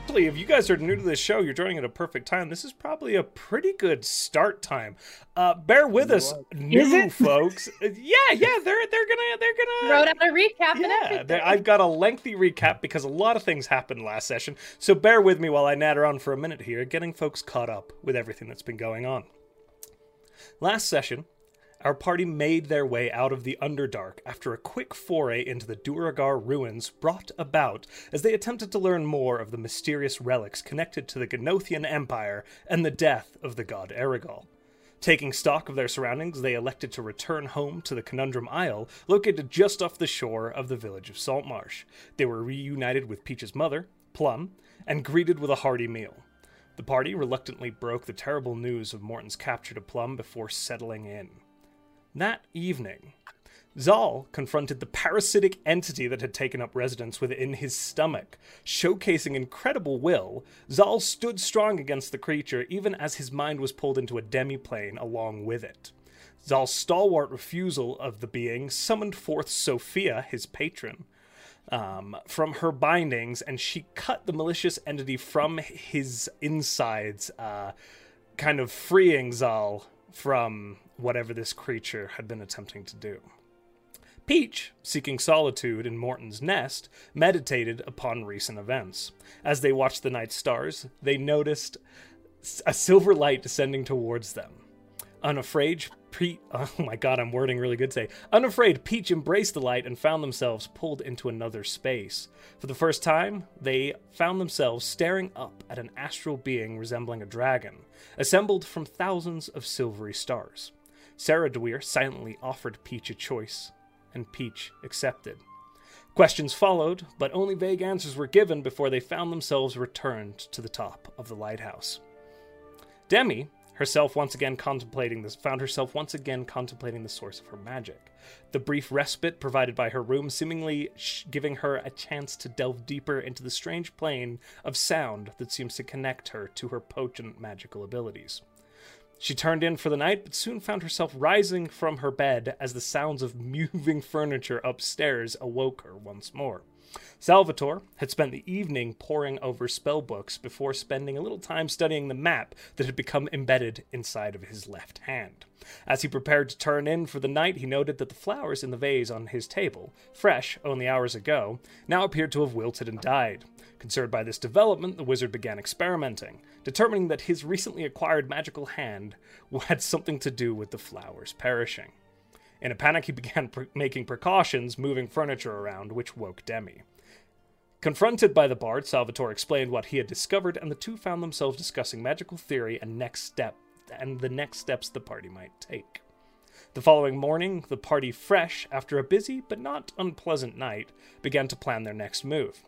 actually, if you guys are new to this show, you're joining at a perfect time. This is probably a pretty good start time. Uh, bear with us, Is new it? folks. yeah, yeah, they're they're gonna they're gonna Wrote out a recap and yeah, everything. there- I've got a lengthy recap because a lot of things happened last session. So bear with me while I natter on for a minute here, getting folks caught up with everything that's been going on. Last session, our party made their way out of the Underdark after a quick foray into the Duragar ruins brought about as they attempted to learn more of the mysterious relics connected to the Gnothian Empire and the death of the god Erigol. Taking stock of their surroundings, they elected to return home to the Conundrum Isle, located just off the shore of the village of Saltmarsh. They were reunited with Peach's mother, Plum, and greeted with a hearty meal. The party reluctantly broke the terrible news of Morton's capture to Plum before settling in. That evening, Zal confronted the parasitic entity that had taken up residence within his stomach. Showcasing incredible will, Zal stood strong against the creature even as his mind was pulled into a demiplane along with it. Zal's stalwart refusal of the being summoned forth Sophia, his patron, um, from her bindings, and she cut the malicious entity from his insides, uh, kind of freeing Zal from whatever this creature had been attempting to do. Peach, seeking solitude in Morton's nest, meditated upon recent events. As they watched the night stars, they noticed s- a silver light descending towards them. Unafraid, Pete. Oh my god, I'm wording really good today. Unafraid, Peach embraced the light and found themselves pulled into another space. For the first time, they found themselves staring up at an astral being resembling a dragon, assembled from thousands of silvery stars. Sarah Dweer silently offered Peach a choice, and Peach accepted. Questions followed, but only vague answers were given before they found themselves returned to the top of the lighthouse. Demi, herself once again contemplating this, found herself once again contemplating the source of her magic. The brief respite provided by her room seemingly sh- giving her a chance to delve deeper into the strange plane of sound that seems to connect her to her potent magical abilities. She turned in for the night, but soon found herself rising from her bed as the sounds of moving furniture upstairs awoke her once more. Salvatore had spent the evening poring over spell books before spending a little time studying the map that had become embedded inside of his left hand. As he prepared to turn in for the night, he noted that the flowers in the vase on his table, fresh only hours ago, now appeared to have wilted and died. Concerned by this development, the wizard began experimenting, determining that his recently acquired magical hand had something to do with the flowers perishing. In a panic, he began pr- making precautions, moving furniture around, which woke Demi. Confronted by the bard, Salvatore explained what he had discovered, and the two found themselves discussing magical theory and next step and the next steps the party might take. The following morning, the party, fresh after a busy but not unpleasant night, began to plan their next move.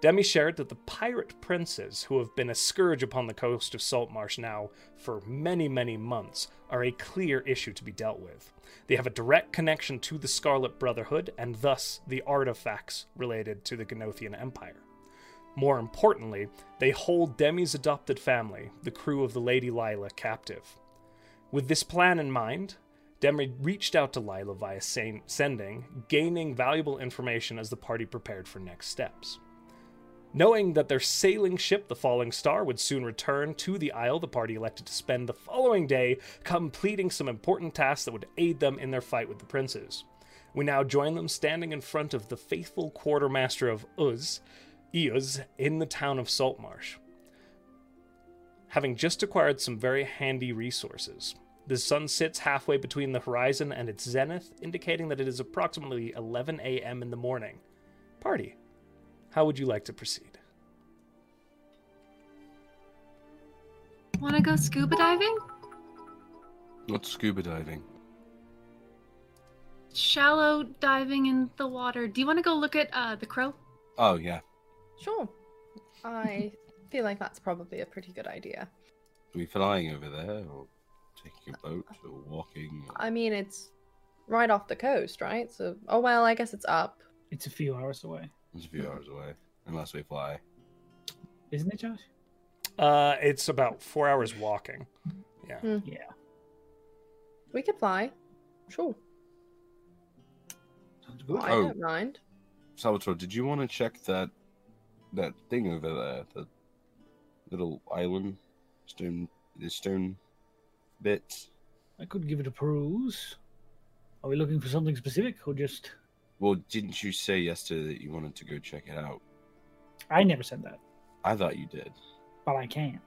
Demi shared that the pirate princes, who have been a scourge upon the coast of Saltmarsh now for many, many months, are a clear issue to be dealt with. They have a direct connection to the Scarlet Brotherhood and thus the artifacts related to the Gnothian Empire. More importantly, they hold Demi's adopted family, the crew of the Lady Lila, captive. With this plan in mind, Demry reached out to Lila via sen- sending, gaining valuable information as the party prepared for next steps. Knowing that their sailing ship, the Falling Star, would soon return to the Isle, the party elected to spend the following day completing some important tasks that would aid them in their fight with the princes. We now join them standing in front of the faithful quartermaster of Uz, Euz, in the town of Saltmarsh. Having just acquired some very handy resources, the sun sits halfway between the horizon and its zenith, indicating that it is approximately 11 a.m. in the morning. Party, how would you like to proceed? Want to go scuba diving? What's scuba diving? Shallow diving in the water. Do you want to go look at uh, the crow? Oh yeah, Sure. I feel like that's probably a pretty good idea. are we flying over there, or taking a boat, or walking? Or... I mean, it's right off the coast, right? So, oh well, I guess it's up. It's a few hours away, It's a few hours away, unless we fly. isn't it, Josh? Uh, it's about four hours walking. Yeah. Hmm. Yeah. We could fly. Sure. Sounds good. I Oh. don't mind. Salvatore, did you want to check that that thing over there, the little island, stone, the stone bits. I could give it a peruse. Are we looking for something specific or just. Well, didn't you say yesterday that you wanted to go check it out? I never said that, I thought you did. but I can.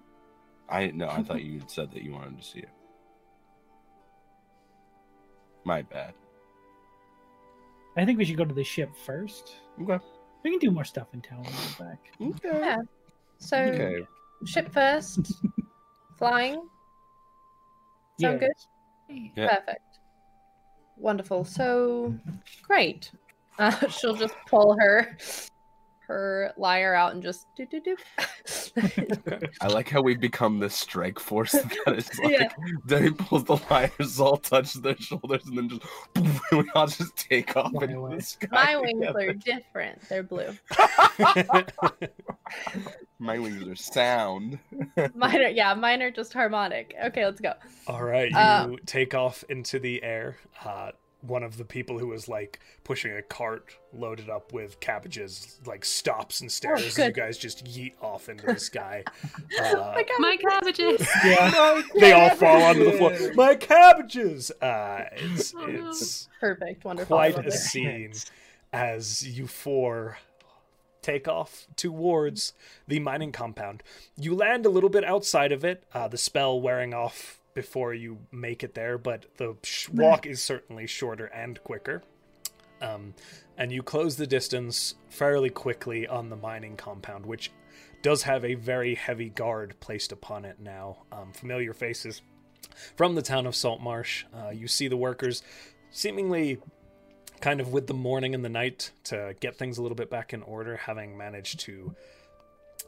I no, I thought you had said that you wanted to see it. My bad. I think we should go to the ship first. Okay. We can do more stuff in town when we get back. Okay. So Okay. ship first, flying. Sound good? Hey, Yeah. Perfect. Wonderful. So great. Uh, she'll just pull her her lyre out and just do do do. I like how we've become this strike force that is like Yeah. Danny pulls the wires, all touch their shoulders, and then just we all just take off Fly into away. the sky. My wings together. are different. They're blue. My wings are sound. Mine are yeah, mine are just harmonic. Okay, let's go. All right, you Uh, take off into the air. Uh, one of the people who was like pushing a cart loaded up with cabbages like stops Oh, and stares as you good. guys just yeet off into the sky. Uh, Like, I'm My just- cabbages. Yeah. they all fall onto the floor. My cabbages! Uh, it's Oh, no. it's Perfect, wonderful. I quite love a it. scene as you four take off towards the mining compound. You land a little bit outside of it, uh, the spell wearing off before you make it there, but the sh- walk is certainly shorter and quicker. Um, and you close the distance fairly quickly on the mining compound, which does have a very heavy guard placed upon it now. Um, familiar faces from the town of Saltmarsh. Uh, you see the workers seemingly kind of with the morning and the night to get things a little bit back in order, having managed to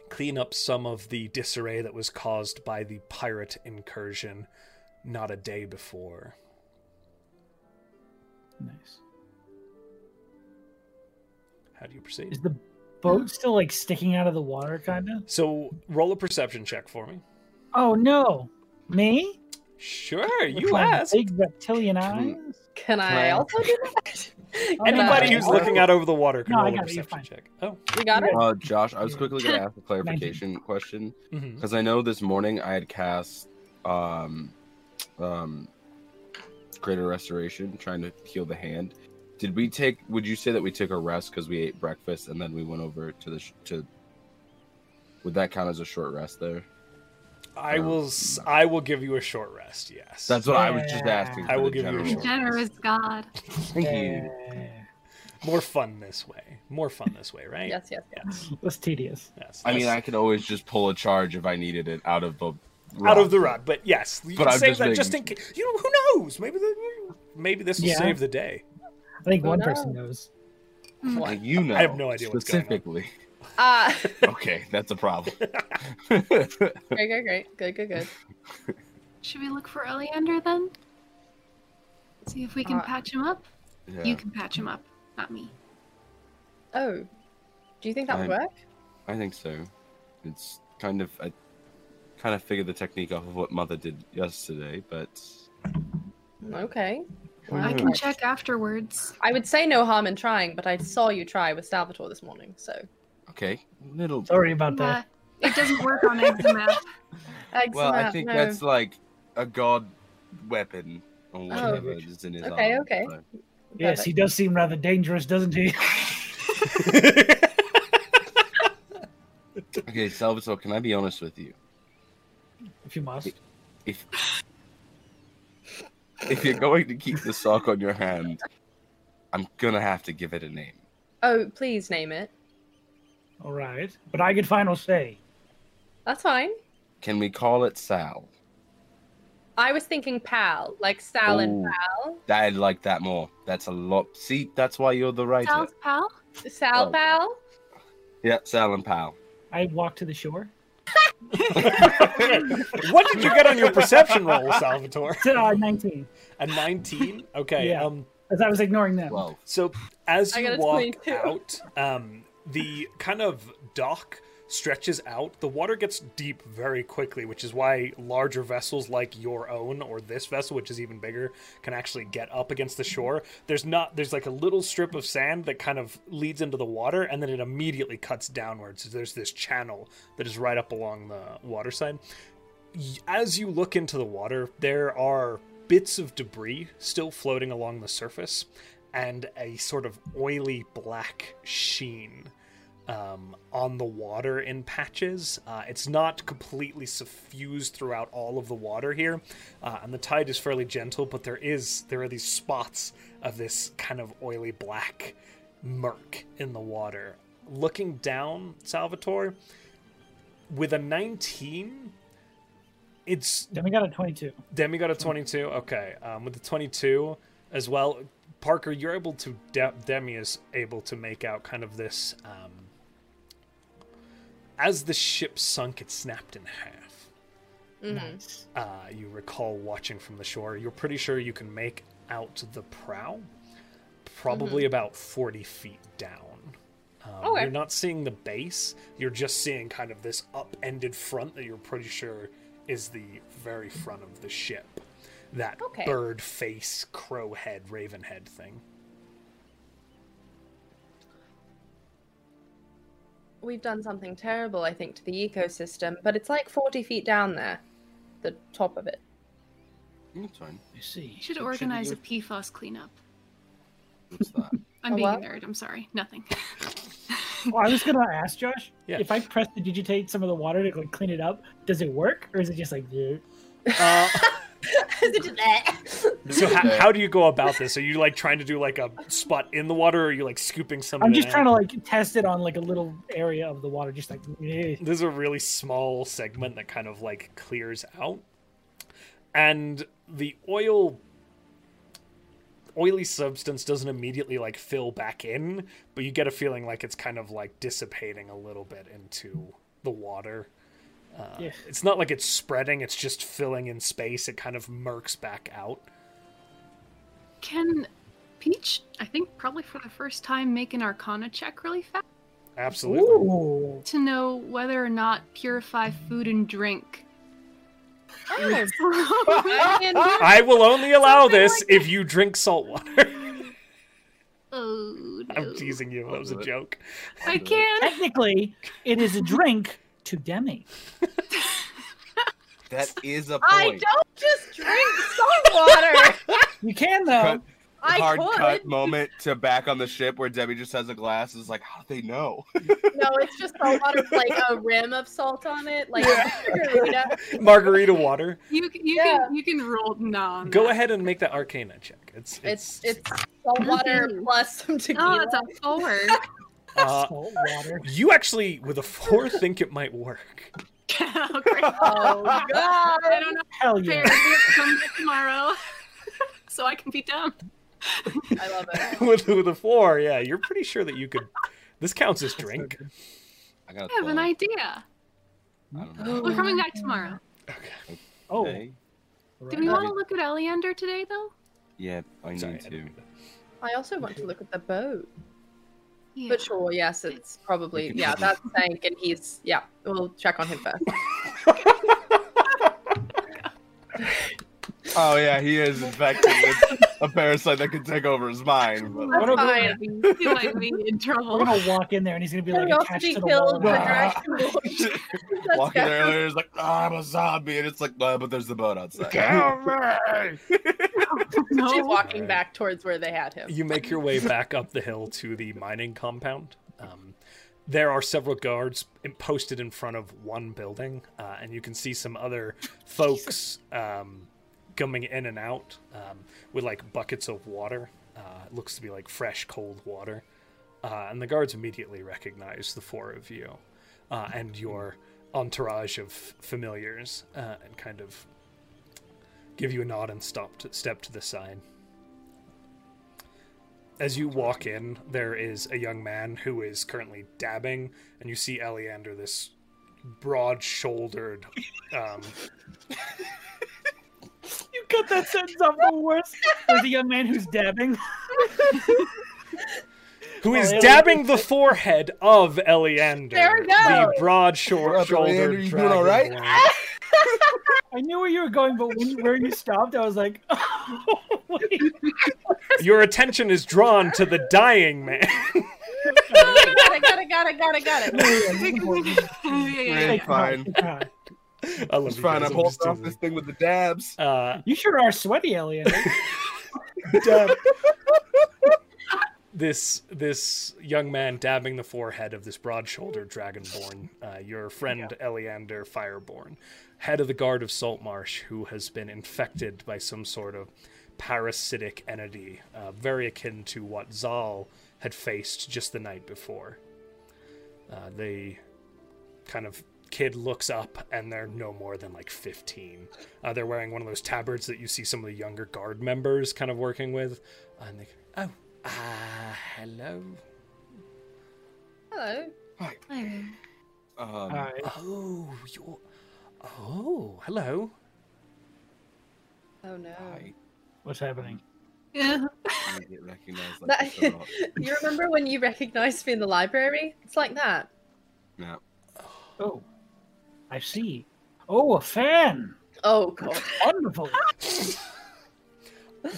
clean up some of the disarray that was caused by the pirate incursion not a day before. Nice. How do you proceed? Is the boat still like sticking out of the water, kind of? So roll a perception check for me. Oh no. Me? Sure, With you my ask. Big reptilian eyes? Can- Can I I- also do that? Can Anybody I- who's looking out over the water can No, I roll a got it, you're perception fine. check. Oh, You got it? Uh, Josh, I was quickly gonna ask a clarification question mhm. because I know this morning I had cast um, um, Greater Restoration, trying to heal the hand. Did we take? Would you say that we took a rest because we ate breakfast and then we went over to the sh- to? Would that count as a short rest there? I will. s- I will give you a short rest. Yes. That's what I was just asking. I for will the give you a general. short Generous God. Thank you. Yeah. more fun this way. More fun this way, right? Yes, yes. Yes. It was tedious. yes. I mean, That's- I could always just pull a charge if I needed it out of the out of the rock. rod. But yes, you But can I'm save just that making- just in case. You know, who knows? Maybe the, maybe this will Yeah. save the day. I think Who one person knows. Hmm. Like, You know, I have no idea what's going on. specifically. Ah, okay, that's a problem. great, great, great. Good, good, good. Should we look for Oleander then? See if we can Uh, patch him up. Yeah. You can patch him up, not me. Oh, do you think that would I'm- work? I think so. It's kind of I kind of figured the technique off of what Mother did yesterday, but Okay. Mm. who I can knows? check afterwards. I would say no harm in trying, but I saw you try with Salvatore this morning, so. Okay, little. Sorry about that. Yeah, it doesn't work on Exomap. Excellent. Well, I think no. that's like a god weapon or whatever okay. is in his Oh, Okay, arm, okay. so- Yes, he does seem rather dangerous, doesn't he? Okay, Salvatore, can I be honest with you? if you must. If if you're going to keep the sock on your hand, I'm gonna have to give it a name. Oh, please name it. All right. But I get final say. That's fine. Can we call it Sal? I was thinking pal, like Sal and Ooh. pal. I like that more. That's a lot. See, that's why you're the writer. Sal's pal? Sal Oh. pal? Yeah, Sal and Pal. I walk to the shore. what did you get on your perception roll, Salvatore? Uh, 19. A nineteen. Okay. Yeah. Um. As I was ignoring them. Well, So as I you got a walk 22. out, um, the kind of dock stretches out, the water gets deep very quickly, which is why larger vessels like your own or this vessel, which is even bigger, can actually get up against the shore. There's not there's like a little strip of sand that kind of leads into the water and then it immediately cuts downwards. There's this channel that is right up along the water side. Y- As you look into the water, there are bits of debris still floating along the surface and a sort of oily black sheen um, on the water in patches. Uh, it's not completely suffused throughout all of the water here, uh, and the tide is fairly gentle. But there is there are these spots of this kind of oily black murk in the water. Looking down, Salvatore, with a 19, it's Then we got a 22. Demi got a 22. Okay. Um, with the 22 as well, Parker, you're able to. De- Demi is able to make out kind of this. Um, as the ship sunk, it snapped in half. Mm-hmm. Uh, you recall watching from the shore. You're pretty sure you can make out the prow, probably about 40 feet down. Um, Mm-hmm. Okay. You're not seeing the base. You're just seeing kind of this upended front that you're pretty sure is the very front of the ship. That Okay. bird face, crow head, raven head thing. We've done something terrible, I think, to the ecosystem, but it's like 40 feet down there, the top of it. It's fine. You see. You should Should we organize do- a PFOS cleanup. What's that? I'm A being what? a nerd. I'm sorry. Nothing. Well, I was going to ask Josh Yeah. if I press to digitate some of the water to like, clean it up, does it work or is it just like, bleh? Uh, Is it just there? so how, Okay. how do you go about this? Are you like trying to do like a spot in the water, or are you like scooping some? I'm of it just out? trying to like test it on like a little area of the water, just like, bleh. This is a really small segment that kind of like clears out. And the oil oily substance doesn't immediately like fill back in, but you get a feeling like it's kind of like dissipating a little bit into the water. Uh, Yeah. It's not like it's spreading; it's just filling in space. It kind of murks back out. Can Peach, I think probably for the first time, make an arcana check really fast Absolutely. Ooh. to know whether or not purify food and drink. Oh, oh, Ryan, I will only allow Something this like if you drink salt water. Oh, no. I'm teasing you. That was a joke. I can. Technically, it is a drink to Demi. That is a point. I don't just drink salt water. You can Cut. though. I Hard could. cut moment to back on the ship where Debbie just has a glass. Is like, how do they know? No, it's just salt water with like a rim of salt on it, like margarita. Margarita water. You c- you Yeah. can you can roll nah. on Go that. ahead and make that Arcana check. It's It's it's salt water Mhm. plus some Oh, tequila. it's a four. uh, Salt water. you actually with a four think it might work. oh, great. Oh god! I don't know. Hell Fair. yeah. Come back tomorrow, so I can be dumb. I love it. with with a four, yeah, you're pretty sure that you could. This counts as drink. I got. I have an idea. I don't know. We're coming back tomorrow. Oh, Okay. Do we right. want to look at Eleander today, though? Yeah, I need Sorry, I to. didn't mean I also want to look at the boat. Yeah. But sure, yes, it's We probably can yeah. check That's sank, and he's yeah. We'll check on him first. Oh yeah, he is infected with a parasite that could take over his mind. But... What That's a- fine. He might be in We're trouble. gonna walk in there and he's gonna be Can like we also attached be to the killed by wall. Ah. Dragon Lord? That's Walking good. there earlier, he's like, "Ah, I'm a zombie, and it's like, "Ah, but there's the boat outside. No. She's walking back towards where they had that. him. You make your way back up the hill to the mining compound. Um, there are several guards in- posted in front of one building, uh, and you can see some other folks um, coming in and out um, with like buckets of water. Uh, it looks to be like fresh, cold water. Uh, and the guards immediately recognize the four of you uh, and your entourage of familiars uh, and kind of give you a nod and stop to, step to the side. As you walk in, there is a young man who is currently dabbing, and you see Eleander, this broad shouldered. Um, You cut that sentence off the worst. There's a young man who's dabbing. who is Oh, dabbing the forehead of Eleander, There we go. the broad What short up, Eleander? shouldered You doing all right? I knew where you were going, but when, where you stopped, I was like, "Oh, wait. Your attention is drawn to the dying man. got it, got it, got it, got it, got it. yeah, It's fine. I love It's you guys, fine. I'm I'm holding just off teasing. this thing with the dabs. Uh, You sure are sweaty, Elliot. dab. this this young man dabbing the forehead of this broad-shouldered dragonborn, uh, your friend Eleander Fireborn, head of the guard of Saltmarsh, who has been infected by some sort of parasitic entity, uh, very akin to what Zal had faced just the night before. Uh, the kind of kid looks up, and they're no more than like 15. Uh, they're wearing one of those tabards that you see some of the younger guard members kind of working with. And they, oh, ah, hello. Hello. Um, Alright. Oh, you're. Oh, hello. Oh no. I What's happening? I get recognized like That- this a lot. You remember when you recognized me in the library? It's like that. No. Oh, I see. Oh, a fan. Oh god. Wonderful.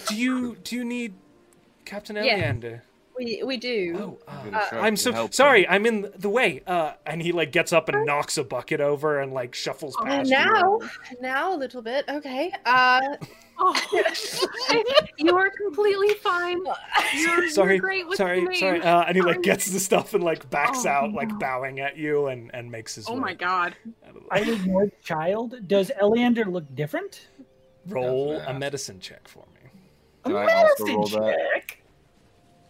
Do you do you need Captain Yeah. Eleander? We we do. Oh, uh, gonna try I'm to so help sorry. him. I'm in the way. Uh, and he like gets up and knocks a bucket over and like shuffles Oh, past. you. now, now a little bit. Okay. Uh, you are completely fine. You're, Sorry, you're great with sorry, your name. sorry. Uh, and he like Sorry. gets the stuff and like backs Oh, out, like no. bowing at you, and and makes his. oh way my god. out of the- I was more child. Does Eleander look different? Roll That's what I a asked. medicine check for me. Did I also medicine roll that? check.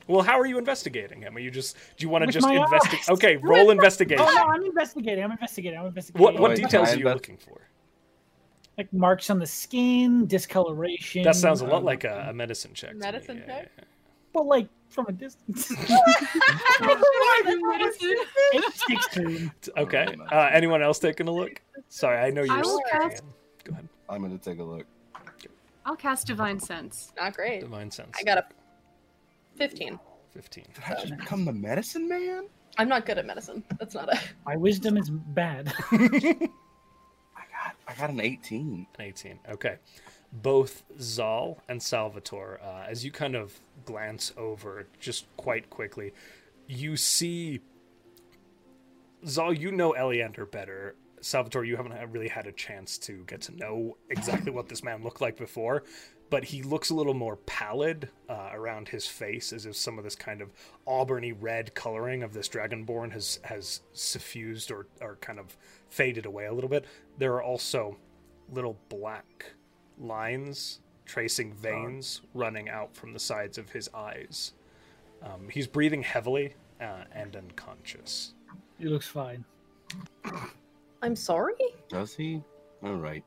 Well, how are you investigating him? Are you just do you want to With just my investigate? eyes. Okay, roll investigation. Oh, no, I'm investigating. I'm investigating. I'm investigating. What Oh, what wait, details I are you invest- looking for? Like marks on the skin, discoloration. That sounds a lot um, like a, a medicine check. to me. Medicine Yeah, check? yeah, But like from a distance. Oh It's 16. yeah. Okay. Oh, nice. Uh, anyone else taking a look? Sorry, I know you're. I will scared. cast- Go ahead. I'm gonna take a look. I'll cast divine sense. Not great. Divine sense. I got a fifteen. fifteen. Did I just become the medicine man? I'm not good at medicine. That's not a. My wisdom is bad. I got I got an 18. An 18. Okay. Both Zal and Salvatore, uh, as you kind of glance over just quite quickly, you see. Zal, you know Eleander better. Salvatore, you haven't ha- really had a chance to get to know exactly what this man looked like before, but he looks a little more pallid uh, around his face, as if some of this kind of auburny red coloring of this dragonborn has has suffused or, or kind of faded away a little bit. There are also little black lines tracing veins running out from the sides of his eyes. Um, he's breathing heavily uh, and unconscious. He looks fine. I'm sorry. Does he? All right.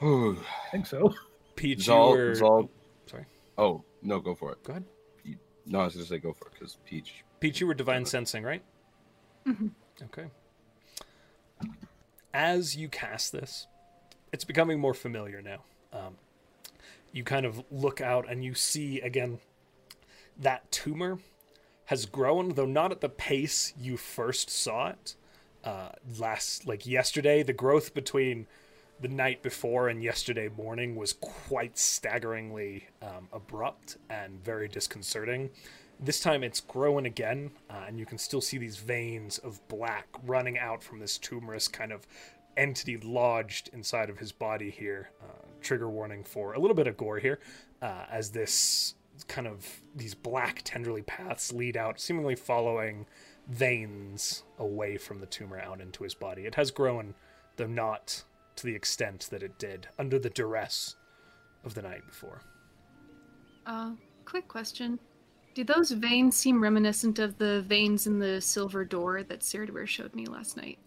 Zal, I think so. Peach, you were... Zal. sorry. Oh no, go for it. Go ahead. No, I was gonna say go for it because Peach. Peach, you were divine sensing, right? Mhm. Okay. As you cast this, it's becoming more familiar now. Um, you kind of look out and you see again that tumor has grown, though not at the pace you first saw it. Uh, last, like yesterday, the growth between the night before and yesterday morning was quite staggeringly um, abrupt and very disconcerting. This time it's growing again, uh, and you can still see these veins of black running out from this tumorous kind of entity lodged inside of his body here. Uh, trigger warning for a little bit of gore here, uh, as this kind of these black tenderly paths lead out, seemingly following veins away from the tumor out into his body. It has grown, though not to the extent that it did under the duress of the night before. Uh, quick question. Do those veins seem reminiscent of the veins in the silver door that Sirdware showed me last night?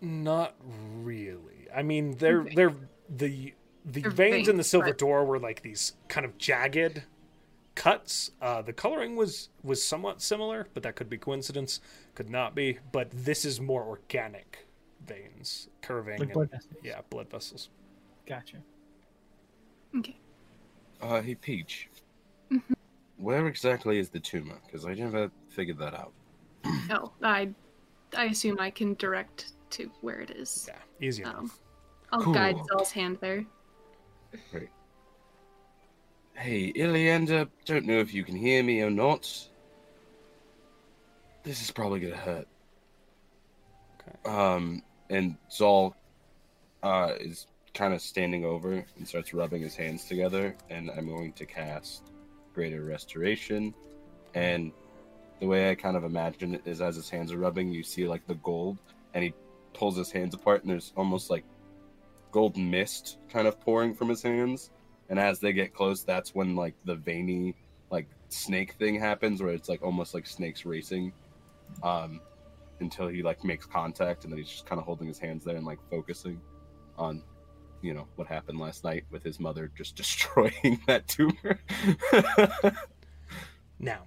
Not really. I mean, they're Okay. they're the the They're veins in the veins, silver right. door were like these kind of jagged cuts. Uh, the coloring was was somewhat similar, but that could be coincidence, could not be. But this is more organic veins curving. Like and- blood vessels. yeah, blood vessels. Gotcha. Okay. Uh, hey Peach. Mhm. where exactly is the tumor? Because I never figured that out. No, Oh, I, I assume I can direct to where it is. Yeah, easy enough. Um, I'll guide Cool. Zell's hand there. Hey, Iliander, don't know if you can hear me or not. This is probably gonna hurt. Okay. Um, and Zol uh, is kind of standing over and starts rubbing his hands together, and I'm going to cast Greater Restoration. And the way I kind of imagine it is as his hands are rubbing, you see like the gold, and he pulls his hands apart, and there's almost like gold mist kind of pouring from his hands and as they get close that's when like the veiny like snake thing happens where it's like almost like snakes racing um until he like makes contact and then he's just kind of holding his hands there and like focusing on you know what happened last night with his mother just destroying that tumor Now,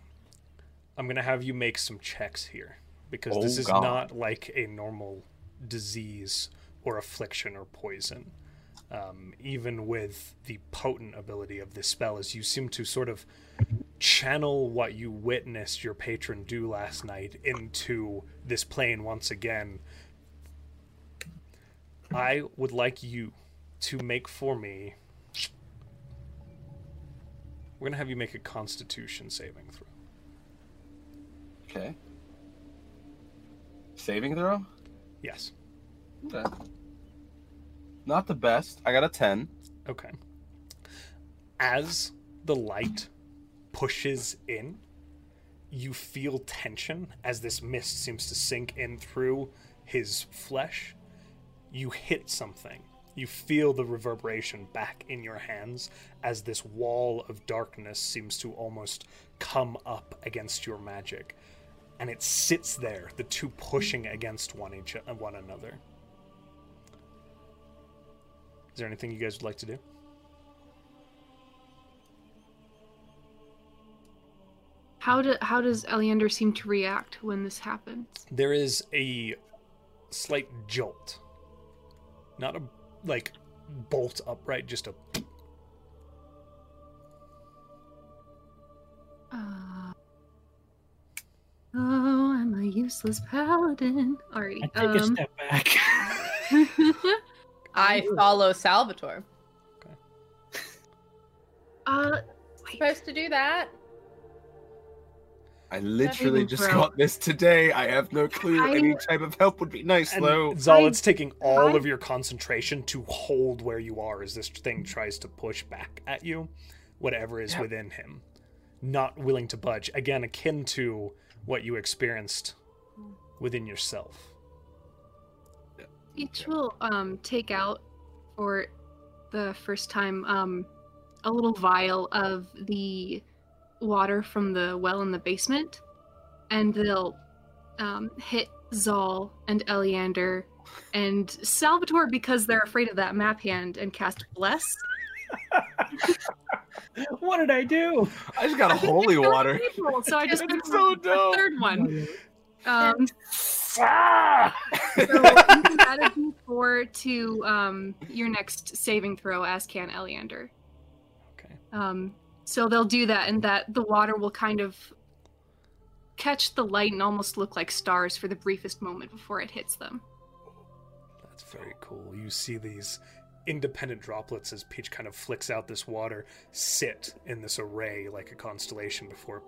I'm going to have you make some checks here because Oh, this is God. not like a normal disease or affliction or poison. Um, even with the potent ability of this spell, as you seem to sort of channel what you witnessed your patron do last night into this plane once again, I would like you to make for me. We're going to have you make a constitution saving throw. okay saving throw Yes. okay not the best i got a 10 Okay. As the light pushes in, you feel tension as this mist seems to sink in through his flesh. You hit something. You feel the reverberation back in your hands as this wall of darkness seems to almost come up against your magic. And it sits there, the two pushing against one each uh, one another. Is there anything you guys would like to do? How do how does Eleander seem to react when this happens? there is a slight jolt not a like bolt upright just a Uh, oh, I'm a useless paladin. um, Alrighty. I take a step back. um, I follow Salvatore. uh, wait. Supposed to do that? i literally even just throw? got this today i have no clue I- any type of help would be nice and though Zal, it's taking all I- of your concentration to hold where you are as this thing tries to push back at you whatever is Yeah. within him not willing to budge again akin to what you experienced within yourself Each will um take out for the first time um a little vial of the water from the well in the basement, and they'll um, hit Zal and Eleander and Salvatore because they're afraid of that map hand and cast bless. what did I do? i just got a holy water People, so I just It's so the dope. third Oh, one. Um, Ah! so you can add a d4 to um, your next saving throw, as can Eleander. okay Um, so they'll do that, and that the water will kind of catch the light and almost look like stars for the briefest moment before it hits them. That's very cool. You see these independent droplets as Peach kind of flicks out this water, sit in this array like a constellation before it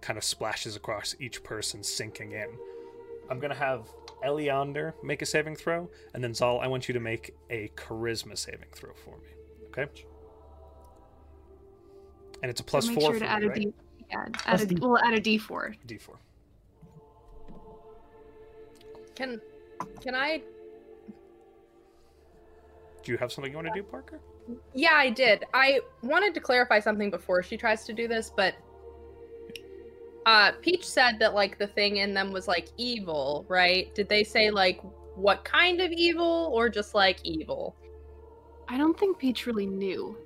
kind of splashes across each person, sinking in. I'm going to have Eleander make a saving throw, and then Zal, I want you to make a charisma saving throw for me. Okay? And it's a plus so make four sure for to add me, a right? d. Yeah, add a, D. we'll add a d4. D4. Can can I Do you have something you want to do, Parker? Yeah, I did. I wanted to clarify something before she tries to do this, but uh Peach said that like the thing in them was like evil, right? Did they say like what kind of evil or just like evil? I don't think Peach really knew.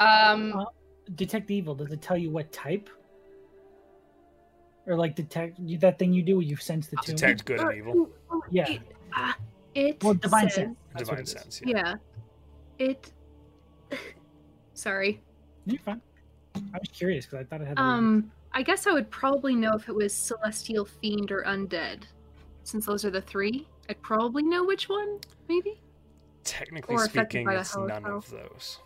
Um Detect evil. Does it tell you what type? Or like detect you, that thing you do where you sense the tune? Detect good Or- and evil. or Yeah. It, uh, it Well, divine says- sense. That's Divine what it is. sense. Yeah. It. Sorry. You're fine. I was curious because I thought it had. Um, I guess I would probably know if it was celestial, fiend, or undead, since those are the three. I'd probably know which one, maybe. Technically Or affected speaking, by the it's none Holocaust. of those.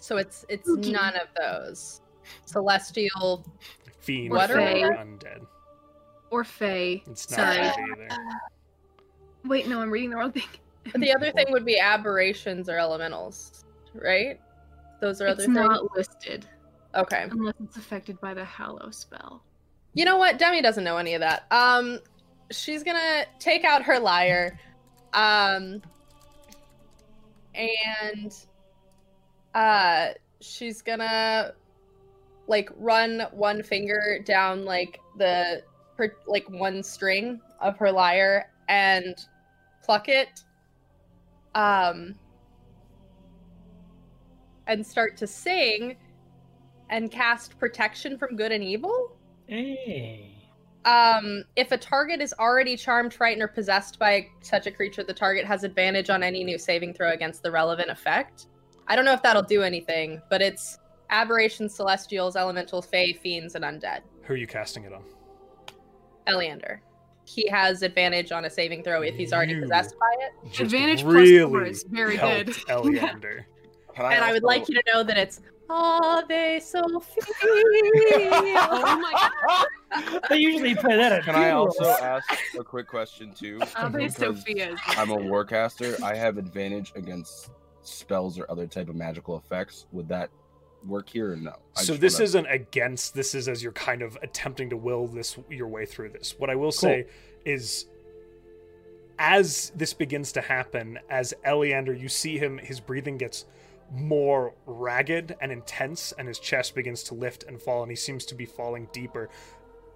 So it's it's Okay. none of those. Celestial. Fiend, What are fey, they? undead. Or Fae. It's not Sorry. undead either. Wait, no, I'm reading the wrong thing. The other thing would be aberrations or elementals, right? Those are other It's things. not listed Okay. unless it's affected by the Hallow spell. You know what? Demi doesn't know any of that. Um, she's gonna take out her lyre, um, and uh, she's gonna like run one finger down like the per, like one string of her lyre and pluck it, um, and start to sing and cast protection from good and evil. Hey. Um, if a target is already charmed, frightened, or possessed by such a creature, the target has advantage on any new saving throw against the relevant effect. I don't know if that'll do anything, but it's aberrations, celestials, elemental, fae, fiends, and undead. Who are you casting it on? Eleander. He has advantage on a saving throw if he's already You. possessed by it. Just Advantage plus really four is very helped good. Eleander. Can and I would like you to know that it's Oh, they so feel. Oh my god, They usually play that at Can I funerals. also ask a quick question too? Ave Because Sophia is I'm a warcaster. I have advantage against spells or other type of magical effects. Would that work here or no? I So just this wanna- isn't against. This is as you're kind of attempting to will this your way through this. What I will say is, as this begins to happen, as Eleander, you see him. His breathing gets more ragged and intense, and his chest begins to lift and fall, and he seems to be falling deeper.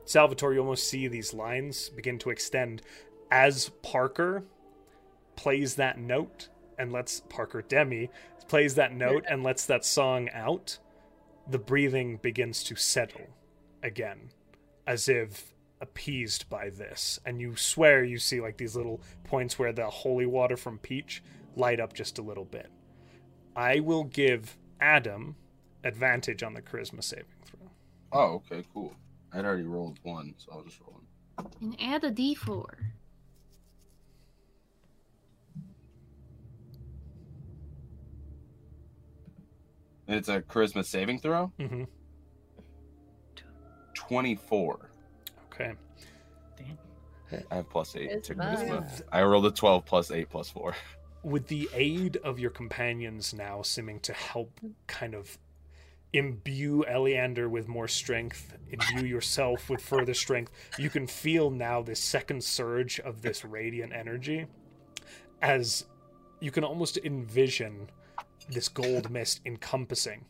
Salvatore, you almost see these lines begin to extend as Parker plays that note and lets Parker Demi plays that note and lets that song out the breathing begins to settle again, as if appeased by this. And you swear you see like these little points where the holy water from Peach light up just a little bit. I will give Adam advantage on the charisma saving throw. Oh, okay, cool. I'd already rolled one, so I'll just roll one. and add a d4. And it's a charisma saving throw. Mm-hmm. Twenty-four. Okay. Damn. I have plus eight to Charisma. charisma. I rolled a twelve plus eight plus four. with the aid of your companions now seeming to help kind of imbue Eleander with more strength, imbue yourself with further strength, you can feel now this second surge of this radiant energy as you can almost envision this gold mist encompassing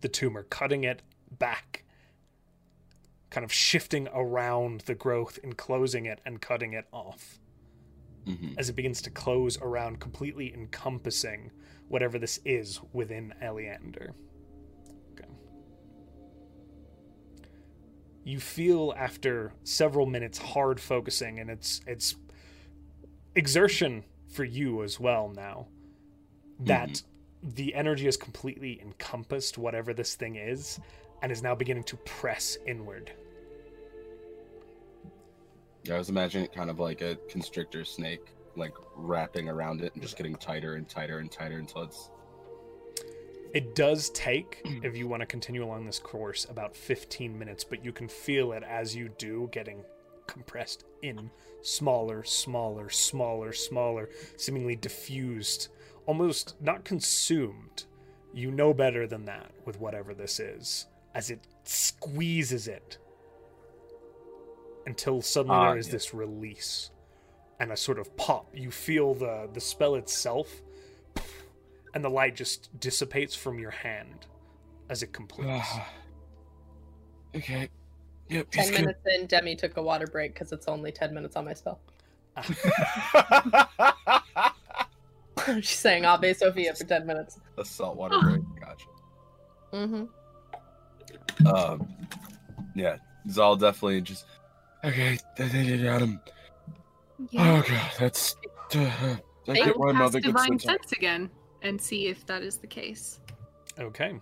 the tumor, cutting it back, kind of shifting around the growth, enclosing it, and cutting it off Mhm. as it begins to close around, completely encompassing whatever this is within Eleander. Okay. You feel after several minutes hard focusing, and it's it's exertion for you as well now, that the energy has completely encompassed whatever this thing is, and is now beginning to press inward. Yeah, I was imagining it kind of like a constrictor snake, like wrapping around it and just getting tighter and tighter and tighter until it's It does take, if you want to continue along this course, about 15 minutes, but you can feel it as you do getting compressed in smaller, smaller, smaller, smaller, seemingly diffused, almost not consumed. You know better than that with whatever this is, as it squeezes it until suddenly Ah, there is yeah. this release and a sort of pop. You feel the, the spell itself and the light just dissipates from your hand as it completes. Ah. okay. Yep. ten he's good. minutes in, Demi took a water break because it's only ten minutes on my spell. She's saying Ave Sophia for ten minutes. a saltwater break. Gotcha. Mm-hmm. Um, yeah, Zal definitely just. Okay, they did it, Adam. Oh god, that's. Uh, I I get will why cast mother gets divine so tired. sense again and see if that is the case. Okay.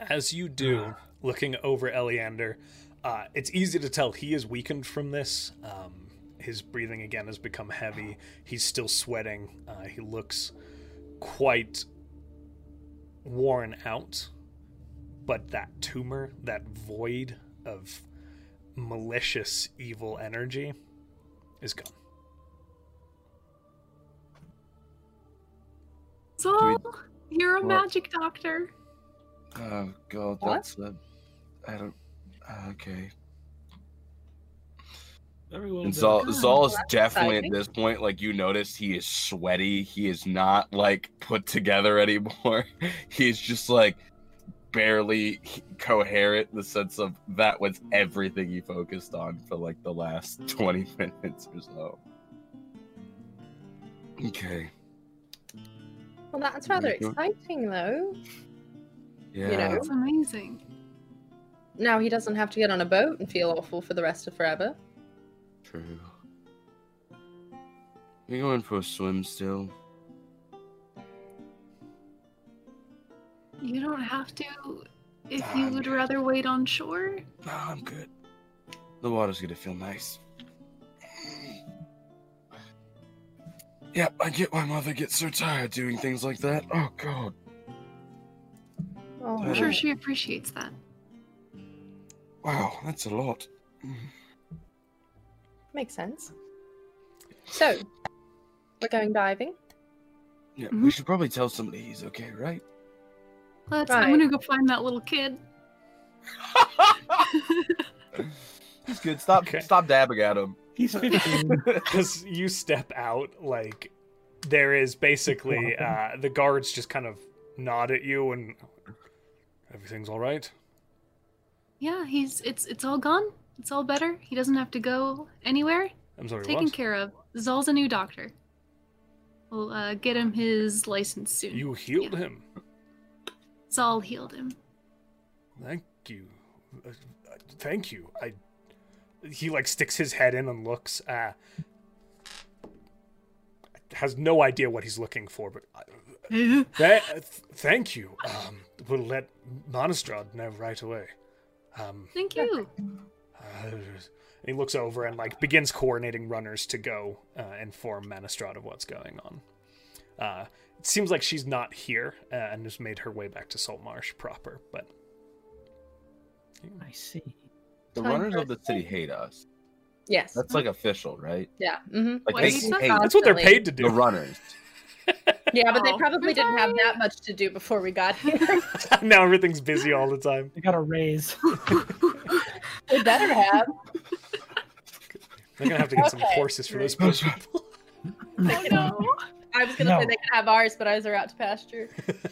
As you do, looking over Eleander, uh, it's easy to tell he is weakened from this. Um, his breathing again has become heavy. He's still sweating. Uh, he looks quite worn out. But that tumor, that void of malicious evil energy, is gone. So you're a What? magic doctor. Oh god, What? that's a. I don't. uh, Okay. Everyone. And Zal, God, Zal is that's definitely exciting. at this point, like you notice, he is sweaty. He is not like put together anymore. He's just like barely coherent in the sense of that was everything he focused on for like the last 20 minutes or so. Okay. Well, that's rather Mhm. exciting, though. Yeah. know, That's amazing. Now he doesn't have to get on a boat and feel awful for the rest of forever. True. We going for a swim still? You don't have to if Ah, you I'm would good. rather wait on shore. No, I'm good. The water's gonna feel nice. Yep, I get why mother gets so tired doing things like that. Oh god. Oh, I'm sure Right. she appreciates that. Wow, that's a lot. makes sense. So, we're going diving. Yeah, we Mhm. should probably tell somebody he's okay, right? Let's. Right. I'm gonna go find that little kid. He's good. Stop Okay. stop dabbing at him. He's 15. as you step out, like there is basically uh, the guards just kind of nod at you and everything's all right. yeah, he's. It's. It's all gone. It's all better. He doesn't have to go anywhere. I'm sorry, Taken what? care of. Zol's a new doctor. We'll uh, get him his license soon. You healed him. Zol healed him. Thank you. Uh, uh, Thank you. I. He like sticks his head in and looks. Uh, has no idea what he's looking for, but uh, tha- th- thank you. Um, we'll let Monastrad know right away. Um, Thank you. Uh, and he looks over and like begins coordinating runners to go uh, inform Manistrad of what's going on. Uh, it seems like she's not here uh, and has made her way back to Saltmarsh proper, but I see. The Time runners for of the city hate us. Yes. That's like official, right? yeah. hmm Like What they did you say? hate that's what they're Constantly. paid to do. the runners. Yeah, but they Oh, probably didn't have goodbye. that much to do before we got here. now everything's busy all the time. I got a raise. we better have. They're gonna have to get some Okay, horses for those great. people. They could- Oh, I was gonna No. say they could have ours, but ours are out to pasture.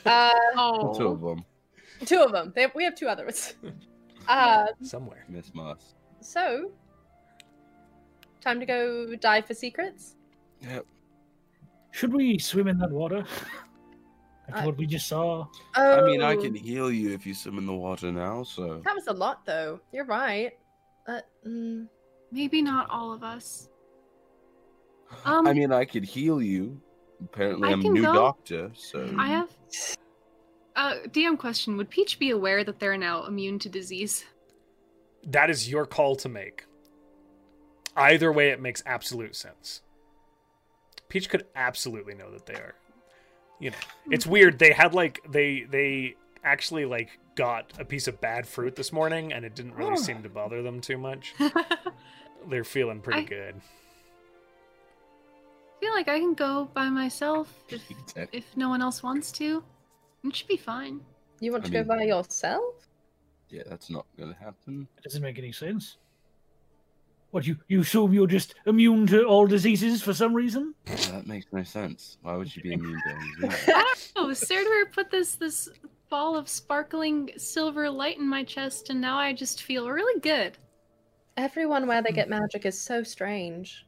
Uh, Two of Oh, them. two of them. They we have two other ones. Uh, somewhere. Miss Moss. so, time to go dive for secrets. Yep. Should we swim in that water? After I- what we just saw. Oh, I mean, I can heal you if you swim in the water now, so. That was a lot, though. You're right. Uh, mm, maybe not all of us. Um, I mean, I could heal you. Apparently, I I'm a can new go. doctor, so. I have. Uh, DM question: Would Peach be aware that they're now immune to disease? That is your call to make. Either way, it makes absolute sense. Peach could absolutely know that they are. You know, it's weird. They had like they they actually like got a piece of bad fruit this morning, and it didn't really Oh. seem to bother them too much. I They're feeling pretty I- good. feel like I can go by myself if Tech- if no one else wants to. It should be fine. you want I to mean- go by yourself? yeah, that's not gonna happen. It doesn't make any sense. What you you assume you're just immune to all diseases for some reason? Yeah, that makes no sense. Why would you be immune to anything? Oh, Sardware put this this ball of sparkling silver light in my chest, and now I just feel really good. Everyone where they get magic is so strange.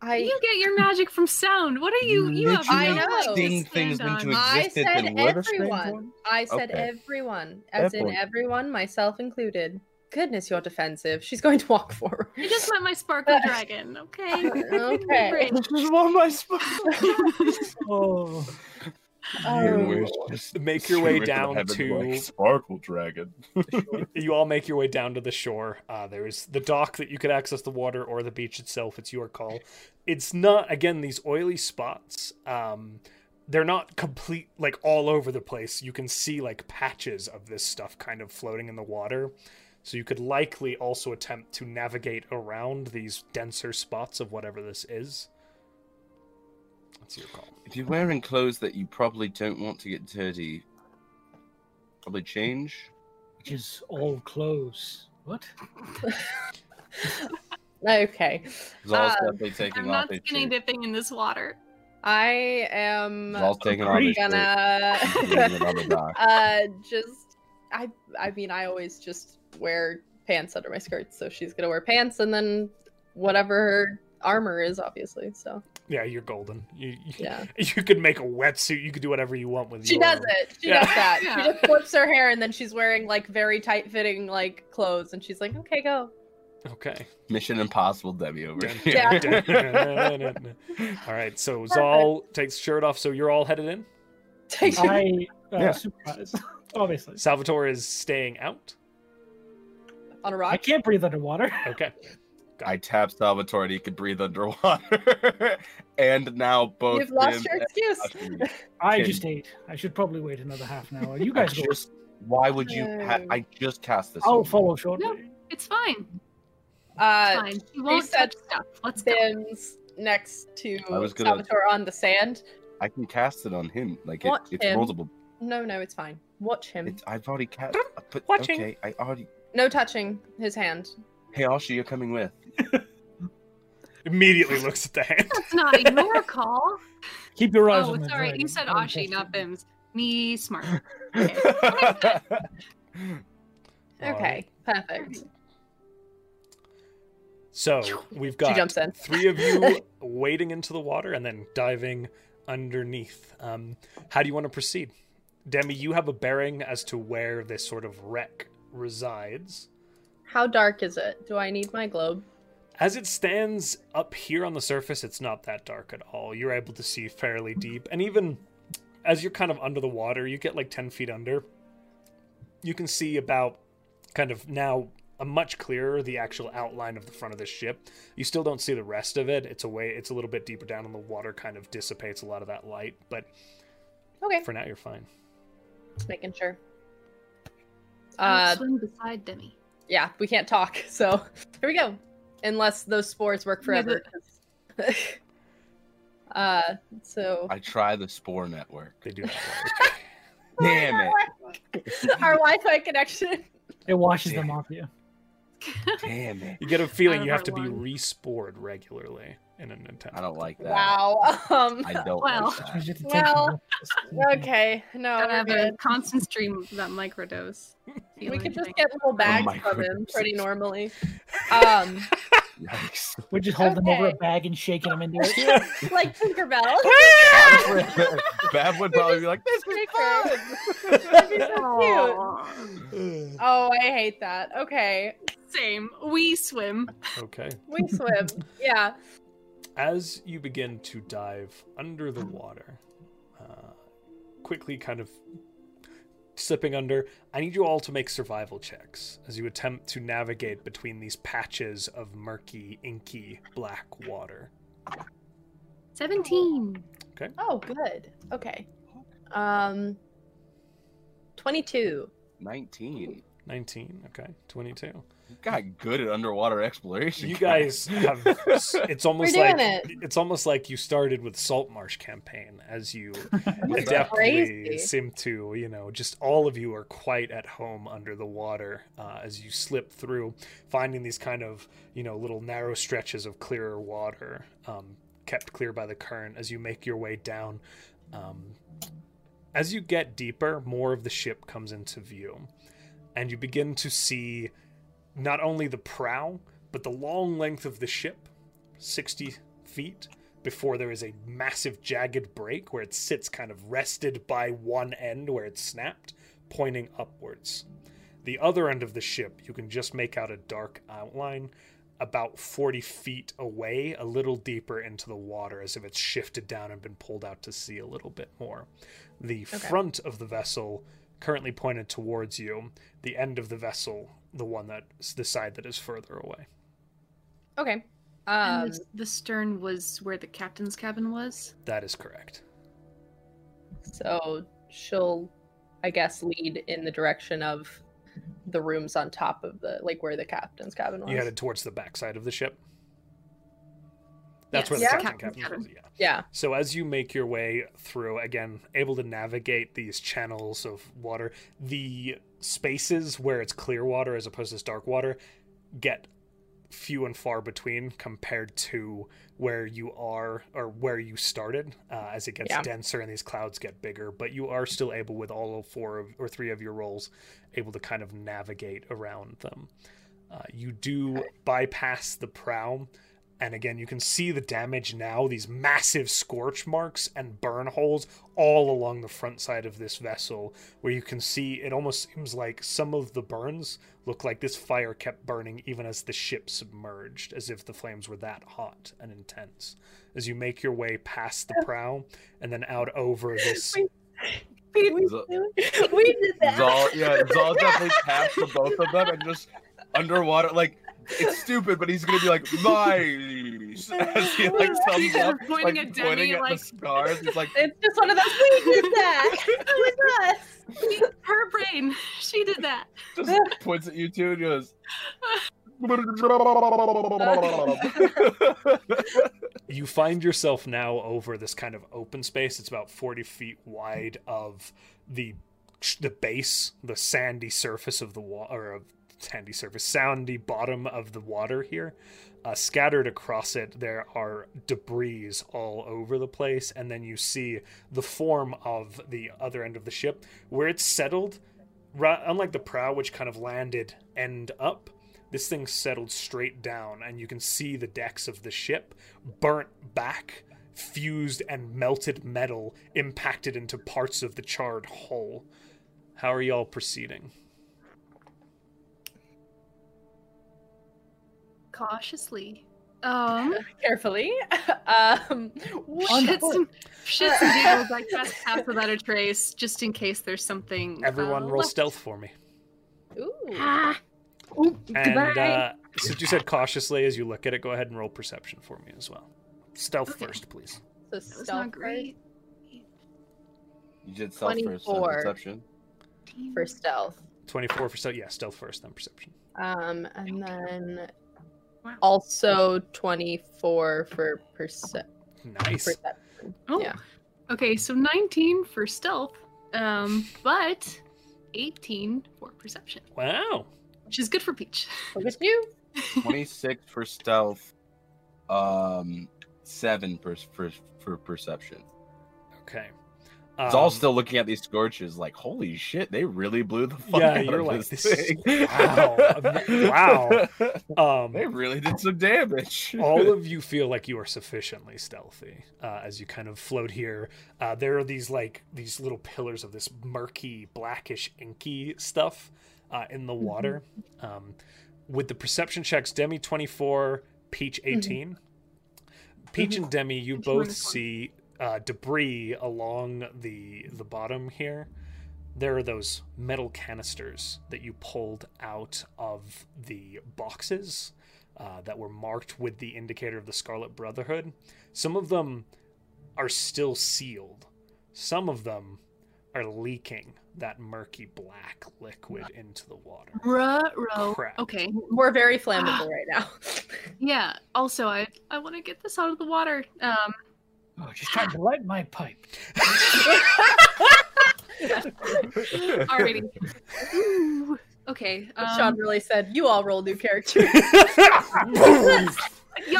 I You get your magic from sound. What are you? You have literally no leg to sting stand things on. into I existence said and what a strange everyone. one. I said Okay. everyone, as Everyone. in everyone, myself included. Goodness, you're defensive. She's going to walk forward. I just met my sparkle dragon. Okay. Okay. Great. This is one of my sp- Oh, Even Oh. worse, just Make your straight way to down heaven, to- like, Sparkle Dragon. you all make your way down to the shore. Uh, there's the dock that you could access the water or the beach itself. It's your call. It's not again these oily spots. Um, they're not complete like all over the place. You can see like patches of this stuff kind of floating in the water. So you could likely also attempt to navigate around these denser spots of whatever this is. That's your call. If you're wearing clothes that you probably don't want to get dirty, probably change. Which is all clothes. What? okay. Zal's Um, definitely taking Uh, I'm off not his skinny shirt. dipping in this water. I am Zal's taking off his shirt. and leaving it gonna on the dock. uh just I I mean I always just wear pants under my skirts, so she's gonna wear pants and then whatever her armor is, obviously. So Yeah, you're golden. You you, yeah. you could make a wetsuit. You could do whatever you want with. She your- does it. She Yeah. does that. She Yeah. just flips her hair and then she's wearing like very tight fitting like clothes and she's like, Okay, go. Okay. Mission Impossible Debbie over Dun, here. Yeah. dun, dun, dun, dun, dun. all right, so Zal takes shirt off, so you're all headed in. Take your I uh, Yeah. supervise, obviously. Salvatore is staying out. on a I rock. can't breathe underwater. Okay. I tap Salvatore and he could breathe underwater. and now both You've lost him your and excuse. Ashton- I Kidding. just ate. I should probably wait another half an hour. You I guys go. just why would you ha- No. I just cast this. I'll on you. follow shortly. It's fine. It's Uh fine. You won't said touch stuff. Let's go. Sims next to I was gonna- Salvatore on the sand. I can cast it on him. Like it, Watch it's him. moldable. No, no, it's fine. Watch him. It's, I've already cast. But, Watching. Okay, I already. No touching his hand. Hey, Ashi, you're coming with. Immediately looks at the hand. That's not your call. Keep your eyes Oh, on the it's alright. You dragon. said Don't Ashi, touch not it. Bims. Me smart. Okay, perfect. So we've She got jumps in. three of you wading into the water and then diving underneath. Um, how do you want to proceed? Demi, you have a bearing as to where this sort of wreck resides. How dark is it? Do I need my globe? As it stands up here on the surface, it's not that dark at all. You're able to see fairly deep. And even as you're kind of under the water, you get like 10 feet under, you can see about kind of now a much clearer the actual outline of the front of the ship. You still don't see the rest of it. It's a way, it's a little bit deeper down, and the water kind of dissipates a lot of that light. But Okay, for now, you're fine. just making sure. I'll Uh, swim beside Demi. yeah, we can't talk, so here we go. Unless those spores work Yeah, forever. uh, so I try the spore network. They do not work. Damn it! our Wi-Fi connection. It washes them off you. Damn it! You get a feeling Out you of have our to be lungs. re-spored regularly in an attempt. I don't like that. Wow. Um, I don't Well. like that. Tries to detect Well, them. okay, no, Gotta we're have a good. constant stream of that microdose. We could just feeling get Oh little bags from him microdoses. pretty normally. Um, Yikes. We just hold them over a Okay. bag and shaking them into it. like Tinkerbell. Bab would probably be like, "This is Tinker. Yikes. Aw. Oh, I hate that. Okay, Same. We swim. okay. we swim. Yeah. as you begin to dive under the water, uh, quickly kind of slipping under, I need you all to make survival checks as you attempt to navigate between these patches of murky, inky, black water. 17. Oh, good. Okay. Um, twenty-two. Nineteen. 19, okay, 22. You Got good at underwater exploration. You guys have it's almost doing like it. it's almost like you started with Salt Marsh campaign as you adeptly What's that? Crazy. seem to, you know, just all of you are quite at home under the water uh, as you slip through, finding these kind of, you know, little narrow stretches of clearer water um, kept clear by the current as you make your way down. Um, as you get deeper, more of the ship comes into view, and you begin to see not only the prow, but the long length of the ship 60 feet before there is a massive jagged break where it sits kind of rested by one end where it's snapped, pointing upwards. The other end of the ship, you can just make out a dark outline about 40 feet away, a little deeper into the water, as if it's shifted down and been pulled out to sea a little bit more. The front of the vessel currently pointed towards you, the end of the vessel, the one that the side that is further away. Okay. And Um, the, the stern was where the captain's cabin was. That is correct. so she'll, I guess, lead in the direction of the rooms on top of the like where the captain's cabin was. You headed towards the backside of the ship. That's where the Yes. captain Yeah. cabin is. Yeah. yeah. So as you make your way through, again, able to navigate these channels of water, the spaces where it's clear water as opposed to it's dark water get few and far between compared to where you are or where you started uh, as it gets Yeah. denser and these clouds get bigger but you are still able with all four of, or three of your rolls able to kind of navigate around them uh, you do bypass the prow and again you can see the damage now these massive scorch marks and burn holes all along the front side of this vessel where you can see it almost seems like some of the burns look like this fire kept burning even as the ship submerged as if the flames were that hot and intense as you make your way past the prow and then out over this We, Zo- did Zal, yeah, Zal definitely taps the both of them and just underwater, like it's stupid, but he's gonna be like nice as he like thumbs up, Pointing like at Demi, pointing at like- the stars. He's like, It's just one of those. We did that. It was us. Her brain. She did that. just points at you two and goes. you find yourself now over this kind of open space. It's about 40 feet wide of the the base, the sandy surface of the water, of sandy surface, sandy bottom of the water here. Uh, scattered across it, there are debris all over the place, and then you see the form of the other end of the ship where it's settled. Ra- unlike the prow, which kind of landed end up, this thing settled straight down, and you can see the decks of the ship burnt back, fused and melted metal impacted into parts of the charred hull. How are y'all proceeding? Cautiously. Um. Carefully. Um, On Shits foot. and, shits and giggles. I cast half without a trace, just in case there's something. Everyone uh, roll left. stealth for me. ooh. Ah. Oop, And goodbye. uh, since you said cautiously as you look at it, go ahead and roll perception for me as well. Stealth Okay. first, please. So that was not stealth great. You did self first then 24. perception. Damn. for stealth. 24 for stealth. Yeah, stealth first, then perception. Um, and then Wow. also 24 for perce- Nice. perception. Oh. yeah. Okay, so 19 for stealth, um, but 18 for perception, Wow. which is good for Peach. Look at you. Twenty six for stealth. Um, seven per, for for perception. Okay. It's all Um, still looking at these scorches like, holy shit, they really blew the fuck Yeah, out you're of like, this "This is- thing. wow, wow." um, they really did some damage. all of you feel like you are sufficiently stealthy uh, as you kind of float here. Uh, there are these like these little pillars of this murky, blackish, inky stuff uh, in the water. Um, with the perception checks, Demi twenty four, Peach 18 Peach and Demi, you Peach both minus one. see uh, debris along the the bottom here. There are those metal canisters that you pulled out of the boxes uh, that were marked with the indicator of the Scarlet Brotherhood. Some of them are still sealed. Some of them are leaking that murky black liquid into the water. Ruh, row. Crap. Okay, We're very flammable right now. yeah. Also, I I want to get this out of the water. Um, Oh, she's trying to light my pipe. already. Ooh. Okay. Um, Sean really said, You all roll new characters. your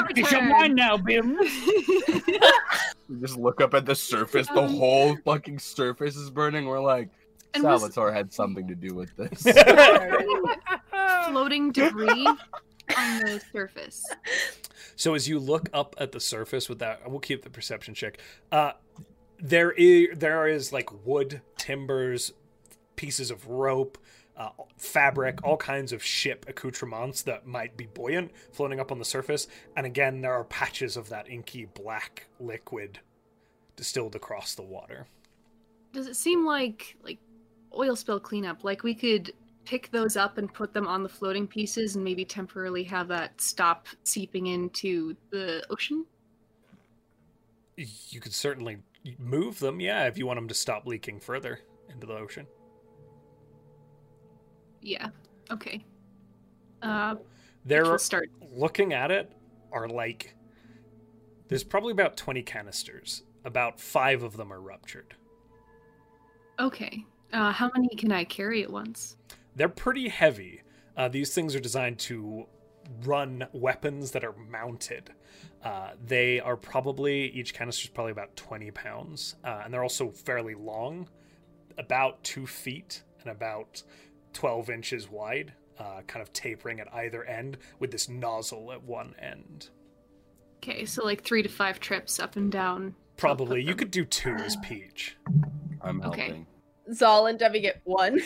It's your turn. mine now, Bim. You just look up at the surface, the Um, whole fucking surface is burning. We're like, And was- Salvatore had something to do with this. floating debris on the surface. So as you look up at the surface with that, we'll keep the perception check. Uh, there is there is like wood, timbers, pieces of rope, uh, uh, fabric, all kinds of ship accoutrements that might be buoyant floating up on the surface. And again, there are patches of that inky black liquid distilled across the water. Does it seem like like oil spill cleanup? Like we could pick those up and put them on the floating pieces and maybe temporarily have that stop seeping into the ocean? You could certainly move them, yeah, if you want them to stop leaking further into the ocean. Yeah. Okay. Uh, There we'll are, start. looking at it are like there's probably about 20 canisters. About 5 of them are ruptured. Okay. Uh, how many can I carry at once? They're pretty heavy. Uh, these things are designed to run weapons that are mounted. Uh, they are probably each canister is probably about 20 pounds, uh, and they're also fairly long, about two feet and about 12 inches wide, uh, kind of tapering at either end with this nozzle at one end. Okay, so like three to five trips up and down. Probably you could do two as Peach. I'm Okay. helping. Zal and Debbie get one.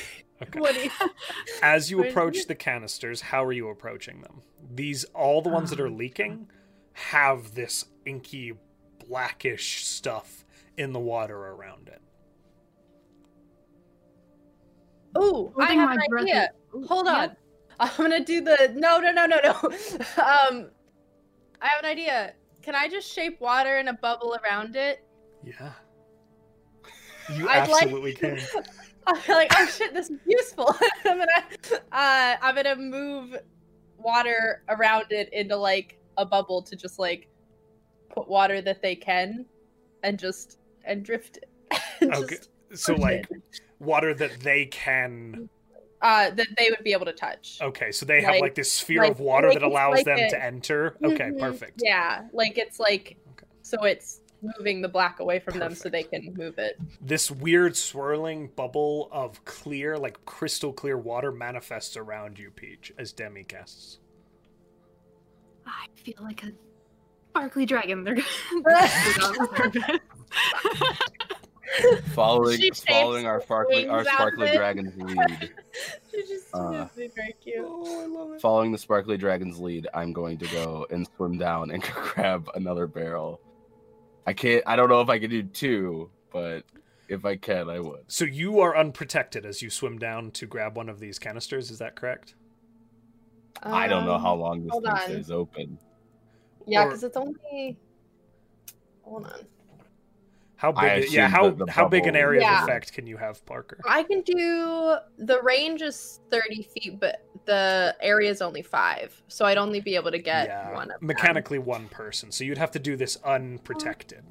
Okay. what do you As you Wait a approach the canisters, how are you approaching them? These all the ones that Oh, are leaking have this inky blackish stuff in the water around it. Oh, I Holding have my an breath idea. is- Hold Yeah. on. I'm gonna do the no, no, no, no, no. um, I have an idea. Can I just shape water in a bubble around it? Yeah. You I'd like- absolutely can. I'm like, oh shit, this is useful. I'm gonna, uh, I'm gonna move water around it into like a bubble to just like put water that they can, and just and drift. it. and Okay. just So push like it. water that they can uh, that they would be able to touch. Okay, so they have like, Like- this sphere like- of water like that it's allows like them a- to enter. Okay, Mhm, perfect. Yeah, like it's like Okay. so it's moving the black away from them so they Perfect. can move it. This weird swirling bubble of clear, like crystal clear water manifests around you, Peach, as Demi casts. I feel like a sparkly dragon. They're gonna. Following She shapes following our sparkly our wings out of sparkly it. dragon's lead. She just Uh, it's very cute. Oh, I love Following the sparkly dragon's lead, I'm going to go and swim down and grab another barrel. I can't I don't know if I can do two, but if I can I would. So you are unprotected as you swim down to grab one of these canisters. Is that correct? I don't know how Um, long this hold thing on. stays open. Yeah, Or because it's only. Hold on. how I big? Yeah, assume how that the how big an bubble- area Yeah. of effect can you have, Parker? I can do the range is thirty feet, but the area is only five, so I'd only be able to get one. Of them. mechanically one person. So you'd have to do this unprotected.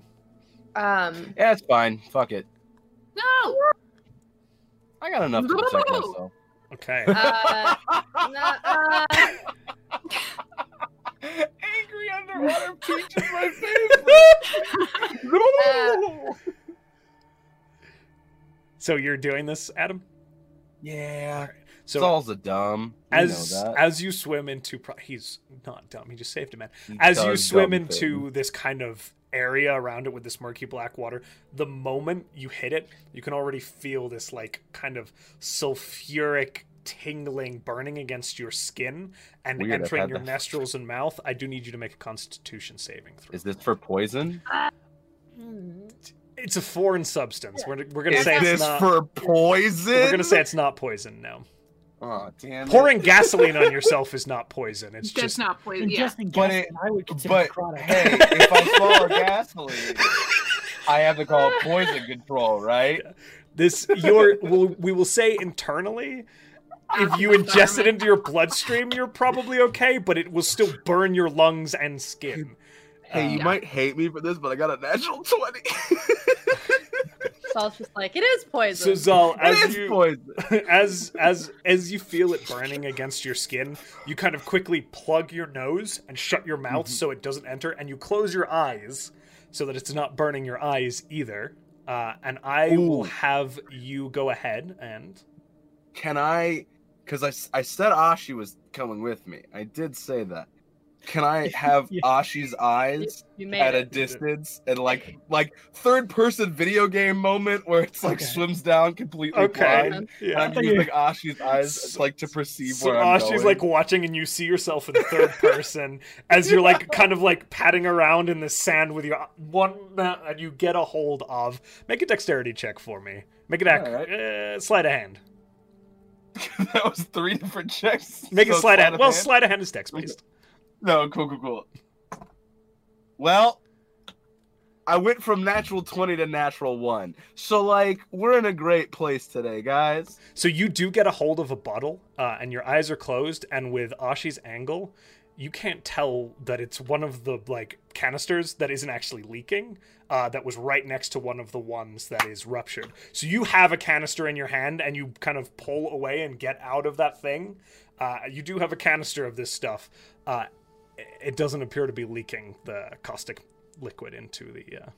Um. Yeah, it's fine. Fuck it. no. I got enough to protect myself. Okay. Uh, no, uh, Angry underwater peach is my favorite. so you're doing this, Adam. yeah. So Saul's a dumb. You as know that. as you swim into, pro- he's not dumb. He just saved a man. He as you does swim dumb into things. this kind of area around it with this murky black water the moment you hit it you can already feel this like kind of sulfuric tingling burning against your skin and Weird, I've entering had your that. nostrils and mouth i do need you to make a constitution saving throw Is this for poison? it's a foreign substance we're, we're gonna Is say it's this not for poison? we're gonna say it's not poison no Oh damn! it. pouring gasoline on yourself is not poison it's That's just not poison. And Yeah. just in But case, it- I would consider But it product. hey, if I swallow gasoline, I have to call it poison control, right? this your we'll, we will say internally if you ingest it into your bloodstream you're probably okay but it will still burn your lungs and skin Hey, you Yeah. might hate me for this, but I got a natural twenty. Saul's just like it is so poison. zal it as is you poison. as as as you feel it burning against your skin you kind of quickly plug your nose and shut your mouth Mhm. so it doesn't enter and you close your eyes so that it's not burning your eyes either uh, and i will Ooh. have you go ahead and Can I? Because I, s- I said Ashi was coming with me. I did say that. can I have Yeah. Ashi's eyes You at made a it. distance and like like third person video game moment where it's like Okay. swims down completely Okay. blind. And Yeah. I'm using like Ashi's eyes So- like to perceive So where I'm Ashi's going. like watching, and you see yourself in third person as you're like kind of like patting around in the sand with your one, and you get a hold of. Make a dexterity check for me. Make it ac- All right. uh, sleight of hand. that was three different checks. Make So it sleight of hand. of Well, sleight of hand is dex based. No, cool, cool, cool. Well, I went from natural 20 to natural 1. So, like, we're in a great place today, guys. So you do get a hold of a bottle, uh, and your eyes are closed, and with Ashi's angle, you can't tell that it's one of the like canisters that isn't actually leaking. Uh, that was right next to one of the ones that is ruptured. So you have a canister in your hand, and you kind of pull away and get out of that thing. Uh, you do have a canister of this stuff. Uh, it doesn't appear to be leaking the caustic liquid into the. Uh,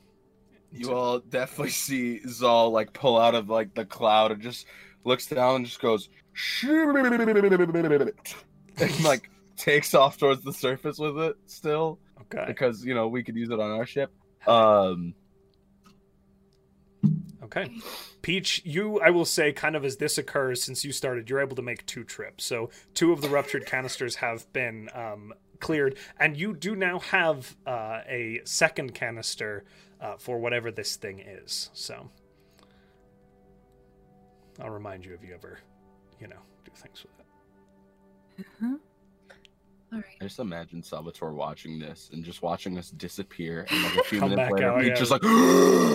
You into- all definitely see Zal, like, pull out of, like, the cloud and just looks down and just goes, and, like, takes off towards the surface with it still okay. because, you know, we could use it on our ship. Um, Okay. Peach, you, I will say, kind of as this occurs since you started, you're able to make two trips. So two of the ruptured canisters have been um, cleared, and you do now have uh, a second canister uh, for whatever this thing is. So I'll remind you if you ever, you know, do things with it. Uh-huh. All I right. just imagine Salvatore watching this and just watching us disappear, and like a few Come minutes back later, out, me yeah. just like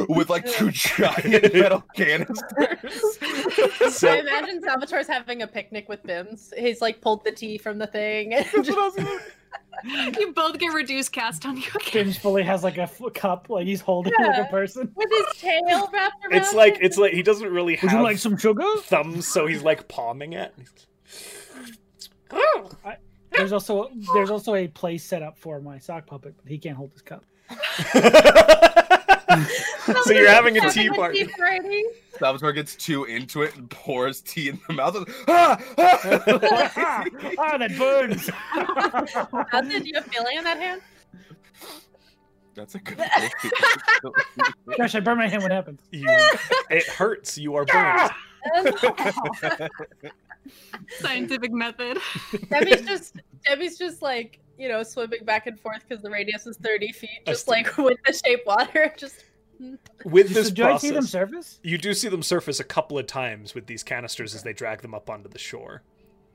with like two giant metal canisters. I So- imagine Salvatore's having a picnic with Bims. He's like pulled the tea from the thing. And just, You both get reduced cast on you again. James fully has like a f- cup, like he's holding it like a Yeah. person. with his tail wrapped around. It's like it. it's like he doesn't really have some sugar? thumbs, so he's like palming it. There's also there's also a place set up for my sock puppet, but he can't hold his cup. so you're having a tea party. party. Salvatore gets too into it and pours tea in the mouth. and, "Ah, ah." ah, that burns. How did you have feeling on that hand? That's a good. Gosh, I burn my hand. What happens? You, it hurts. You are burned. Ah! Scientific method. Debbie's just Debbie's just like you know swimming back and forth because the radius is thirty feet, just like with the shape water. Just With So this do I see them process, surface? you do see them surface a couple of times with these canisters as they drag them up onto the shore.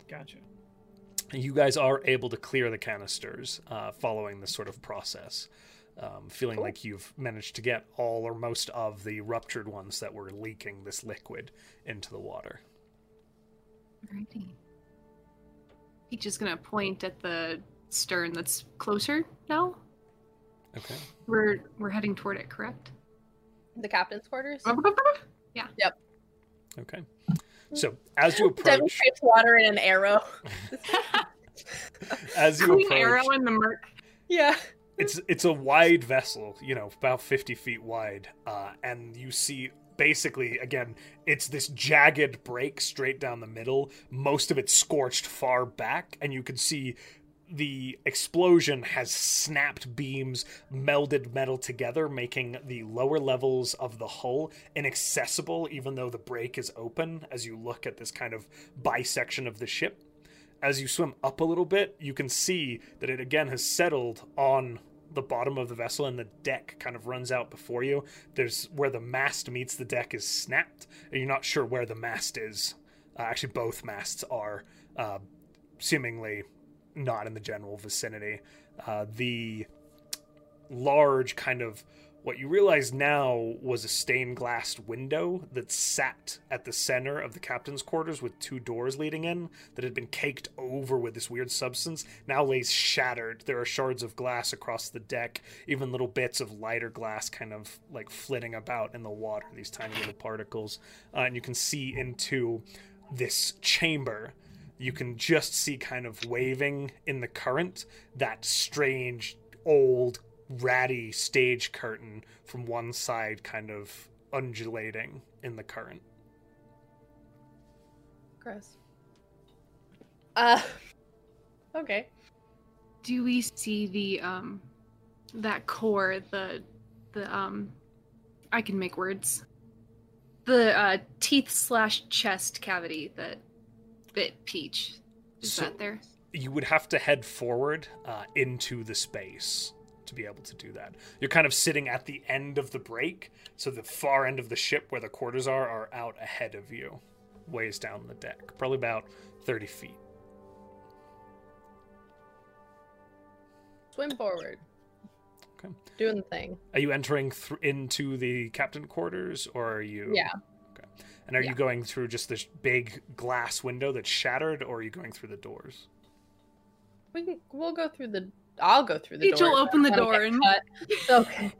Gotcha. You guys are able to clear the canisters uh, following this sort of process, um, feeling like you've managed to get all or most of the ruptured ones that were leaking this liquid into the water. Alrighty. Peach is gonna point at the stern that's closer now. Okay. We're we're heading toward it, correct? the captain's quarters. Okay. So as you Debbie approach, shapes water in an arrow. as you Queen approach, Arrow and the Merc. yeah. it's it's a wide vessel, you know, about fifty feet wide, uh, and you see basically again, it's this jagged break straight down the middle. Most of it scorched far back, and you can see the explosion has snapped beams, melded metal together, making the lower levels of the hull inaccessible, even though the break is open. As you look at this kind of bisection of the ship, as you swim up a little bit, you can see that it again has settled on the bottom of the vessel and the deck kind of runs out before you. There's where the mast meets the deck is snapped, and you're not sure where the mast is. Uh, actually, both masts are uh, seemingly not in the general vicinity. Uh, the large kind of what you realize now was a stained glass window that sat at the center of the captain's quarters with two doors leading in that had been caked over with this weird substance now lays shattered. There are shards of glass across the deck, even little bits of lighter glass kind of like flitting about in the water, these tiny little particles. Uh, and you can see into this chamber. You can just see kind of waving in the current that strange old ratty stage curtain from one side kind of undulating in the current. Gross. Uh. Okay. Do we see the um that core, the the um I can make words. The uh teeth slash chest cavity that bit peach. Is So- that there? you would have to head forward uh, into the space to be able to do that. You're kind of sitting at the end of the break, so the far end of the ship where the quarters are are out ahead of you, ways down the deck, probably about 30 feet. Swim forward. Okay. Doing the thing. Are you entering thr into the captain quarters, or are you? Yeah. Okay. And are Yeah. you going through just this big glass window that's shattered, or are you going through the doors? We can. We'll go through the. I'll go through the Peach door. will open the I don't door get and cut. Okay.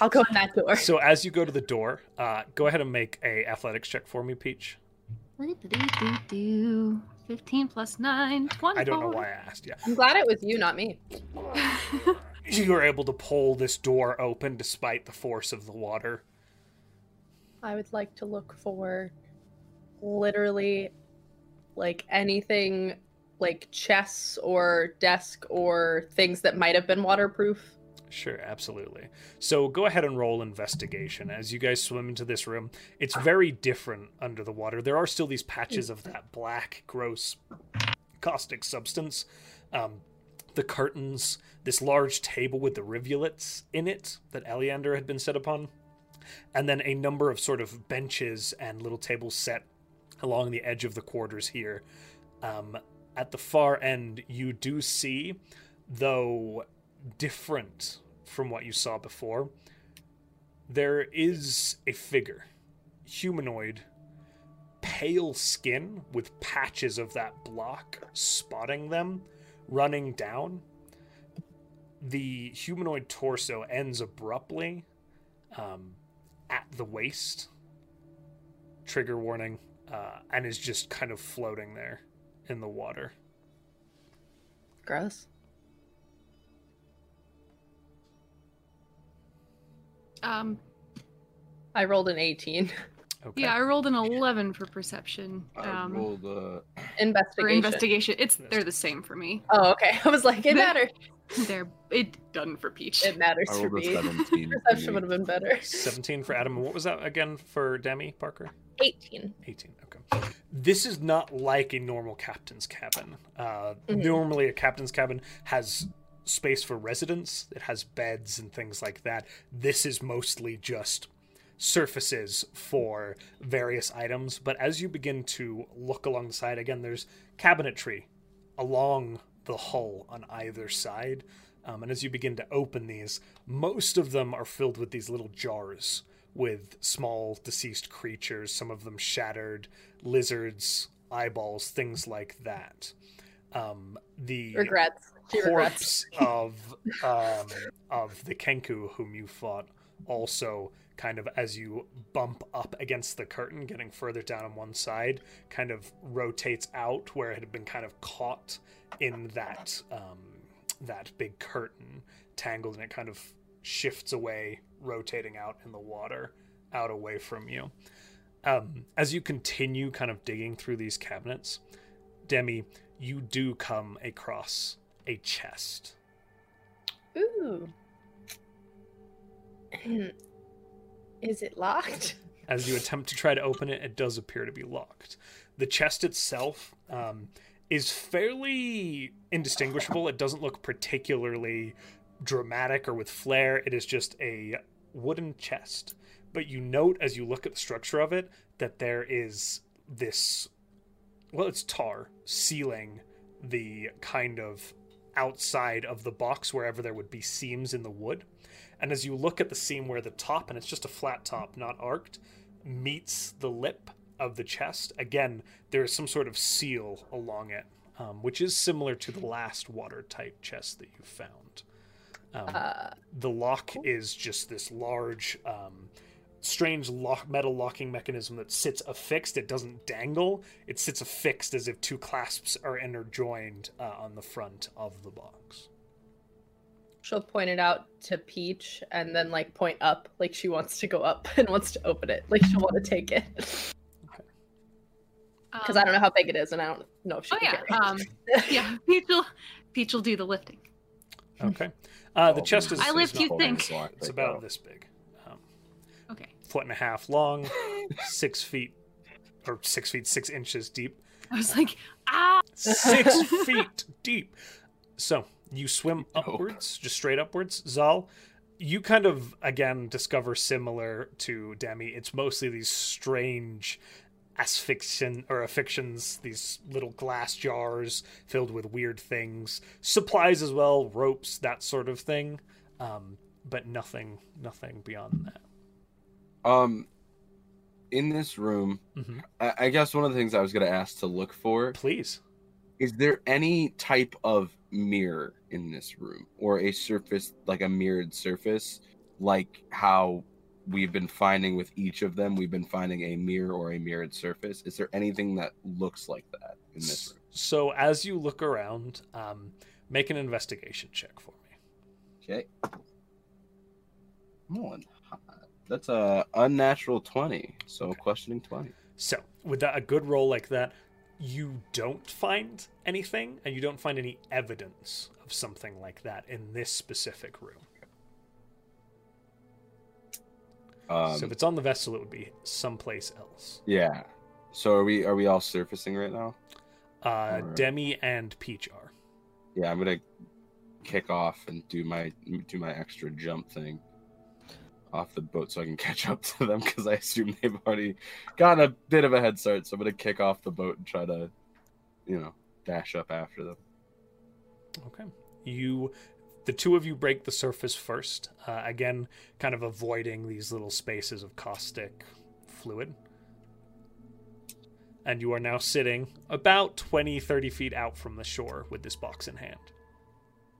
I'll go in that door. So as you go to the door, uh, go ahead and make a athletics check for me, Peach. Do-do-do-do-do. 15 plus 9, 24. I don't know why I asked. Yeah. I'm glad it was you, not me. you are able to pull this door open despite the force of the water. I would like to look for literally like anything like chests or desk or things that might have been waterproof. Sure, absolutely. So go ahead and roll investigation as you guys swim into this room. It's very different under the water. There are still these patches of that black, gross, caustic substance. Um, the curtains, this large table with the rivulets in it that Aleander had been set upon, and then a number of sort of benches and little tables set along the edge of the quarters here. Um, at the far end, you do see, though different from what you saw before. There is a figure, humanoid, pale skin with patches of that block spotting them, running down. The humanoid torso ends abruptly um, at the waist. Trigger warning, uh, and is just kind of floating there in the water. Gross. Um, I rolled an 18. Okay. yeah, I rolled an 11 for perception. I Um, rolled uh, for Investigation. investigation. It's they're the same for me. oh, okay. I was like, it matters. They're it done for Peach. It matters I for rolled a me. 17. Perception would have been better. 17 for Adam. and What was that again for Demi Parker? 18. 18 okay this is not like a normal captain's cabin uh, Mhm. normally a captain's cabin has space for residents it has beds and things like that this is mostly just surfaces for various items but as you begin to look along the side again there's cabinetry along the hull on either side um, and as you begin to open these most of them are filled with these little jars with small deceased creatures, some of them shattered, lizards, eyeballs, things like that. Um, the Regrets. She corpse regrets. of um, of the Kenku whom you fought also kind of as you bump up against the curtain, getting further down on one side, kind of rotates out where it had been kind of caught in that um, that big curtain, tangled, and it kind of shifts away, rotating out in the water, out away from you. Um, as you continue kind of digging through these cabinets, Demi, you do come across a chest. Ooh. Is it locked? As you attempt to try to open it, it does appear to be locked. The chest itself um, is fairly indistinguishable. It doesn't look particularly dramatic or with flair. It is just a wooden chest. But you note as you look at the structure of it that there is this, well, it's tar sealing the kind of outside of the box wherever there would be seams in the wood. And as you look at the seam where the top, and it's just a flat top, not arced, meets the lip of the chest, again, there is some sort of seal along it, um, which is similar to the last watertight chest that you found. Um, Uh, the lock Cool. is just this large um, strange lock metal locking mechanism that sits affixed it doesn't dangle it sits affixed as if two clasps are interjoined uh, on the front of the box She'll point it out to Peach and then like point up, like she wants to go up and wants to open it, like she'll want to take it. Because I don't know how big it is, and I don't know if she Um, can Oh yeah. carry it. Um, yeah. Peach will Peach will do the lifting. Okay. Uh, the Oh, chest is. I is lift not you big. think. It's about this big. Um, Okay. foot and a half long, six feet, or six feet six inches deep. I was like, ah, Six feet deep. So you swim upwards, just straight upwards. Zal, you kind of again discover similar to Demi. It's mostly these strange asphyxian or afflictions, these little glass jars filled with weird things, supplies as well, ropes, that sort of thing. Um, but nothing, nothing beyond that. Um, in this room, Mhm. I, I guess one of the things I was gonna ask to look for Please. is there any type of mirror in this room or a surface like a mirrored surface, like how we've been finding with each of them? We've been finding a mirror or a mirrored surface. Is there anything that looks like that in this S- room? So as you look around, um, make an investigation check for me. Okay. Come on. That's a unnatural twenty. So questioning twenty. So with that, a good roll like that, you don't find anything, and you don't find any evidence of something like that in this specific room. Um, so if it's on the vessel, it would be someplace else. yeah. So are we are we all surfacing right now? Uh, Alright. Demi and Peach are. Yeah, I'm gonna kick off and do my do my extra jump thing off the boat so I can catch up to them because I assume they've already gotten a bit of a head start. So I'm gonna kick off the boat and try to, you know, dash up after them. Okay. You, the two of you break the surface first. Uh, again, kind of avoiding these little spaces of caustic fluid. And you are now sitting about 20, 30 feet out from the shore with this box in hand.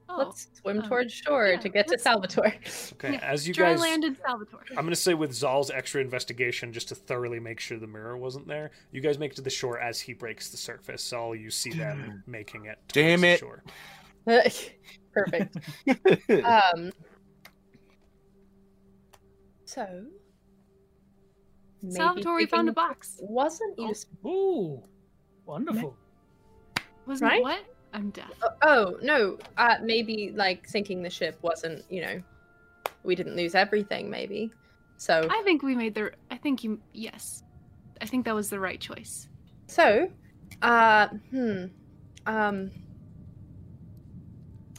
oh, Let's swim um, towards shore yeah, to get to let's- Salvatore. Okay. Yeah, As you dry guys. landed Salvatore. I'm going to say with Zal's extra investigation, just to thoroughly make sure the mirror wasn't there, you guys make it to the shore as he breaks the surface. All you see them making it. towards Damn the it. Shore. Perfect. Um. So. maybe Salvatore found thinking- a box. Wasn't Oh. you? s- Ooh, wonderful. Was Right? it what? I'm deaf. Oh no. Uh, maybe like sinking the ship wasn't. You know, we didn't lose everything. Maybe. So. I think we made the. I think you. Yes, I think that was the right choice. So, uh, hmm, um,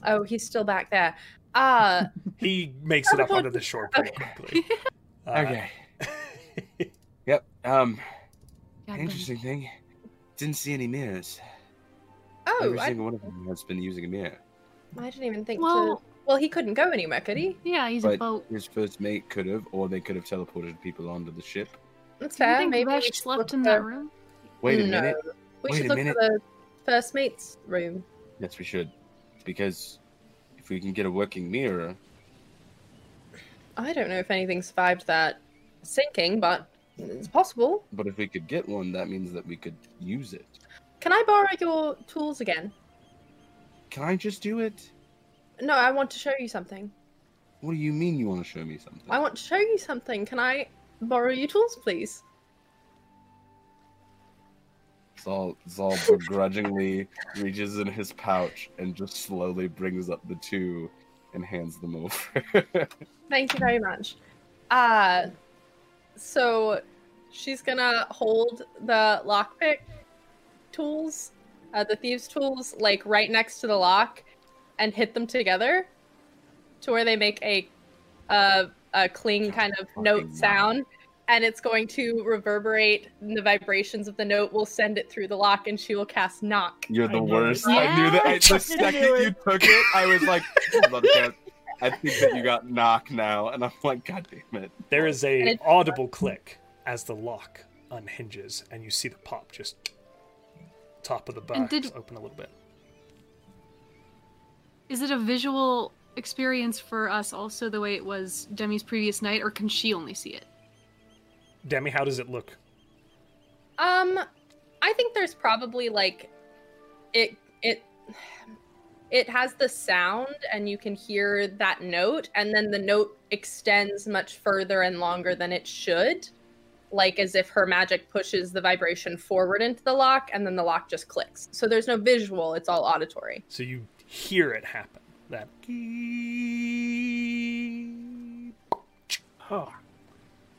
oh, he's still back there. Uh, He makes it up onto the shore pretty quickly. Uh, okay. okay. Yep. Um. God damn. Interesting thing. Didn't see any mirrors. oh, Every I, single one of them has been using a mirror. I didn't even think Well, to. Well, he couldn't go anywhere, could he? yeah, he's But a boat. His first mate could have, or they could have teleported people onto the ship. That's Do you fair. think maybe we Vesh should slept look in for- that room? Wait a No. minute. We Wait should a look minute. for the first mate's room. Yes, we should. Because if we can get a working mirror, I don't know if anything survived that sinking, but it's possible. but if we could get one, that means that we could use it. Can I borrow your tools again? Can I just do it? No, I want to show you something. What do you mean you want to show me something? I want to show you something. Can I borrow your tools, please? Zal, Zal begrudgingly reaches in his pouch and just slowly brings up the two and hands them over. Thank you very much. Uh, so she's gonna hold the lockpick tools, uh, the thieves' tools, like right next to the lock, and hit them together to where they make a uh, a cling kind of Fucking wow. note sound, and it's going to reverberate. And the vibrations of the note will send it through the lock, and she will cast knock. You're I the knew worst. it. I knew that. I, Yeah, the I second knew you took it, I was like, "Hold on, Kat. I think that you got knocked now. And I'm like, God damn it. There is And a it- audible click as the lock unhinges, and you see the pop just top of the box And did- open a little bit. Is it a visual experience for us also the way it was Demi's previous night, or can she only see it? Demi, how does it look? Um, I think there's probably like it it it has the sound and you can hear that note and then the note extends much further and longer than it should like as if her magic pushes the vibration forward into the lock and then the lock just clicks so there's no visual it's all auditory So you hear it happen. That. I Oh.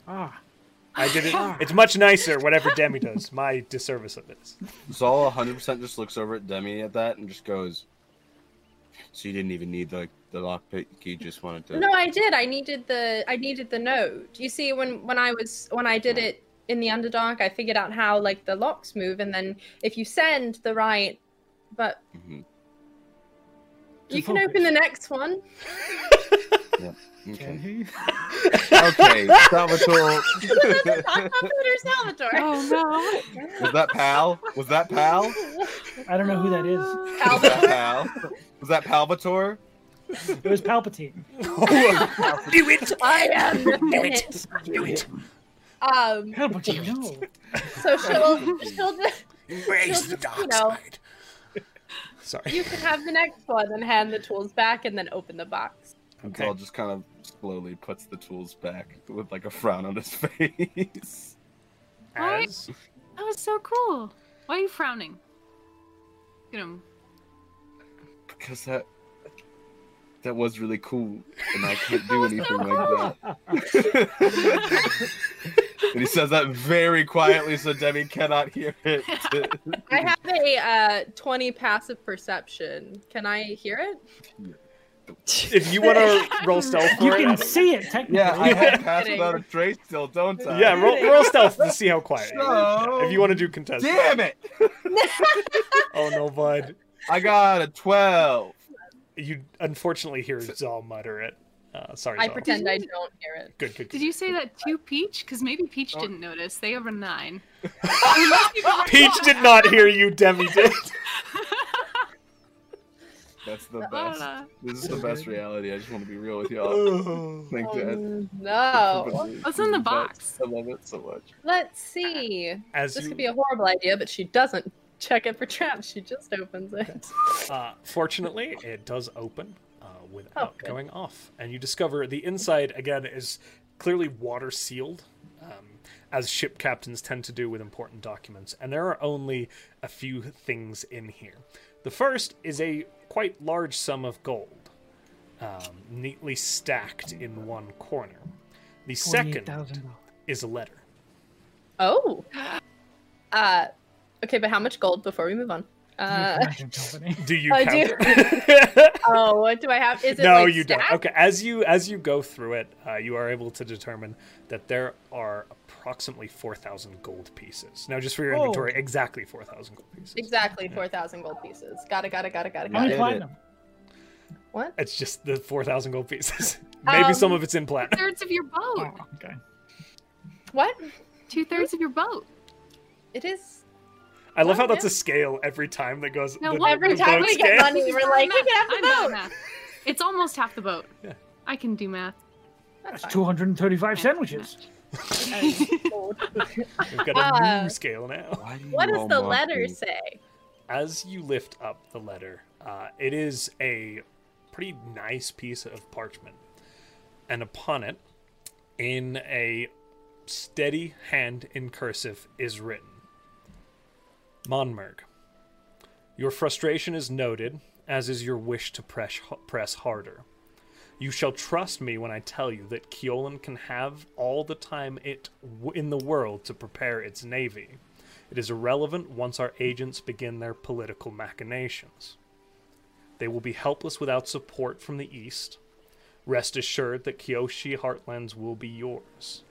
Ah. did it. Ah. It's much nicer, whatever Demi does. My disservice of it is. Zal 100% just looks over at Demi at that and just goes, So you didn't even need the, the lockpick key, just wanted to. No, I did. I needed the I needed the node. You see, when when I was when I did it in the Underdark, I figured out how like the locks move, and then if you send the right, but Mhm. you can open the next one. Okay. he? okay, Salvatore. I'm Peter Salvatore. Oh Was that pal? Was that pal? I don't know who that is. Was that pal? Was that Palvatore? It was Palpatine. Do it. I am the Bennett. Do it. Um, Palpatine. No. so she'll she'll just, Raise the dark You know. side. Sorry. you can have the next one and hand the tools back, and then open the box. And Okay. Zal just kind of slowly puts the tools back with like a frown on his face. What? As no, that was so cool. Why are you frowning? Get him. because that that was really cool, and I can't do anything like that. and he says that very quietly, so Demi cannot hear it. I have a uh, 20 passive perception. Can I hear it? if you want to roll stealth for You it, can see it technically. yeah, I have passed without a trace still, don't I? yeah, roll, roll stealth to see how quiet. it is. So- If you want to do contest, Damn it! oh no, bud. I got a twelve. You unfortunately hear Zal mutter it. Uh, sorry, I Zal. pretend I don't hear it. Good, good. good. Did you say that to Peach? Because maybe Peach Oh. didn't notice. They have a nine. Peach did not hear you. Demi did. That's the best. Uh, This is the best reality. I just want to be real with y'all. Oh. Thank that. Um, no. What's in the box? I love it so much. Let's see. As This you, could be a horrible idea, but she doesn't check it for traps. She just opens it. uh, fortunately, it does open uh, without good. going off, and you discover the inside again is clearly water sealed, um, as ship captains tend to do with important documents. And there are only a few things in here. The first is a quite large sum of gold, um, neatly stacked in one corner. The second $48,000. is a letter. Oh. Uh, okay, but how much gold before we move on? Uh, Production company. Do you I do. counter? it? oh, what do I have? Is it no, like you stacked? don't. Okay, as you as you go through it, uh, you are able to determine that there are approximately four thousand gold pieces. Now, just for your Oh. inventory, exactly four thousand gold pieces. Exactly, four thousand gold pieces. Got it. Got it. Got it. Got it. How Got Got many it. it. platinum? What? It's just the four thousand gold pieces. Maybe Um, some of it's in platinum. Thirds of your boat. Oh, okay. What? Two thirds of your boat. It is. I love how well, that's a scale every time that goes. No, the- well, Every the time boat we get scale. money, we're like, we can I'm have bad at the boat. math. It's almost half the boat. Yeah. I can do math. That's That's fine. 235 sandwiches. We've got a new Uh, scale now. Why do What you does all the mock letter me? say? as you lift up the letter, uh, it is a pretty nice piece of parchment. And upon it, in a steady hand in cursive, is written Monmerg, your frustration is noted, as is your wish to press, press harder. You shall trust me when I tell you that Keolan can have all the time it w- in the world to prepare its navy. It is irrelevant once our agents begin their political machinations. They will be helpless without support from the East. Rest assured that Kyoshi Heartlands will be yours.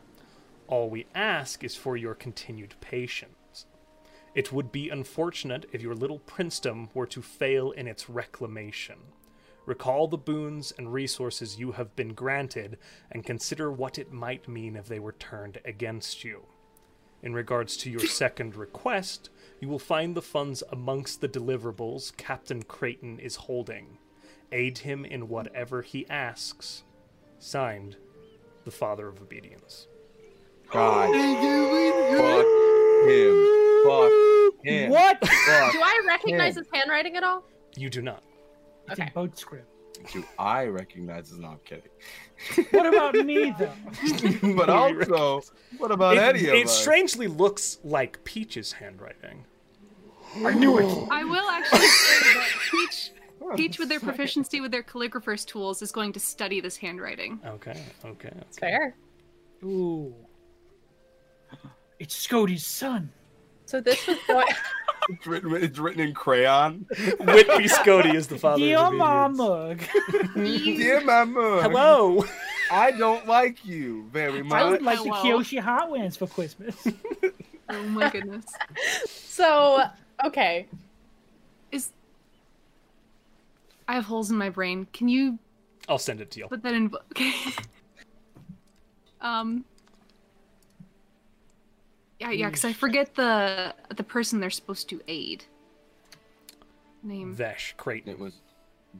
All we ask is for your continued patience. It would be unfortunate if your little princedom were to fail in its reclamation. Recall the boons and resources you have been granted and consider what it might mean if they were turned against you. In regards to your second request, you will find the funds amongst the deliverables Captain Creighton is holding. Aid him in whatever he asks. Signed, the Father of Obedience. God. Fuck him. Fuck him. What? Fuck Do I recognize Yeah. his handwriting at all? You do not. It's in Okay. boat script. do I recognize as not kidding? What about me, though? but also, what about It, any of it us? strangely looks like Peach's handwriting. I knew it. I will actually say that Peach Peach, with their proficiency with their calligrapher's tools, is going to study this handwriting. Okay, okay. It's fair. Ooh. It's Scody's son. So this was going. It's written, it's written in crayon. Whitby Scody is the father Dear of the mama. mama. Dear mama, Hello. I don't like you very I much. would Oh, like the Hello. Kyoshi Hot Ones for Christmas. Oh my goodness. so okay, I have holes in my brain. Can you I'll send it to you. put that in? Okay. um. Yeah, yeah, because I forget the the person they're supposed to aid. Name. Vesh Creighton. It was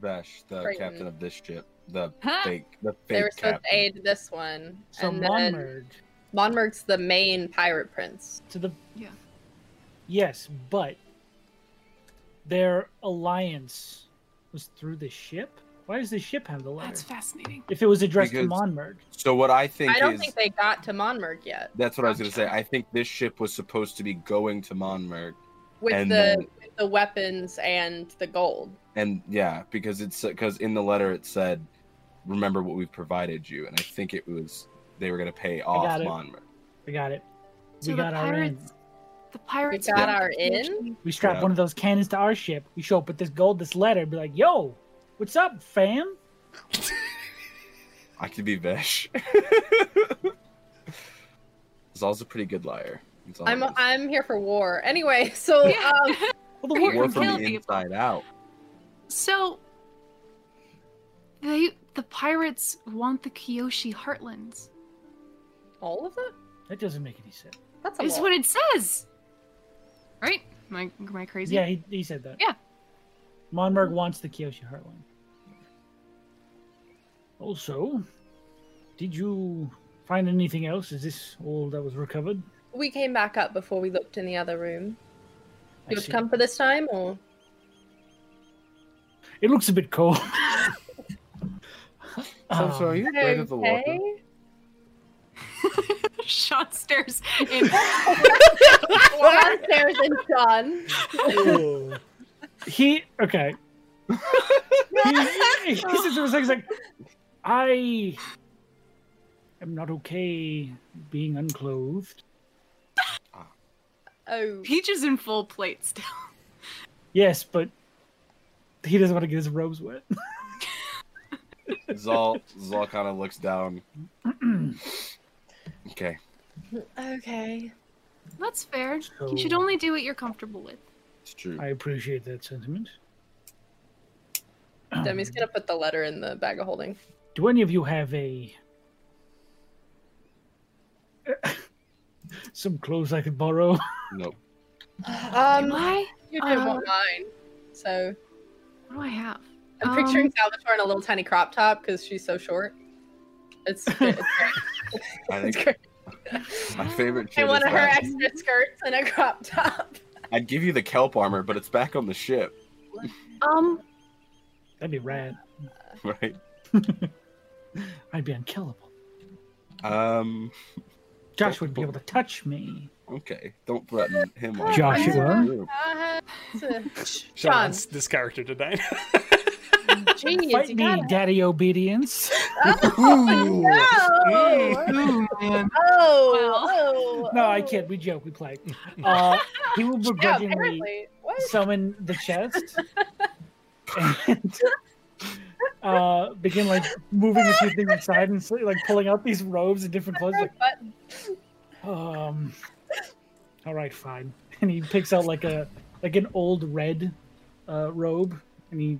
Vesh, the Creighton. captain of this ship. The Huh? fake, the they were fake supposed captain. to aid this one, So and then Monmerg Monmerg's the main pirate prince. to the Yeah. Yes, but their alliance was through the ship. Why does the ship have the letter? That's fascinating. If it was addressed to Because- Monmerg, So what I think I don't is think they got to Monmerg yet that's what I was gonna say. Gotcha. I think this ship was supposed to be going to Monmerg, with And the then- with the weapons and the gold. and yeah, because it's because in the letter it said, "Remember what we've provided you," and I think it was they were gonna pay off got it. Monmerg. we got it. So we the got our in. pirates. The pirates got went our to in? actually- We strap Yeah. one of those cannons to our ship. We show up with this gold, this letter, be like, "Yo, what's up, fam?" I could be Vesh. Zal's a pretty good liar. That's all I'm it is. I'm here for war anyway. So Yeah. um, Well, the Are war you War can from kill the kill people. inside out. So they the pirates want the Kyoshi Heartlands. all of it. That doesn't make any sense. That's a Is lot. what it says. Right? Am I, am I crazy? Yeah, he, he said that. Yeah. Monmerg wants the Kyoshi Heartland. Also, did you find anything else? Is this all that was recovered? we came back up before we looked in the other room. I You would see. come for this time, or It looks a bit cold. Um, you Okay. Sean stares in Downstairs and John. Oh. He okay. he, he sits there a second. He's like, I am not okay being unclothed. Oh, Peach is in full plate still. Yes, but he doesn't want to get his robes wet. Zal Zal kind of looks down. okay. okay. That's fair. You should So- only do what you're comfortable with. It's true. I appreciate that sentiment. Um, Um, Demi's gonna put the letter in the bag of holding. Do any of you have a some clothes I could borrow? Nope. Am Um, I? you didn't uh, want mine, so What do I have? I'm um, picturing Salvatore in a little tiny crop top because she's so short. It's, it's great. I It's think great. my favorite shit And one is of her that. extra skirts and a crop top. I'd give you the kelp armor, but it's back on the ship, Um, That'd be rad. right? I'd be unkillable. Um. Josh wouldn't be able to touch me. Okay. Don't threaten him. like that. Joshua? Uh, Sean, Sean's this character tonight. genius, Fight you me, got Daddy Obedience. Oh, no. oh man. oh, oh, No, I oh. can't. We joke. We play. Uh, he will Yeah, begrudgingly apparently. What? summon the chest and uh, begin like moving a few things aside and like pulling out these robes and different clothes. Like, Button. Um. All right, fine. And he picks out like a like an old red uh, robe, and he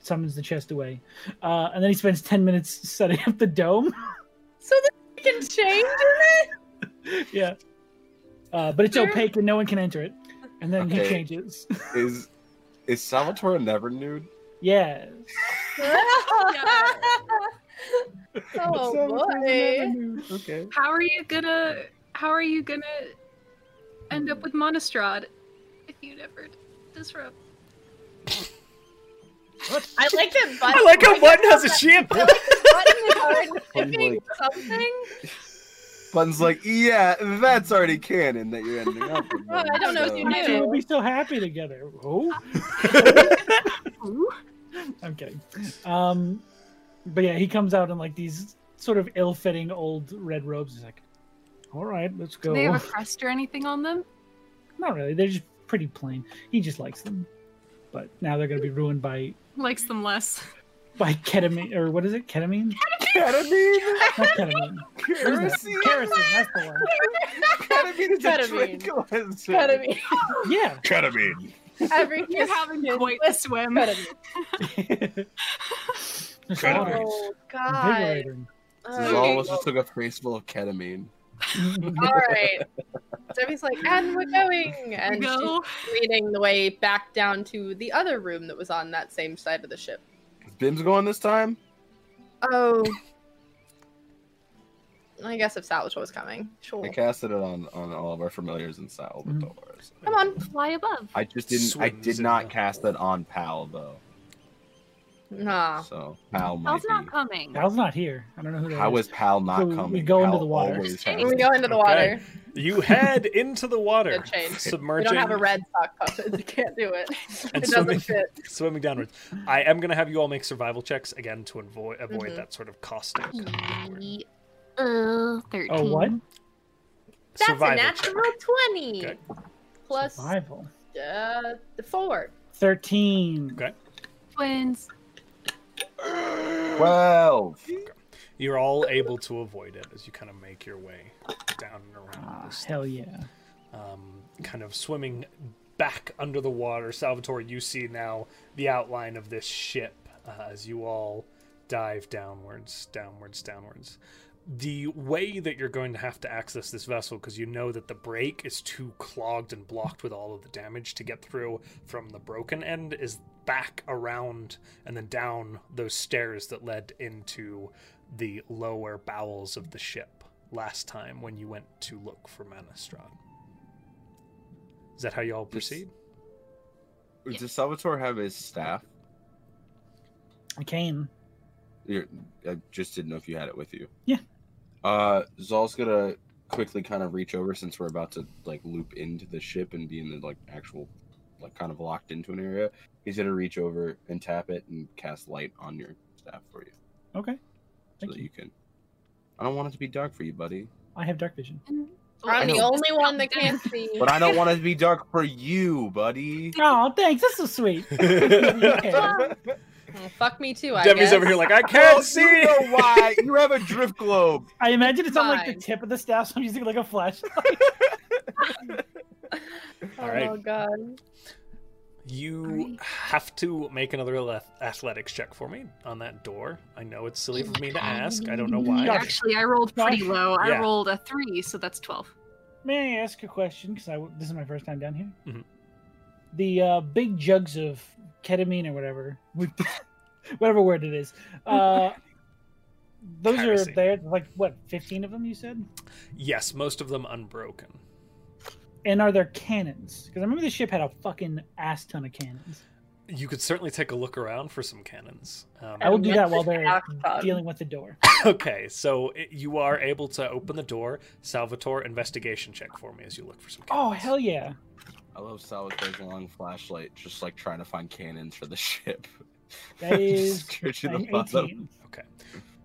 summons the chest away. Uh, and then he spends ten minutes setting up the dome. So that you can change yeah. Uh, but it's Sure. opaque and no one can enter it. And then he Okay. changes. Is is Salvatore never nude? yeah. it. oh boy. Okay. How are you gonna? How are you gonna end up with Monostrad if you never disrupt? I like that button. I like how Button has a ship. button is already skipping like- something. Button's like, yeah, that's already canon that you're ending up. With Well, I don't Oh, know if so- you The knew. two will be so happy together. Oh, Ooh. I'm kidding. Um, but yeah, he comes out in like these sort of ill-fitting old red robes. He's like, "All right, let's Do go." they have a crest or anything on them? Not really. They're just pretty plain. He just likes them, but now they're gonna be ruined by Likes them less. by ketamine or what is it? Ketamine? Ketamine? Not ketamine. What is that? Kerosene? Kerosene. That's the one. Ketamine is a Ketamine. tranquilizer. Ketamine. Yeah. Ketamine. Every You're having Christian quite the with swim. ketamine. It's Ketamine. all Oh God. invigorating. This is all of us just took a faceful of ketamine. All right. Debbie's like, and we're going, and she's Go. leading the way back down to the other room that was on that same side of the ship. Is Bim's going this time? Oh. I guess if Salvatore was coming, sure. I casted it on, on all of our familiars and Sal, but Mm. don't worry. Come on. Fly above. Oh I just didn't. I Swims did in not the- cast that on Pal though. Nah. So Pal might Al's not be. coming. Al's not here. I don't know who that is. How is Pal not So we coming? go into Pal the water. always has When we it. go into the Okay. water, You head into the water, Good change. we submerging, don't have a red sock puppet. You can't do it. And It swimming. doesn't fit. swimming downwards. I am going to have you all make survival checks again to avoid avoid Mhm. that sort of costing. Ye- Uh, 13. Oh, what? That's survival a natural check. 20. Okay. Plus Survival. uh, the four. 13. Okay. Twins. Twelve. You're all able to avoid it as you kind of make your way down and around. Ah, this hell yeah. um, kind of swimming back under the water. Salvatore, you see now the outline of this ship uh, as you all dive downwards, downwards, downwards. The way that you're going to have to access this vessel, because you know that the break is too clogged and blocked with all of the damage to get through from the broken end, is back around and then down those stairs that led into the lower bowels of the ship last time when you went to look for Manistrad. Is that how y'all proceed? Does Salvatore have his staff? I came. You're, I just didn't know if you had it with you. Yeah. Uh, Zol's gonna quickly kind of reach over since we're about to like loop into the ship and be in the like actual, like kind of locked into an area. He's gonna reach over and tap it and cast light on your staff for you, Okay. so Thank that you. you can. I don't want it to be dark for you, buddy. I have dark vision. I'm the know. only one that can't see. But I don't want it to be dark for you, buddy. Oh, thanks. This is sweet. Well, fuck me too. I Debbie's guess. over here like I can't see. You know why? You have a drift globe. I imagine it's on like the Fine. tip of the staff, so I'm using it like a flashlight. Oh All right. god. You have to make another ath- athletics check for me on that door. I know it's silly for me to ask. I don't know why. Actually, I rolled pretty Gosh. low. I Yeah. rolled a 3, so that's 12. May I ask a question? Because I w- this is my first time down here. Mm-hmm. Mhm. The uh, big jugs of ketamine or whatever, we- whatever word it is, uh, those Kerosene. are there. Like what, fifteen of them? You said. Yes, most of them unbroken. And are there cannons? Because I remember the ship had a fucking ass ton of cannons. You could certainly take a look around for some cannons. I will Um, do that while they're Bathtub. dealing with the door. okay, so it, you are able to open the door. Salvatore, investigation check for me as you look for some cannons. Oh hell yeah! I love Salvatore's long flashlight, just like trying to find cannons for the ship. That is Searching the I'm bottom. 18.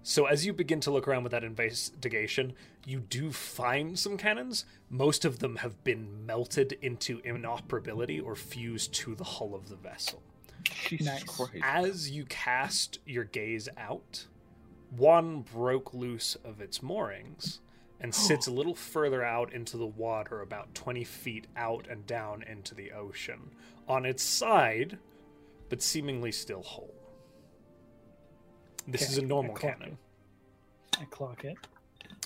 So as you begin to look around with that investigation, you do find some cannons. Most of them have been melted into inoperability or fused to the hull of the vessel. Jesus Nice. Christ. As you cast your gaze out, one broke loose of its moorings and sits a little further out into the water, about 20 feet out and down into the ocean, on its side, but seemingly still whole. This Okay, is a normal I clock cannon. I clock it,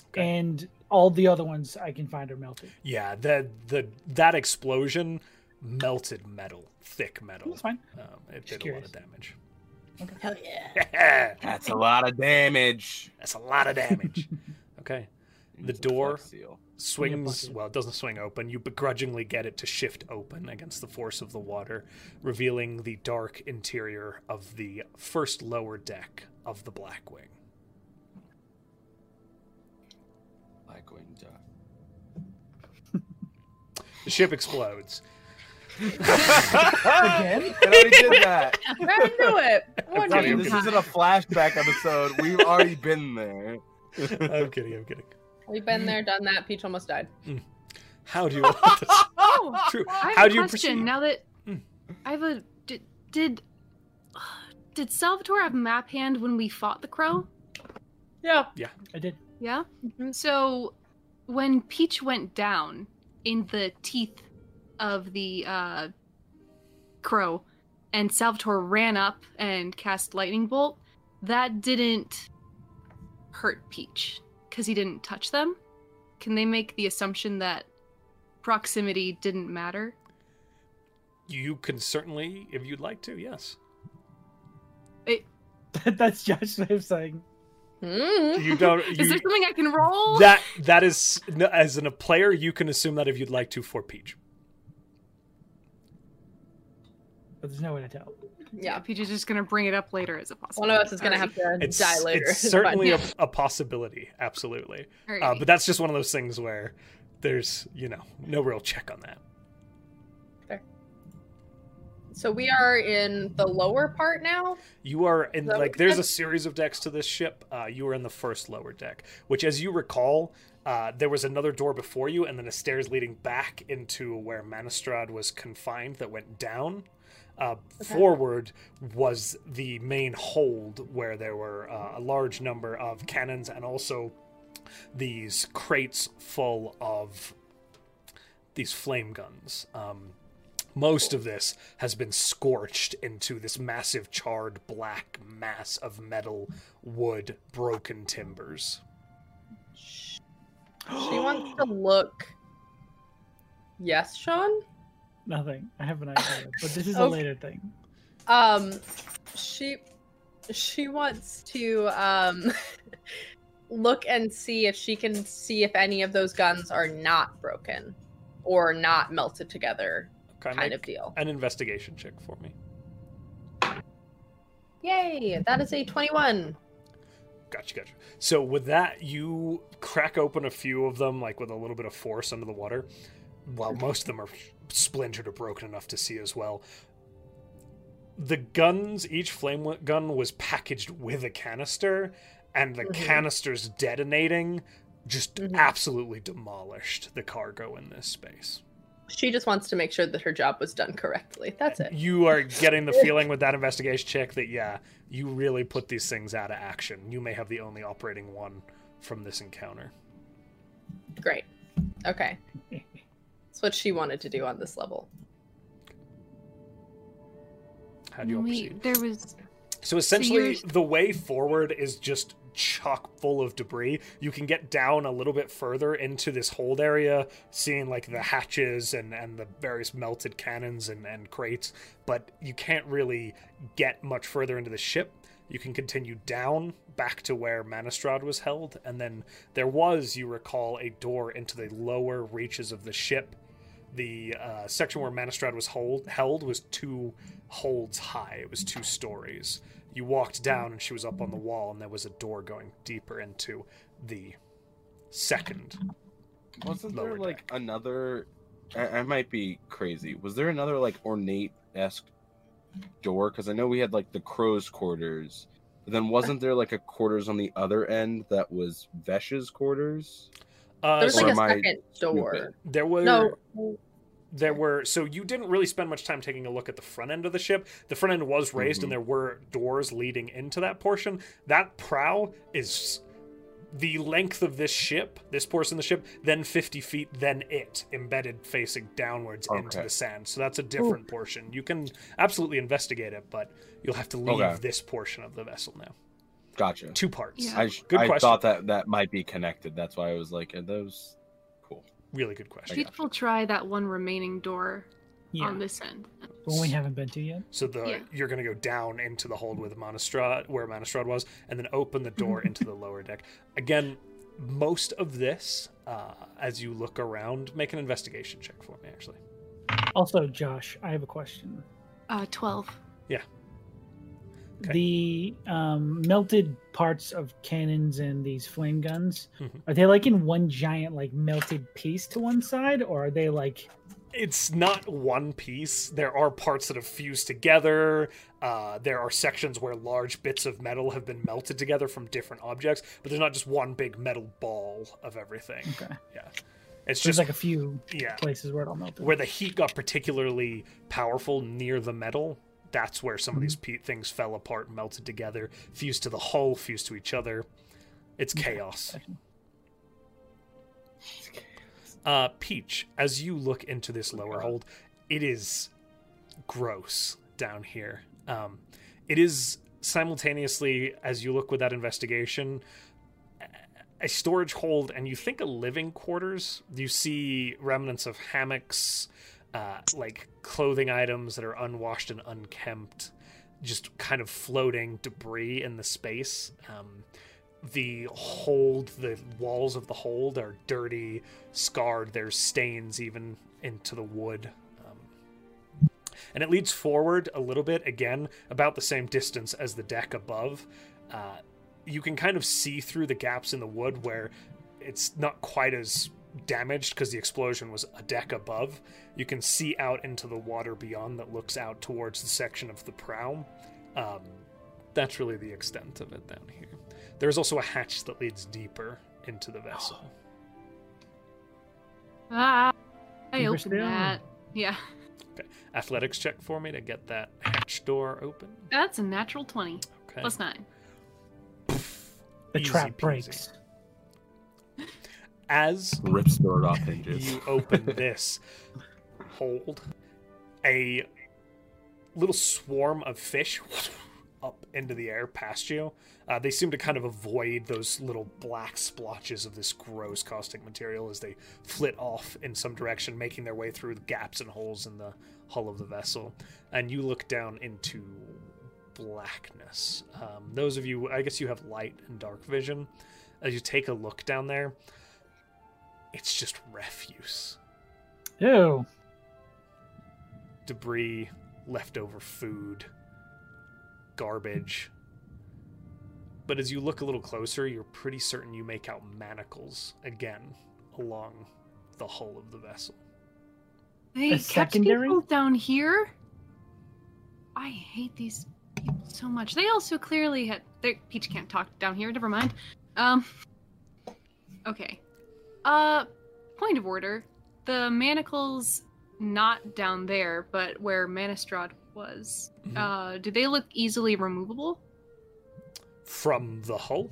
Okay. and all the other ones I can find are melted. Yeah, the the that explosion melted metal, thick metal. That's fine. Um, it Just did a lot of damage. Hell yeah. That's a lot of damage. That's a lot of damage. okay, Use The a door. flex seal. swings. bucket. Well, it doesn't swing open. You begrudgingly get it to shift open against the force of the water, revealing the dark interior of the first lower deck of the Blackwing. Like when, uh, The ship explodes. Again? I already did that. I knew it. One Buddy, day. this isn't a flashback episode. We've already been there. I'm kidding. I'm kidding. We've been there, done that. Peach almost died. How do you want this? Oh, True. I have How a do you question. proceed? Now that Mm. I have a did, did did Salvatore have map hand when we fought the crow? Yeah. I did. Yeah. Mhm. So when Peach went down in the teeth of the uh, crow, and Salvatore ran up and cast lightning bolt, that didn't hurt Peach because he didn't touch them. Can they make the assumption that proximity didn't matter? You can certainly, if you'd like to, yes. That's Josh's way of saying. Mm. You don't. Is there You, something I can roll? that that is no, as in a player, you can assume that if you'd like to for Peach. But there's no way to tell. Yeah. Peach is just gonna bring it up later as a possible. One of us is gonna have to It's, die later. it's It's certainly fine. a, a possibility, absolutely. Alrighty. Uh, but that's just one of those things where there's you know no real check on that. So we are in the lower part now. You are in Lower like there's a deck? series of decks to this ship. Uh, you are in the first lower deck, which, as you recall, uh, there was another door before you, and then a stairs leading back into where Manistrad was confined that went down. Uh, Forward was the main hold where there were uh, a large number of cannons and also these crates full of these flame guns. Um, most of this has been scorched into this massive charred black mass of metal, wood, broken timbers. She wants to look. Yes, Sean. Nothing. I have an idea. But this is a Okay. later thing. Um, she she wants to um look and see if she can see if any of those guns are not broken or not melted together, Okay, kind make of deal. an investigation check for me. Yay! That is a twenty-one. Gotcha, gotcha. So with that, you crack open a few of them, like with a little bit of force under the water. While most of them are splintered or broken enough to see as well. The guns, each flame w- gun was packaged with a canister, and the Mhm. canisters detonating just Mhm. absolutely demolished the cargo in this space. She just wants to make sure that her job was done correctly. That's it. You are getting the feeling with that investigation check that, yeah, you really put these things out of action. You may have the only operating one from this encounter. Great. Okay. That's what she wanted to do on this level. How do you all Wait, proceed? there was So essentially, you're- the way forward is just chock full of debris. You can get down a little bit further into this hold area, seeing like the hatches and, and the various melted cannons and, and crates, but you can't really get much further into the ship. You can continue down back to where Manistrad was held, and then there was, you recall, a door into the lower reaches of the ship. The uh, section where Manistrad was hold, held was two holds high, it was two stories you walked down and she was up on the wall and there was a door going deeper into the second Wasn't Lower there like deck. another? I, I might be crazy. Was there another like ornate esque door? Because I know we had like the crow's quarters. But then wasn't there like a quarters on the other end that was Vesh's quarters? uh, There's so like a am I second door. stupid? there were No. there were so you didn't really spend much time taking a look at the front end of the ship the front end was raised Mhm. and there were doors leading into that portion that prow is the length of this ship this portion of the ship then 50 feet then it embedded facing downwards into Okay. the sand so that's a different portion you can absolutely investigate it but you'll have to leave Okay. this portion of the vessel now Gotcha. two parts Yeah. I, sh- Good I question. thought that that might be connected. That's why I was like, are those cool? really good question Peach will try that one remaining door Yeah. on this end. The one we haven't been to yet. So the Yeah. you're gonna go down into the hold with Monastrad where Monastrad was, and then open the door into the lower deck. Again, most of this, uh, as you look around, make an investigation check for me. Actually, Also, Josh, I have a question. Uh, twelve. Okay. The um, melted parts of cannons and these flame guns Mhm. are they like in one giant like melted piece to one side, or are they like it's not one piece. There are parts that have fused together. Uh, there are sections where large bits of metal have been melted together from different objects, but there's not just one big metal ball of everything. Okay. Yeah. It's There's just like a few yeah, places where it all melted. where the heat got particularly powerful near the metal. That's where some of these pe- things fell apart, melted together, fused to the hull, fused to each other. It's chaos. Uh, Peach, as you look into this lower hold, it is gross down here. Um, it is simultaneously, as you look with that investigation, a storage hold, and you think a living quarters. You see remnants of hammocks, uh, like clothing items that are unwashed and unkempt, just kind of floating debris in the space. Um, the hold, the walls of the hold are dirty, scarred. There's stains even into the wood. Um, And it leads forward a little bit, again, about the same distance as the deck above. Uh, you can kind of see through the gaps in the wood where it's not quite as damaged because the explosion was a deck above. You can see out into the water beyond that looks out towards the section of the prow. Um, that's really the extent of it down here. There's also a hatch that leads deeper into the vessel. Ah, I Deeper opened still. that. Yeah, Athletics check for me to get that hatch door open. that's a natural twenty Okay. plus nine. the Easy trap peasy. breaks. As Rips the door off hinges. you open this hold a little swarm of fish up into the air past you uh, they seem to kind of avoid those little black splotches of this gross caustic material as they flit off in some direction making their way through the gaps and holes in the hull of the vessel and you look down into blackness um, those of you i guess you have light and dark vision as you take a look down there it's just refuse Ew. debris, leftover food, garbage. But as you look a little closer, you're pretty certain you make out manacles again along the hull of the vessel. They A kept secondary? people down here. I hate these people so much. They also clearly had. They, Peach can't talk down here. Never mind. Um. Okay. Uh, point of order. The manacles not down there, but where Manistrad was. Mhm. Mm-hmm. Uh, do they look easily removable? From the hull?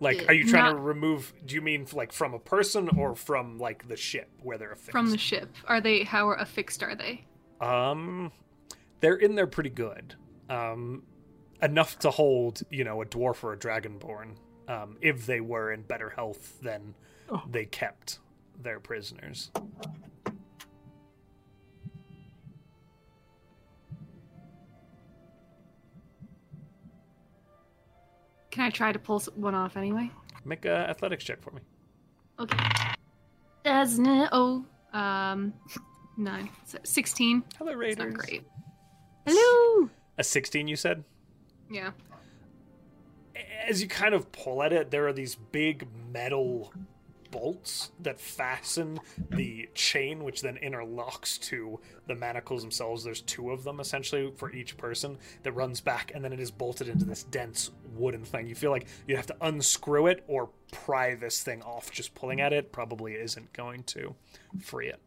Like, Uh, are you trying to remove? Do you mean like from a person or from like the ship where they're affixed? From the ship, are they? How affixed are they? Um, they're in there pretty good. Um, enough to hold, you know, a dwarf or a dragonborn. Um, if they were in better health than Oh. they kept their prisoners. Can I try to pull s- one off anyway? Make a athletics check for me. Okay. That's no. Oh, um, nine. So Sixteen. Hello, It's Raiders. not great. Hello. A sixteen, you said. Yeah. as you kind of pull at it, there are these big metal bolts that fasten the chain, which then interlocks to the manacles themselves. There's two of them essentially for each person that runs back, and then it is bolted into this dense wooden thing. You feel like you have to unscrew it or pry this thing off. Just pulling at it probably isn't going to free it.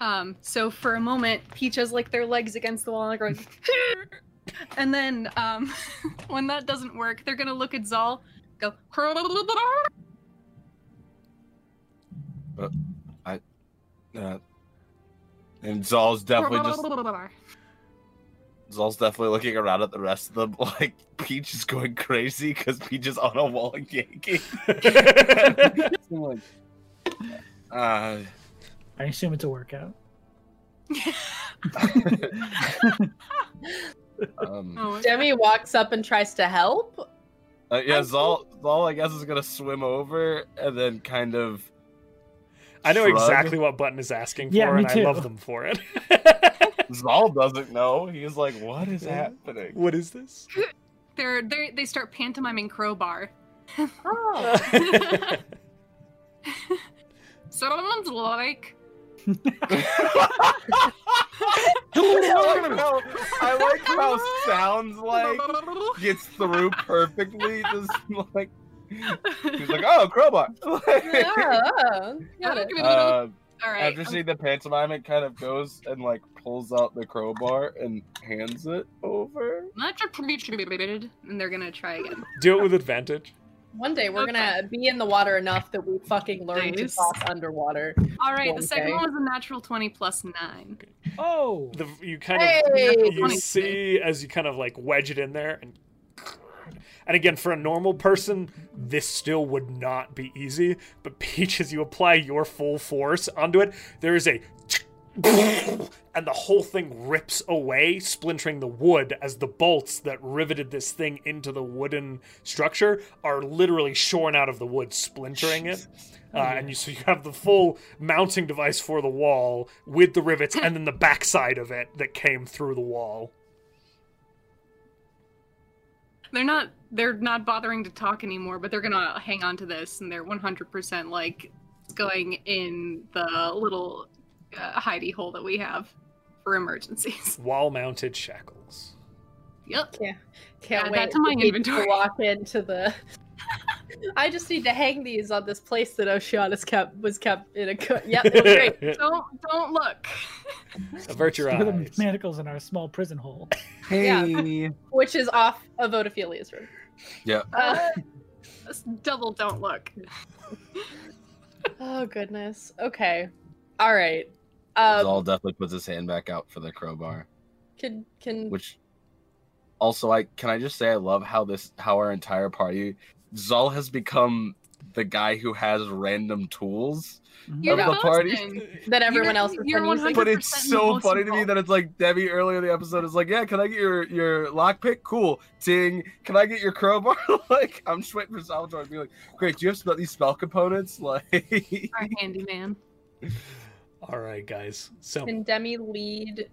Um. So for a moment, Peach has like their legs against the wall and they're going, and then um, when that doesn't work, they're gonna look at Zal, go, Uh, and Zal's definitely just Zal's definitely looking around at the rest of them like Peach is going crazy because Peach is on a wall yanking. uh, I assume it's a workout. um, Oh, Demi walks up and tries to help. uh, yeah, Zal, Zal, I guess is gonna swim over and then kind of. I know shrug. exactly what Button is asking for, Yeah, me and I too. love them for it. Zal doesn't know. He's like, "What is happening?" What is this? they're they they start pantomiming crowbar. Oh. Someone's like, I like how, I like how sounds like gets through perfectly. Just like he's like, oh, crowbar. oh, got it. Uh, all right. after seeing the pantomime, it kind of goes and like pulls out the crowbar and hands it over. Much appreciated. And they're gonna try again. Do it with advantage. One day we're gonna be in the water enough that we fucking learn to Nice. toss underwater. All right. The second Okay. one was a natural twenty plus nine. Oh, The, you kind of Hey! you see as you kind of like wedge it in there, and and again for a normal person, this still would not be easy. But Peach, as you apply your full force onto it, there is a and the whole thing rips away, splintering the wood as the bolts that riveted this thing into the wooden structure are literally shorn out of the wood, splintering it. Oh, Uh, And you so you have the full mounting device for the wall with the rivets, and then the backside of it that came through the wall. They're not. They're not bothering to talk anymore, but they're gonna hang on to this, and they're one hundred percent like going in the little uh, hidey hole that we have for emergencies. Wall-mounted shackles. Yep. Can't Add wait that to my for people inventory. walk into the. I just need to hang these on this place that Oceanus kept was kept in a. Co- yep, it was great. Don't don't look. Avert your We're the eyes. manacles in our small prison hole. Yeah. Which is off of Odophilia's room. Yeah. Uh, Just double don't look. oh goodness. Okay. All right. Um, Zal definitely puts his hand back out for the crowbar. can can Which also I can I just say I love how this how our entire party Zal has become the guy who has random tools. Mm-hmm. You're the party. boasting. that everyone you're- else has you're been using. 100% But it's so 100% funny to me involved. that it's like Debbie earlier in the episode is like, Yeah, can I get your, your lockpick? Cool. Ting. Can I get your crowbar? like, I'm just waiting for Salvatore to be like, Great, do you have spell these spell components? Like Our handyman. All right, guys. So Can Demi lead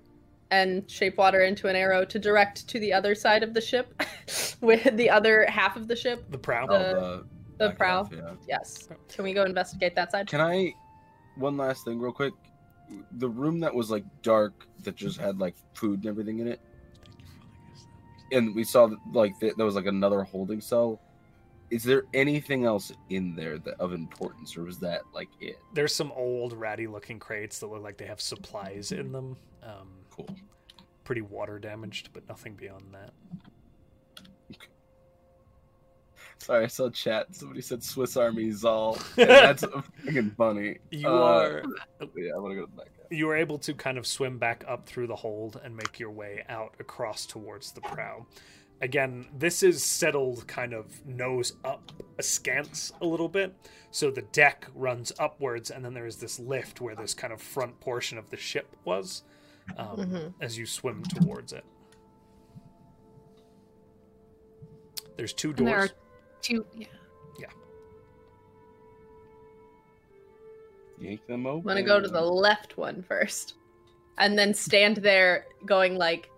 and shapewater into an arrow to direct to the other side of the ship, with the other half of the ship, the prow. The- the back prow? half, yeah. Yes. Can we go investigate that side? Can I? One last thing, real quick. The room that was like dark, that just had like food and everything in it, and we saw that, like that there was like another holding cell. Is there anything else in there that of importance, or was that like it? There's some old ratty-looking crates that look like they have supplies in them. Um, Cool. pretty water damaged, but nothing beyond that. Sorry, I saw chat. Somebody said Swiss Army Zal, and that's fucking funny. You Uh, are Yeah, I want to go to the back. half. you are able to kind of swim back up through the hold and make your way out across towards the prow. Again, this is settled kind of nose up askance a little bit. So the deck runs upwards, and then there is this lift where this kind of front portion of the ship was um, Mm-hmm. Mhm. as you swim towards it. There's two And there doors. are two. Yeah. Yank them open. I'm gonna go to the left one first, and then stand there going like,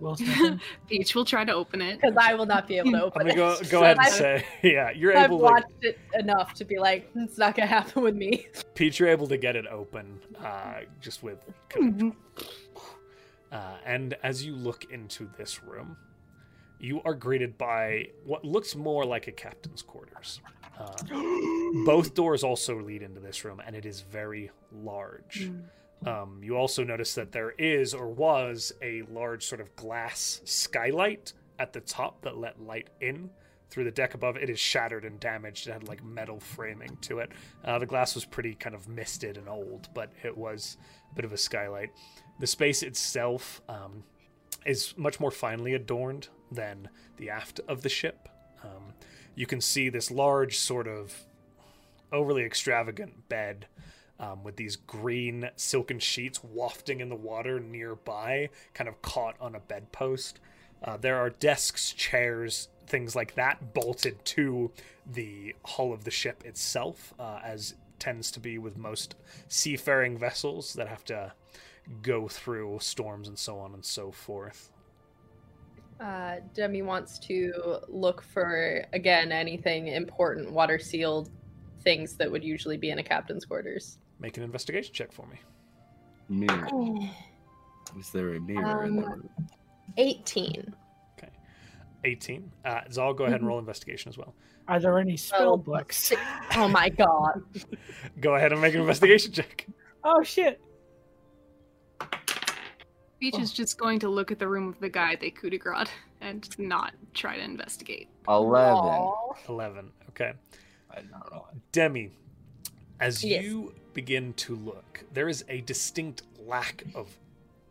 Well, Stefan, Peach will try to open it. because I will not be able to open I'm gonna go, it. go ahead and I've- say, yeah, you're I've able to. watched it enough to be like, it's not gonna happen with me. Pete, you're able to get it open uh, just with. Uh, and as you look into this room, you are greeted by what looks more like a captain's quarters. Uh, both doors also lead into this room, and it is very large. Um, you also notice that there is or was a large sort of glass skylight at the top that let light in through the deck above. It is shattered and damaged. It had like metal framing to it. Uh, the glass was pretty kind of misted and old, but it was a bit of a skylight. The space itself um, is much more finely adorned than the aft of the ship. Um, you can see this large, sort of overly extravagant bed um, with these green silken sheets wafting in the water nearby, kind of caught on a bedpost. Uh, there are desks, chairs, things like that bolted to the hull of the ship itself, uh, as tends to be with most seafaring vessels that have to go through storms and so on and so forth. Uh, Demi wants to look for again anything important water sealed things that would usually be in a captain's quarters. Make an investigation check for me. Mirror. Is there a mirror in the Oh. Um, room? 18. 18. Uh, Zal, go ahead and roll investigation as well. Are there any spell Well, books? six- Oh my god. Go ahead and make an investigation check. Oh shit! Beach Oh. is just going to look at the room of the guy they coup de grace and not try to investigate. 11. Aw. 11. Okay. I'm not wrong. Demi, as Yes. you begin to look, there is a distinct lack of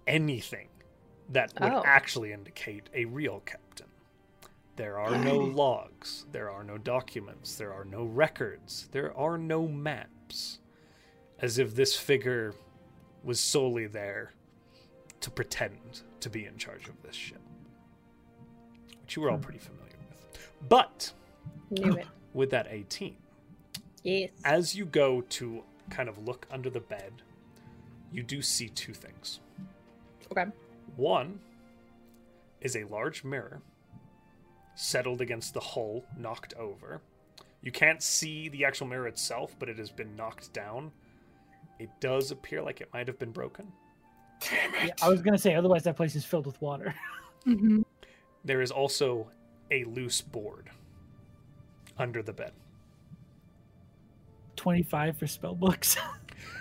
anything that would Oh. actually indicate a real captain. There are no logs, there are no documents, there are no records, there are no maps. As if this figure was solely there to pretend to be in charge of this ship. Which you were all Hmm. pretty familiar with. But Knew it. with that 18, Yes. as you go to kind of look under the bed, you do see two things. Okay. One is a large mirror settled against the hull, knocked over. You can't see the actual mirror itself, but it has been knocked down. It does appear like it might have been broken. Yeah, I was gonna say otherwise that place is filled with water. Mm-hmm. Mhm. There is also a loose board under the bed. Twenty-five for spell books.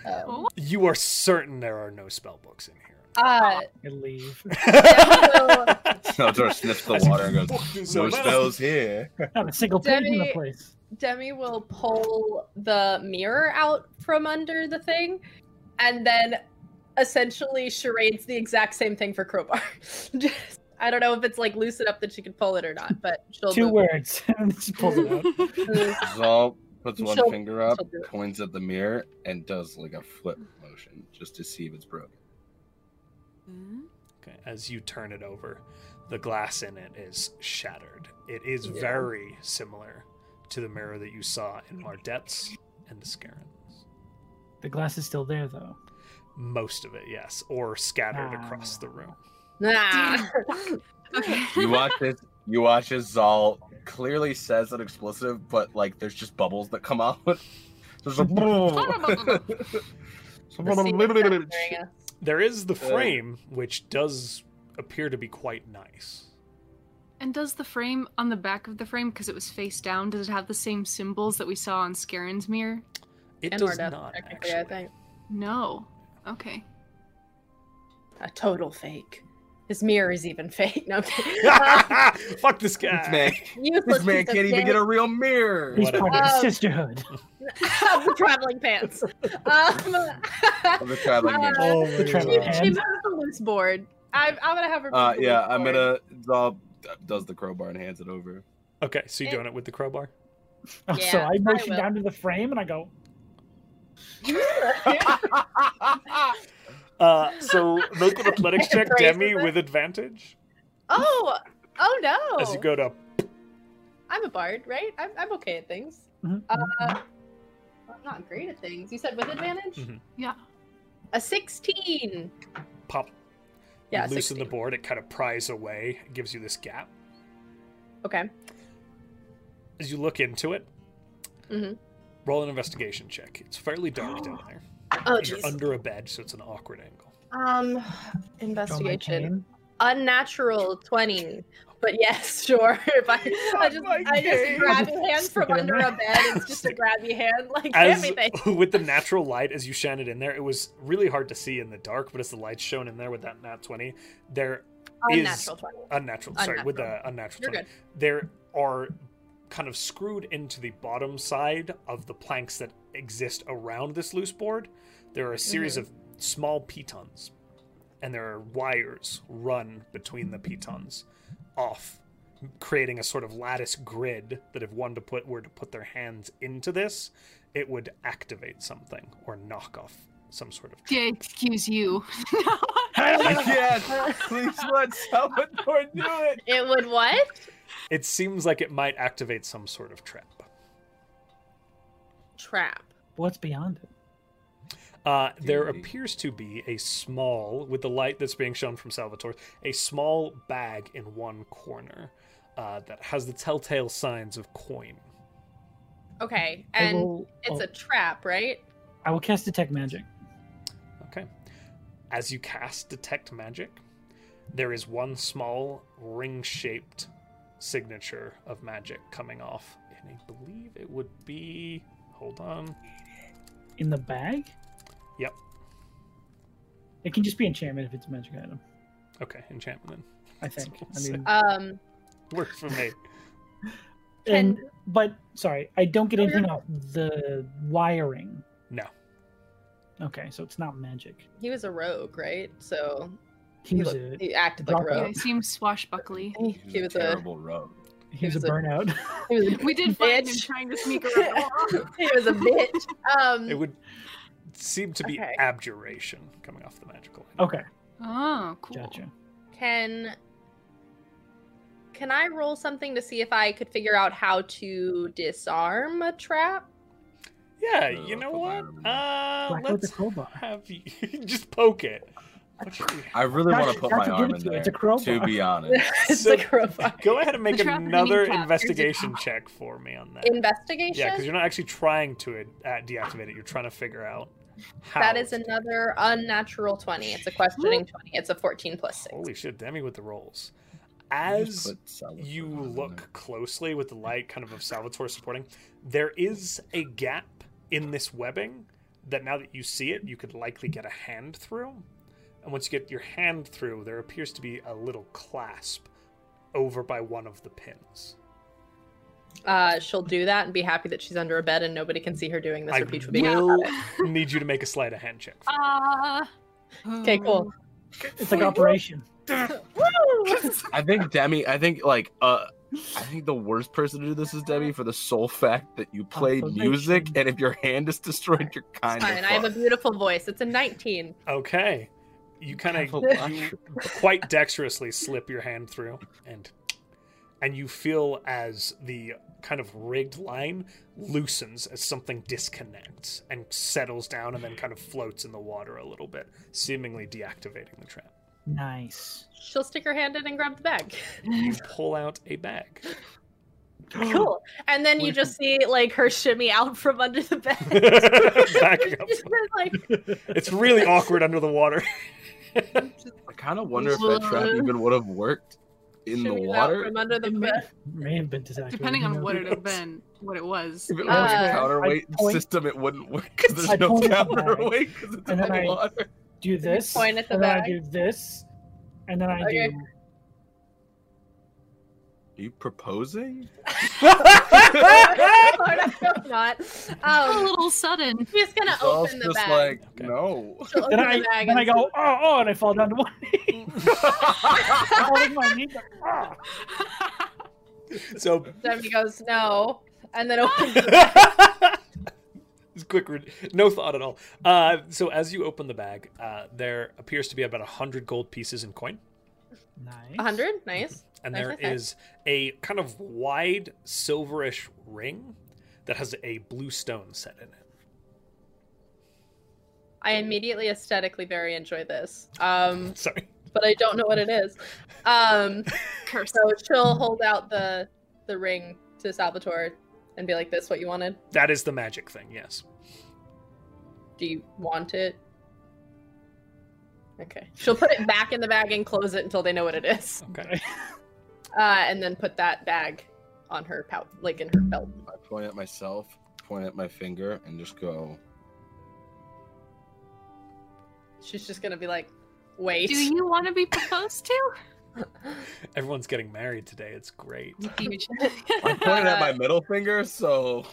Um, You are certain there are no spell books in here. uh, I leave. Demi Eldor sniffs the As you water and goes, walk through No some- spells here. Not a single page in the Demi- place. Demi will pull the mirror out from under the thing and then essentially charades the exact same thing for Crowbar. Just- I don't know if it's like loosen up that she can pull it or not, but she'll Two move words. and she pulls it out. it. Zal puts one She'll- finger up, she'll do it. points at the mirror, and does like a flip motion just to see if it's broken. Okay, as you turn it over, the glass in it is shattered. It is Yeah. very similar to the mirror that you saw in Mardet's and the Scarons. The glass is still there though. Most of it, yes, or scattered Ah. across the room. Nah. Okay. You watch this. You watch as Zal clearly says an explosive, but like there's just bubbles that come out. There's a. The secret's censoring us. There is the frame, which does appear to be quite nice. and does the frame on the back of the frame, because it was face down, does it have the same symbols that we saw on Scarin's mirror? It And does Marduk, not technically, actually. I think. No. Okay. A total fake. His mirror is even fake. No, I'm kidding. Uh, Fuck this guy. This man, Useless this man piece of can't even shit. get a real mirror. He's Whatever. part of the Um, sisterhood. the traveling pants. Um, The traveling Uh, mirror. Oh The my traveling God. she And- moves the loose board. I'm, I'm gonna have her. Uh, move the yeah, loose I'm board. gonna. Zal does the crowbar and hands it over. Okay, so you're doing it with the crowbar? Oh, so yeah, I motion will. down to the frame and I go, Uh, so make an athletics check, Embraces Demi, it. with advantage. oh, oh no! As you go to I'm a bard, right? I'm, I'm okay at things. Mhm. Uh, I'm not great at things. You said with advantage. Mhm. Yeah. A sixteen. pop Yeah, loosen 16. the board, it kind of pries away, it gives you this gap. Okay. As you look into it, Mhm. roll an investigation check. It's fairly dark down there. Oh You're jeez. under a bed, so it's an awkward angle. um, "Don't mind investigation. pain." Unnatural twenty. But yes, sure. If I, I just, my I just game. grab a hand Stick from it in under there. a bed. It's just a grabby hand, like As everything. with the natural light, as you shine it in there, it was really hard to see in the dark, but as the light's shown in there with that nat twenty, there is- Unnatural twenty. unnatural. Sorry, with the unnatural You're 20 good. there are kind of screwed into the bottom side of the planks that exist around this loose board. There are a series of small pitons, and there are wires run between the pitons off, creating a sort of lattice grid that if one to put were to put their hands into this, it would activate something or knock off some sort of. Yeah, excuse you. yes, please let Salvador do it. It would what? It seems like it might activate some sort of trap. Trap. What's beyond it? Uh, there Indeed. appears to be a small, with the light that's being shown from Salvatore, a small bag in one corner uh, that has the telltale signs of coin. Okay, I and will- it's oh, a trap, right? I will cast detect magic. Okay. As you cast Detect Magic, there is one small ring shaped signature of magic coming off. And I believe it would be. Hold on. In the bag? Yep. It can just be enchantment if it's a magic item. Okay, enchantment. I think. I That's mean, Um, then. Works for me. and can- but sorry, I don't get No, you're anything off the wiring. No. Okay, so it's not magic. he was a rogue, right? So He was looked- a he acted like a drunk. Yeah, rogue. it seems swashbuckly. He was a terrible rogue. he was a was a- burnout. he was a We did find him bitch. trying to sneak around the wall. he was a bitch. Um, It would seem to be Okay. abjuration coming off the magical. item. okay, Oh, cool. gotcha. Can can I roll something to see if I could figure out how to disarm a trap? Yeah, Uh, you know put what? mine Uh, Black with the let's crowbar. have you just poke it. What should we I really Not- want to put not my to give arm it in to you, there. it's a crowbar. To be honest, it's So- a crowbar. Go ahead and make The trap in the another mean trap. There's a investigation trap. check for me on that. Investigation. Yeah, because you're not actually trying to uh, deactivate it. You're trying to figure out how. that is it's- another unnatural twenty. It's a questioning twenty. It's a fourteen plus six. Holy shit, Demi with the rolls. You just As put salad you on there. look closely with the light kind of of Salvatore supporting, there is a gap in this webbing that now that you see it, you could likely get a hand through. And once you get your hand through, there appears to be a little clasp over by one of the pins. Uh, she'll do that and be happy that she's under a bed and nobody can see her doing this. I or Peach would be. will need you to make a sleight of hand check. for Uh, Okay, cool. It's like operation. I think Demi. I think like uh, I think the worst person to do this is Demi for the sole fact that you played music, Confirmation. and if your hand is destroyed, you're kind It's fine. of. I have a beautiful voice. It's a nineteen. Okay. You kind of quite dexterously slip your hand through and and you feel as the kind of rigged line loosens as something disconnects and settles down and then kind of floats in the water a little bit, seemingly deactivating the trap. Nice. She'll stick her hand in and grab the bag. You pull out a bag. Cool. And then you just see like her shimmy out from under the bed. Backing up. She's been, like It's really awkward under the water. I kind of wonder if that trap even would have worked in the shimmying out water. from under the It may, bed. may have been designated. Depending on what who it had knows? been, what it was. If it was Uh, a counterweight I point- system, it wouldn't work because I there's no point at the bag, counterweight because it's in and then I- the water. do this, point at the and then I bag. do this, and then I Okay. do. Are you proposing? Hope not. a Um, little sudden. she's gonna It's all open the just bag. like Okay. no. She'll open Then the I, bag then I and go, oh, oh, and I fall down to one knee. Holding my knee, like, ah. so Demi goes no, and then opens. the- It's quick, re- no thought at all. Uh, so as you open the bag, uh, there appears to be about a hundred gold pieces in coin, Nice. A hundred, nice. and Nice, there nice, nice. is a kind of wide silverish ring that has a blue stone set in it. I immediately aesthetically very enjoy this, um, Sorry, but I don't know what it is. Um, Curse. so she'll hold out the the ring to Salvatore and be like, "This what you wanted? that is the magic thing. Yes. Do you want it?" Okay. She'll put it back in the bag and close it until they know what it is, Okay. uh, and then put that bag on her pouch, like in her belt. I point at myself, point at my finger, and just go. She's just gonna be like, "Wait." Do you want to be proposed to? Everyone's getting married today. It's great. Huge. I pointed at my middle finger, so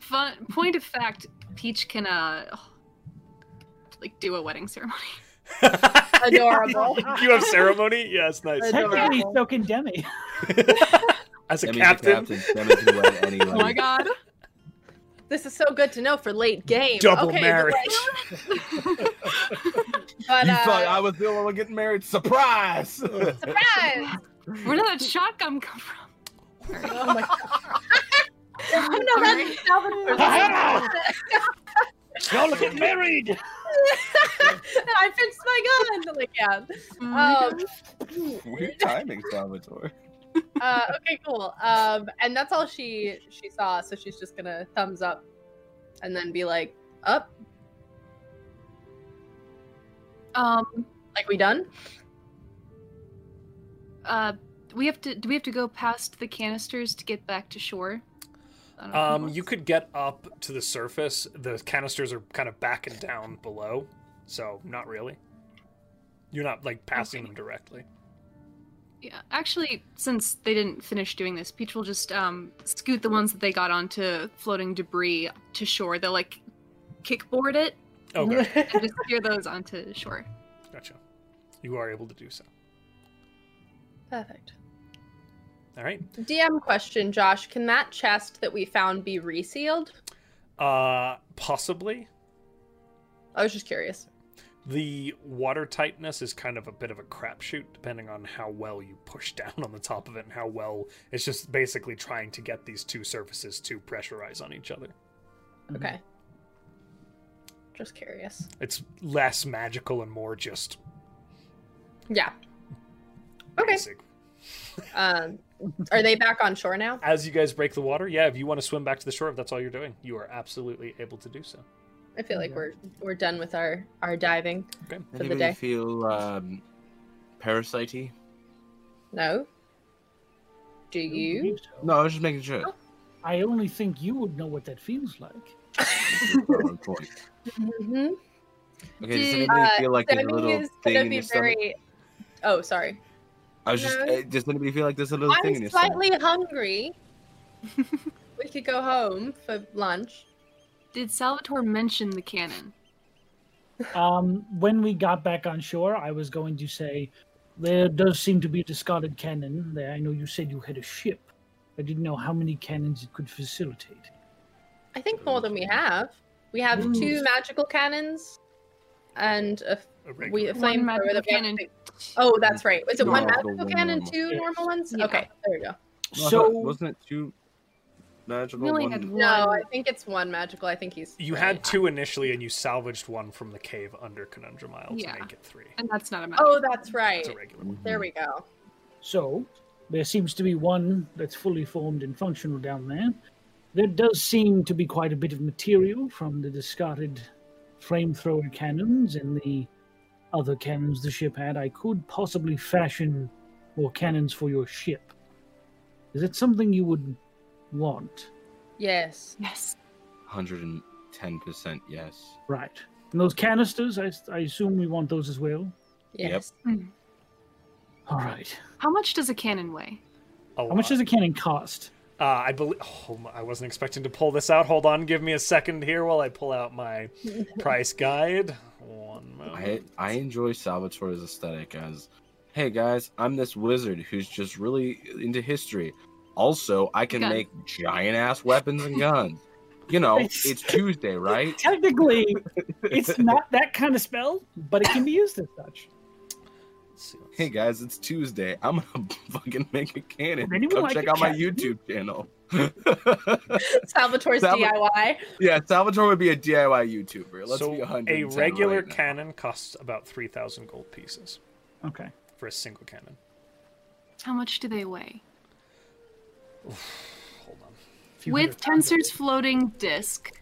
Fun point of fact, Peach can uh like do a wedding ceremony. Adorable. you have ceremony? Yes, nice. Technically, so can Demi. As a Demi's captain, captain. Demi can wed anybody. Oh my god. This is so good to know for late game. double okay, but, marriage. like- But, you uh, thought I was the only one getting married? Surprise! surprise! Where did that shotgun come from? oh my god. I'm No, sorry. that's Salvatore's. Y'all are getting married. and I fixed my gun. Like, yeah. Mm. Um, Weird timing, Salvatore. uh, okay, cool. Um, and that's all she she saw, so she's just gonna thumbs up, and then be like, "Up, Um, like we done?" uh, we have to. Do we have to go past the canisters to get back to shore? I don't know. Um, you could get up to the surface. The canisters are kind of back and down below, so not really. You're not like passing Okay. them directly. Yeah, actually, since they didn't finish doing this, Peach will just um, scoot the ones that they got onto floating debris to shore. They'll like kickboard it Okay, and just steer those onto shore. gotcha. You are able to do so. Perfect. All right. DM question, Josh. Can that chest that we found be resealed? Uh, possibly I was just curious. the water tightness is kind of a bit of a crapshoot, depending on how well you push down on the top of it and how well it's just basically trying to get these two surfaces to pressurize on each other. Okay. Just curious. It's less magical and more just Yeah. Okay. basic Um, are they back on shore now? as you guys break the water, yeah, if you want to swim back to the shore, if that's all you're doing, you are absolutely able to do so. I feel like we're we're done with our our diving. the Anybody day. feel um, parasite No. Do you? No, I was just making sure. Oh. I only think you would know what that feels like. Valid point. hmm Okay, does Dude, anybody feel like there's a Demi little uh, is thing gonna in be your stomach? very. Oh, sorry. I was just, No. uh, does anybody feel like there's a little thing in I'm your stomach? slightly hungry. we could go home for lunch. Did Salvatore mention the cannon? Um, when we got back on shore, I was going to say, there does seem to be a discarded cannon there. I know you said you had a ship. I didn't know how many cannons it could facilitate. I think more than we have. We have two magical cannons, and a, A we a regular- flame magical cannon. Oh, that's right. Is it one No, magical the one cannon, normal. two Yeah. normal ones? Yeah. Okay, there we go. No, I so thought- wasn't it two magical? We only one- had one. No, I think it's one magical. I think he's. You right. had two initially, and you salvaged one from the cave under Conundrum Isle Yeah. to make it three. and that's not a magic. Oh, that's right. It's a regular. Mhm. There we go. So, there seems to be one that's fully formed and functional down there. There does seem to be quite a bit of material from the discarded flamethrower cannons and the other cannons the ship had. I could possibly fashion more cannons for your ship. Is it something you would want? Yes. Yes. 110% yes. Right. And those canisters, I, I assume we want those as well? Yes. All right. How much does a cannon weigh? A How much does a cannon cost? Uh, I believe. Oh, my- I wasn't expecting to pull this out. Hold on, give me a second here while I pull out my price guide. One I, moment. I enjoy Salvatore's aesthetic as, hey guys, I'm this wizard who's just really into history. Also, I can Gun. make giant ass weapons and guns. You know, Nice. it's Tuesday, right? Technically, it's not that kind of spell, but it can be used as such. Let's see, let's Hey see. guys, it's Tuesday. I'm gonna fucking make a cannon. Would anyone Go like check a out my cannon? YouTube channel. Salvatore's Salva- DIY. yeah, Salvatore would be a DIY YouTuber. Let's so be 100. a regular cannon costs about three thousand gold pieces Okay. for a single cannon. How much do they weigh? Hold on. few With hundred Tensor's pounds. floating disc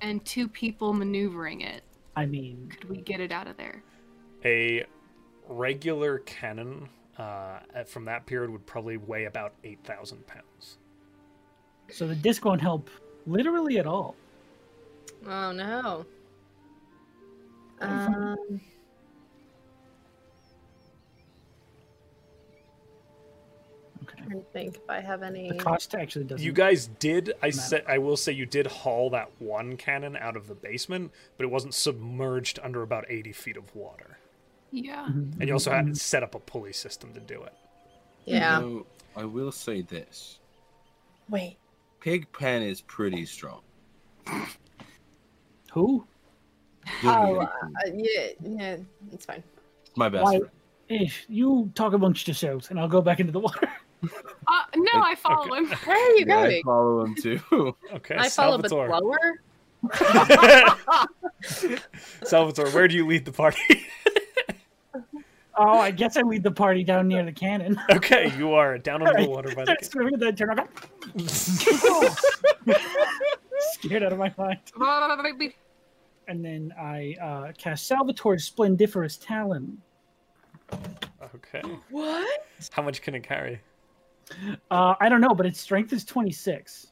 and two people maneuvering it, I mean, could we get it out of there? a regular cannon uh, from that period would probably weigh about 8,000 pounds. so the disc won't help literally at all. Oh no. Um, Okay. trying to think if I have any. The cost actually doesn't. You guys did, I Matter. say, I will say, you did haul that one cannon out of the basement, but it wasn't submerged under about 80 feet of water. Yeah. Mhm. And you also Mm-hmm. had to set up a pulley system to do it. Yeah. So, I will say this Wait. Pigpen is pretty strong. who? Oh, uh, yeah, yeah, it's fine. my best why- friend. Eh, you talk amongst yourselves, and I'll go back into the water. Uh, no, I follow Okay. him. Where are you Yeah, I going? follow him too. Okay, I follow, but Salvatore. slower. Salvatore, where do you lead the party? Oh, I guess I lead the party down near the cannon. Okay, you are down under the water Alright, by the Start swimming at that turn. I'm gate. scared out of my mind. And then I uh, cast Salvatore's Splendiferous Talon. okay. What? How much can it carry? Uh, I don't know, but its strength is 26.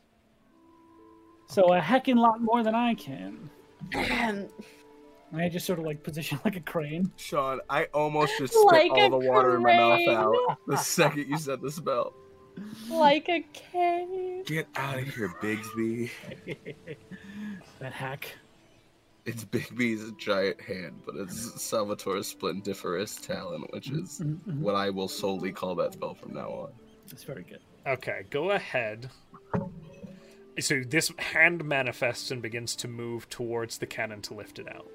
So a heckin' lot more than I can. I just sort of like position like a crane. Sean, I almost just Like spit a all the water in my mouth crane. out the second you said the spell. like a cave. Get out of here, Bigsby. that hack. It's Bigby's giant hand, but it's Salvatore's splendiferous talon, which is Mhm, mhm. what I will solely call that spell from now on. That's very good. Okay, go ahead. So this hand manifests and begins to move towards the cannon to lift it out.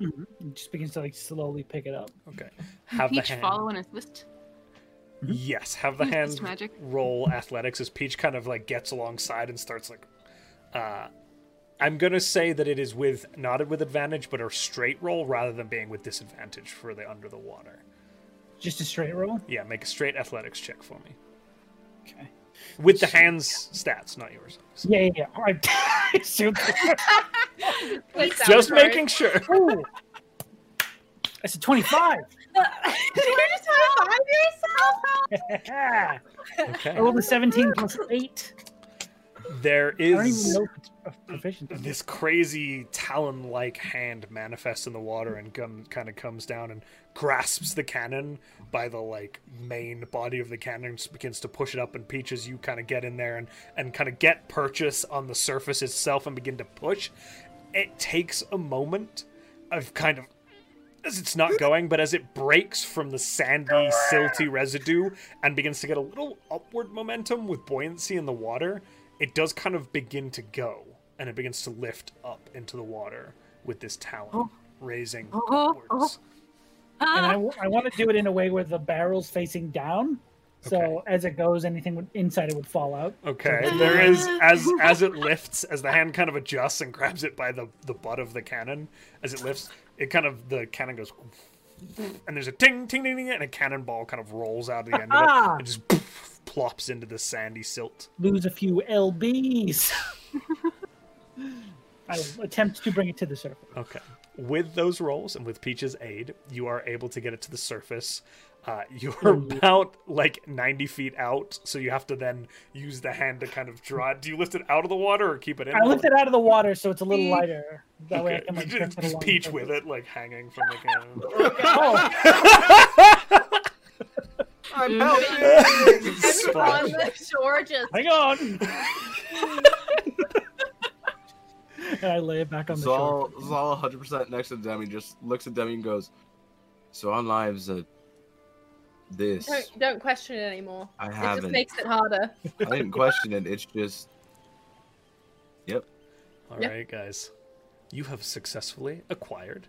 It just begins to like slowly pick it up. Okay. Have Peach the hand. follow and assist. Mm-hmm. Yes, have the Use hand this magic. roll athletics as Peach kind of like gets alongside and starts like uh I'm gonna say that it is with not with advantage, but a straight roll rather than being with disadvantage for the under the water. Just a straight roll. Yeah, make a straight athletics check for me. Okay. With the hands stats, not yours. obviously. Yeah, yeah, yeah. All right. Shoot. Just making sure. Ooh. That's a 25. You're just trying to find yourself. Yeah. I Okay. rolled a 17 plus 8. There I don't even is know if it's prof- proficient. this crazy talon like hand manifests in the water and come, kind of comes down and grasps the cannon by the like main body of the cannon just begins to push it up and peaches you kind of get in there and and kind of get purchase on the surface itself and begin to push it takes a moment of kind of as it's not going, but as it breaks from the sandy, silty residue and begins to get a little upward momentum with buoyancy in the water, it does kind of begin to go and it begins to lift up into the water with this talon Oh. raising Oh, oh, upwards. And I, Ah, want to do it in a way where the barrel's facing down. So Okay. as it goes, anything would, inside it would fall out. Okay, there is as as it lifts, as the hand kind of adjusts and grabs it by the the butt of the cannon as it lifts, it kind of the cannon goes, and there's a ting ting ting, ting and a cannonball kind of rolls out of the end of Ah. it and just plops into the sandy silt. Lose a few LBs. I will attempt to bring it to the surface. Okay, with those rolls and with Peach's aid, you are able to get it to the surface. Uh, you're Oh, yeah. about like 90 feet out, so you have to then use the hand to kind of draw it. Do you lift it out of the water or keep it in? I the lift it out of the water so it's a little Peach. lighter. That way I Okay, can like just- drift it just along peach the with surface. it, like hanging from the cannon. Oh, Mm. I'm helping. Everyone on the shore just hang on. and I lay it back on the shore. Zal, Zal 100% next to Demi just looks at Demi and goes, So our lives are this. don't, don't question it anymore. I It just haven't. makes it harder. I didn't question it. It's just All Yeah. right, guys, you have successfully acquired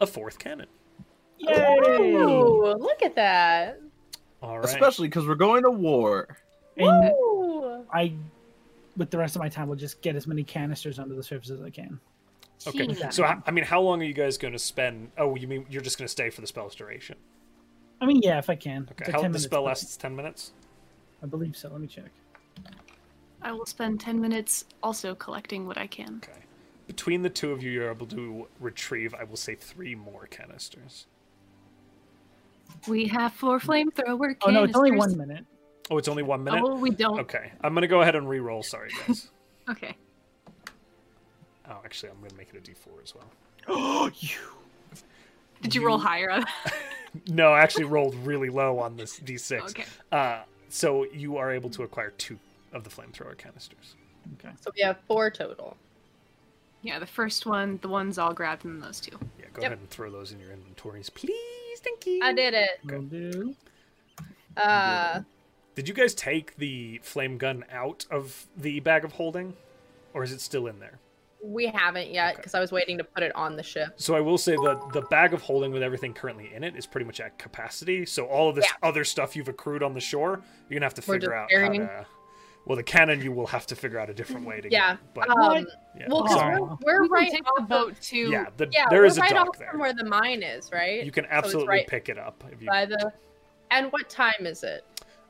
a fourth cannon. Yay! Ooh, look at that. All right, especially because we're going to war. And Ooh. I, with the rest of my time, will just get as many canisters under the surface as I can. okay. Jesus. So I I mean, how long are you guys going to spend? Oh, you mean you're just going to stay for the spell's duration? I mean, yeah, if I can. It's Okay, a how 10 the minutes spell spell. lasts ten minutes. I believe so. Let me check. I will spend 10 minutes also collecting what I can. Okay, between the two of you, you're able to retrieve, I will say, three more canisters. We have four flamethrower canisters. Oh no, it's only one minute. Oh, it's only one minute. Oh, we don't. Okay, I'm going to go ahead and re-roll. Sorry, guys. Okay. oh, actually, I'm going to make it a D4 as well. Oh, you. Did you roll higher? on- No, I actually rolled really low on this D6. okay. Uh, so you are able to acquire two of the flamethrower canisters. Okay. So we have four total. Yeah, the first one, the ones all grabbed, and those two. Yeah, go Yep. ahead and throw those in your inventories, please. Thank you. I did it. Will do. Uh, Did you guys take the flame gun out of the bag of holding, or is it still in there? we haven't yet Okay. because I was waiting to put it on the ship. So I will say that the bag of holding with everything currently in it is pretty much at capacity. So all of this other stuff you've accrued on the shore, you're gonna have to We're figure just out how burying. to Well, the cannon you will have to figure out a different way to Yeah, get. But, Um, yeah. well, sorry. because Sorry. we're, We we're can right take the off of, boat to. yeah, the, yeah, there we're is a right dock off there. from where the mine is, right? You can absolutely right- pick it up if you By the, and what time is it?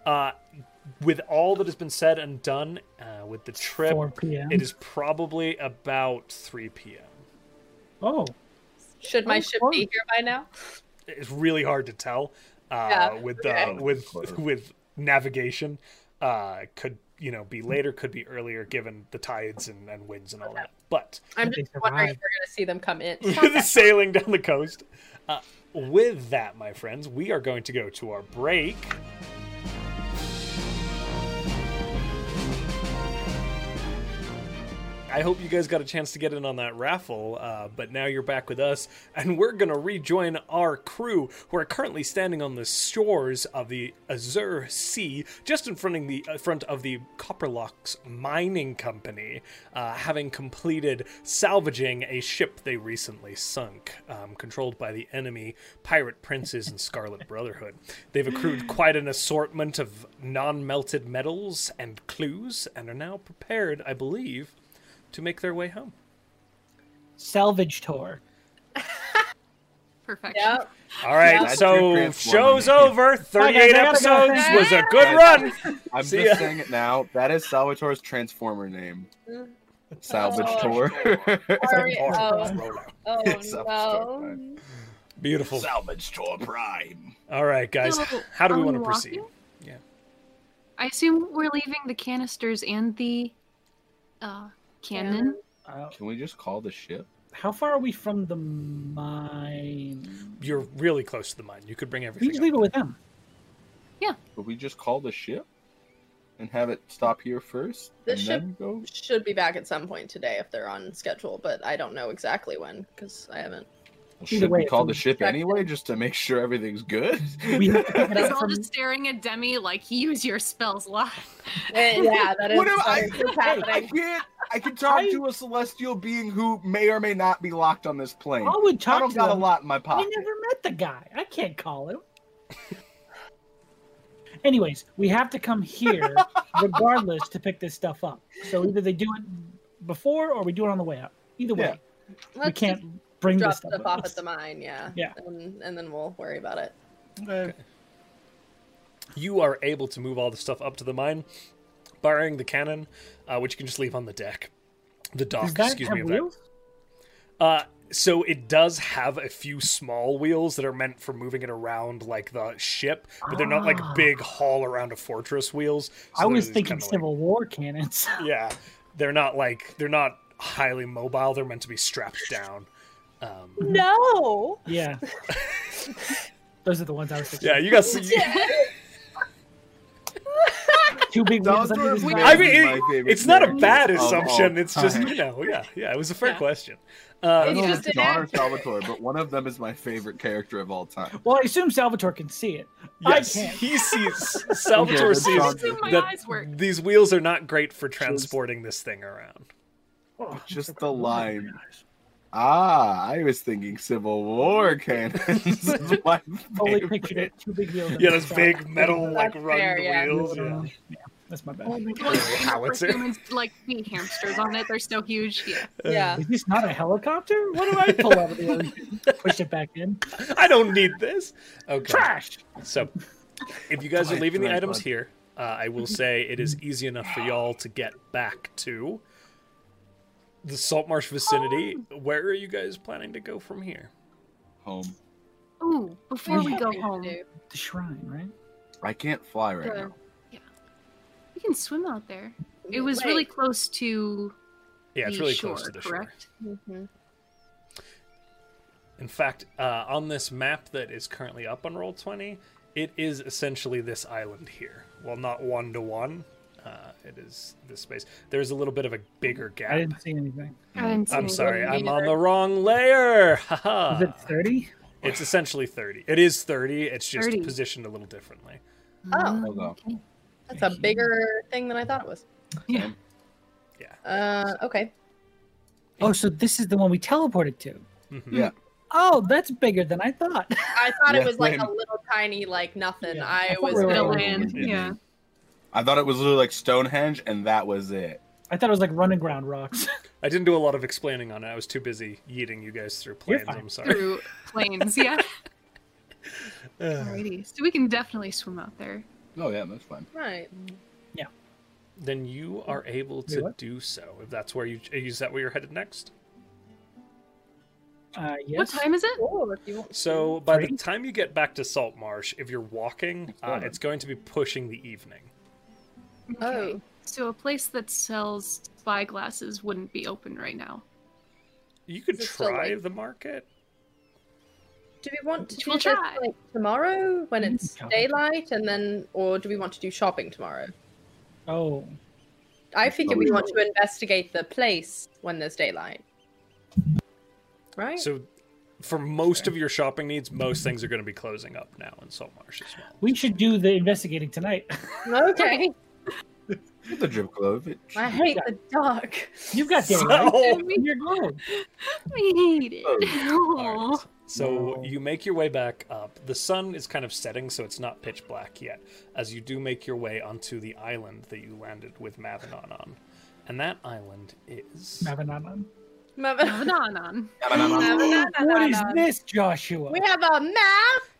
Uh, with all that has been said and done uh, with the trip, 4 p.m. it is probably about 3 p.m. Oh, Should my Oh, ship close. be here by now? It's really hard to tell uh, Yeah, with uh, okay. with with navigation. Uh, could you know be later? Could be earlier, given the tides and, and winds and all that. But I'm They just wondering if survived. we're going to see them come in. Stop the that. sailing down the coast. Uh, with that, my friends, we are going to go to our break. I hope you guys got a chance to get in on that raffle, uh, but now you're back with us, and we're going to rejoin our crew who are currently standing on the shores of the Azure Sea, just in front of the, uh, front of the Copperlocks Mining Company, uh, having completed salvaging a ship they recently sunk, um, controlled by the enemy pirate princes and Scarlet Brotherhood. They've accrued quite an assortment of non melted metals and clues, and are now prepared, I believe to make their way home. salvage tour. Perfection. Yep. All right, Yeah. so That's your show's transformer. over. guys, I Thirty-eight gotta go. episodes was a good Guys, run. I'm See just ya. saying it now. That is Salvatore's transformer name. Mm. Salvage Oh. Are tour. we- Hard oh, rollout. oh, Yes, I'm no. Beautiful. Salvage tour prime. All right, guys, So, how do we are want to proceed? walking? Yeah. I assume we're leaving the canisters and the uh, cannon. Uh, Can we just call the ship? how far are we from the mine? You're really close to the mine. You could bring We just everything. leave up. it with them. Could we just call the ship and have it stop here first? The and ship- Then go? Should be back at some point today if they're on schedule, but I don't know exactly when because I haven't. Well, should way, we if call we the ship distract anyway just to make sure everything's good? We have to pick it He's up all from. just staring at Demi like, use your spells live. yeah, that is What am I- that is what's I happening. can't. I can talk I- to a celestial being who may or may not be locked on this plane. I I would Oh, talk don't to got a them. lot in my I pocket. never met the guy. I can't call him. Anyways, we have to come here regardless to pick this stuff up. So either they do it before or we do it on the way up. Either way, we Let's can't just bring drop this stuff, stuff off with at the us. mine. Yeah. Yeah. And, and then we'll worry about it. You are able to move all the stuff up to the mine, barring the cannon, uh, which you can just leave on the deck, the dock. Does that excuse have me. of that. wheels? Uh, so it does have a few small wheels that are meant for moving it around like the ship, but they're not like Ah. big haul around a fortress wheels. So I they're was just thinking kinda like- Civil War cannons. yeah, they're not like they're not highly mobile. They're meant to be strapped down. Um, No. yeah. Those are the ones I was thinking. yeah, you guys. You, Two big wheels. under this Wheels. bed. I mean, it- My favorite it's not a character bad of all assumption. It's just time. you know, yeah, yeah. It was a fair Yeah. question. I Uh, don't know It's if just it's an John or act. Salvatore, but one of them is my favorite character of all time. well, I assume Salvatore can see it. I yes, can't. he sees Salvatore that's sees John. assume my that eyes work. these wheels are not great for transporting this thing around. Oh, Just the line. Ah, I was thinking Civil War cannons. my Totally favorite. pictured it. Two big wheels. Yeah, under those the big metal like That's run fair, yeah. wheels. Yeah. Yeah. That's my bad. Oh my God. Howitzer. For humans to, like be hamsters on it. They're so huge. Yeah. Yeah. Is this not a helicopter? What do I pull out of the other? Push it back in. I don't need this. Okay. Trash. So, if you guys are Right, leaving the right, items bud. here, uh, I will say it is easy enough for y'all to get back to the Saltmarsh vicinity. Where are you guys planning to go from here? Home. Ooh, before we go home, we Dude, The shrine, right? I can't fly right Yeah. now. can swim out there. It was wait. really close to Yeah, it's the really shore, close to the shore. correct? Mhm. In fact, uh, on this map that is currently up on Roll20, it is essentially this island here. Well, not one to one. Uh, It is this space. There's a little bit of a bigger gap. I didn't see anything. I Hmm. didn't see I'm any sorry, water I'm either. on the wrong layer. Is Haha. it thirty? It's essentially 30. It is 30. It's just 30. positioned a little differently. Oh. Hold on. okay. That's a bigger thing than I thought it was. Yeah. Yeah. Uh, okay. Oh, so this is the one we teleported to. Mhm. Yeah. Oh, that's bigger than I thought. I thought it Yeah, was like a same. little tiny, like nothing. Yeah. I I thought was we were gonna Gonna all- land. land. Yeah. Yeah. I thought it was literally like Stonehenge, and that was it. I thought it was like running ground rocks. I didn't do a lot of explaining on it. I was too busy yeeting you guys through You're planes. fine. I'm sorry. through planes. Yeah. Uh, Alrighty. So we can definitely swim out there. Oh yeah, that's fine. Right. then you are able Do to what? do so. If that's where you is that where you're headed next? Uh, yes. What time is it? Cool, if you want So by the Three? time you get back to Salt Marsh, if you're walking, uh, Alright. it's going to be pushing the evening. Oh. So a place that sells spyglasses wouldn't be open right now. You could Is it still try light? the market. Do we want to do We'll this try. like tomorrow when it's Come. daylight, and then, or do we want to do shopping tomorrow? Oh, I figure we want to investigate the place when there's daylight. Right? So for most of your shopping needs, most things are going to be closing up now in Salt Marsh as well. we should do the investigating tonight. okay. Get the drip glove. It I hate the dark. You've got So- daylight. Oh. You're good. We hate it. All Aw. right. So No. you make your way back up. The sun is kind of setting, so it's not pitch black yet. As you do make your way onto the island that you landed with Mavinon on, and that island is Mabanana. Oh. Mama- Phenomenon. should. What is this, Joshua? We have a map.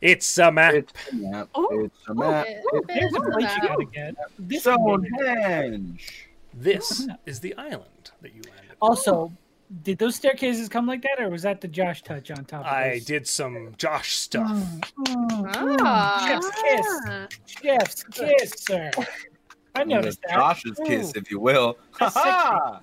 it's uh, a map. It's a map. Oh, It's a map. oh, It's There's a There's a place you map. gotta get. This one. Stonehenge. This Oh, Yeah. is the island that you landed. Also, did those staircases come like that, or was that the Josh touch on top? Of I those? did some Josh stuff. Mm, mm, mm. Ah. Chef's kiss. Ah. Chef's kiss, sir. I And there's noticed that. Josh's kiss, if you will. That's Ha-ha!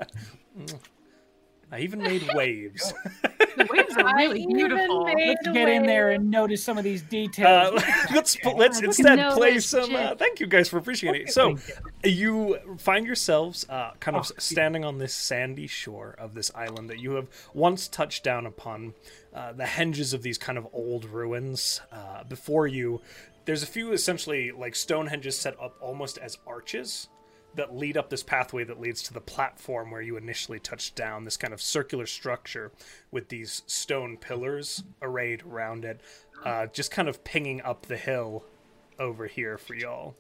I even made waves. The waves are I really even beautiful. made- Let's get in there and notice some of these Uh, details. let's let's I instead know play this some. Uh, shit. thank you guys for appreciating it. So you find yourselves uh, kind of Oh, standing on this sandy shore of this island that you have once touched down upon. Uh, the hinges of these kind of old ruins uh, before you. There's a few essentially like stone henges set up almost as arches that lead up this pathway that leads to the platform where you initially touched down. This kind of circular structure with these stone pillars arrayed around it, uh, just kind of pinging up the hill over here for y'all.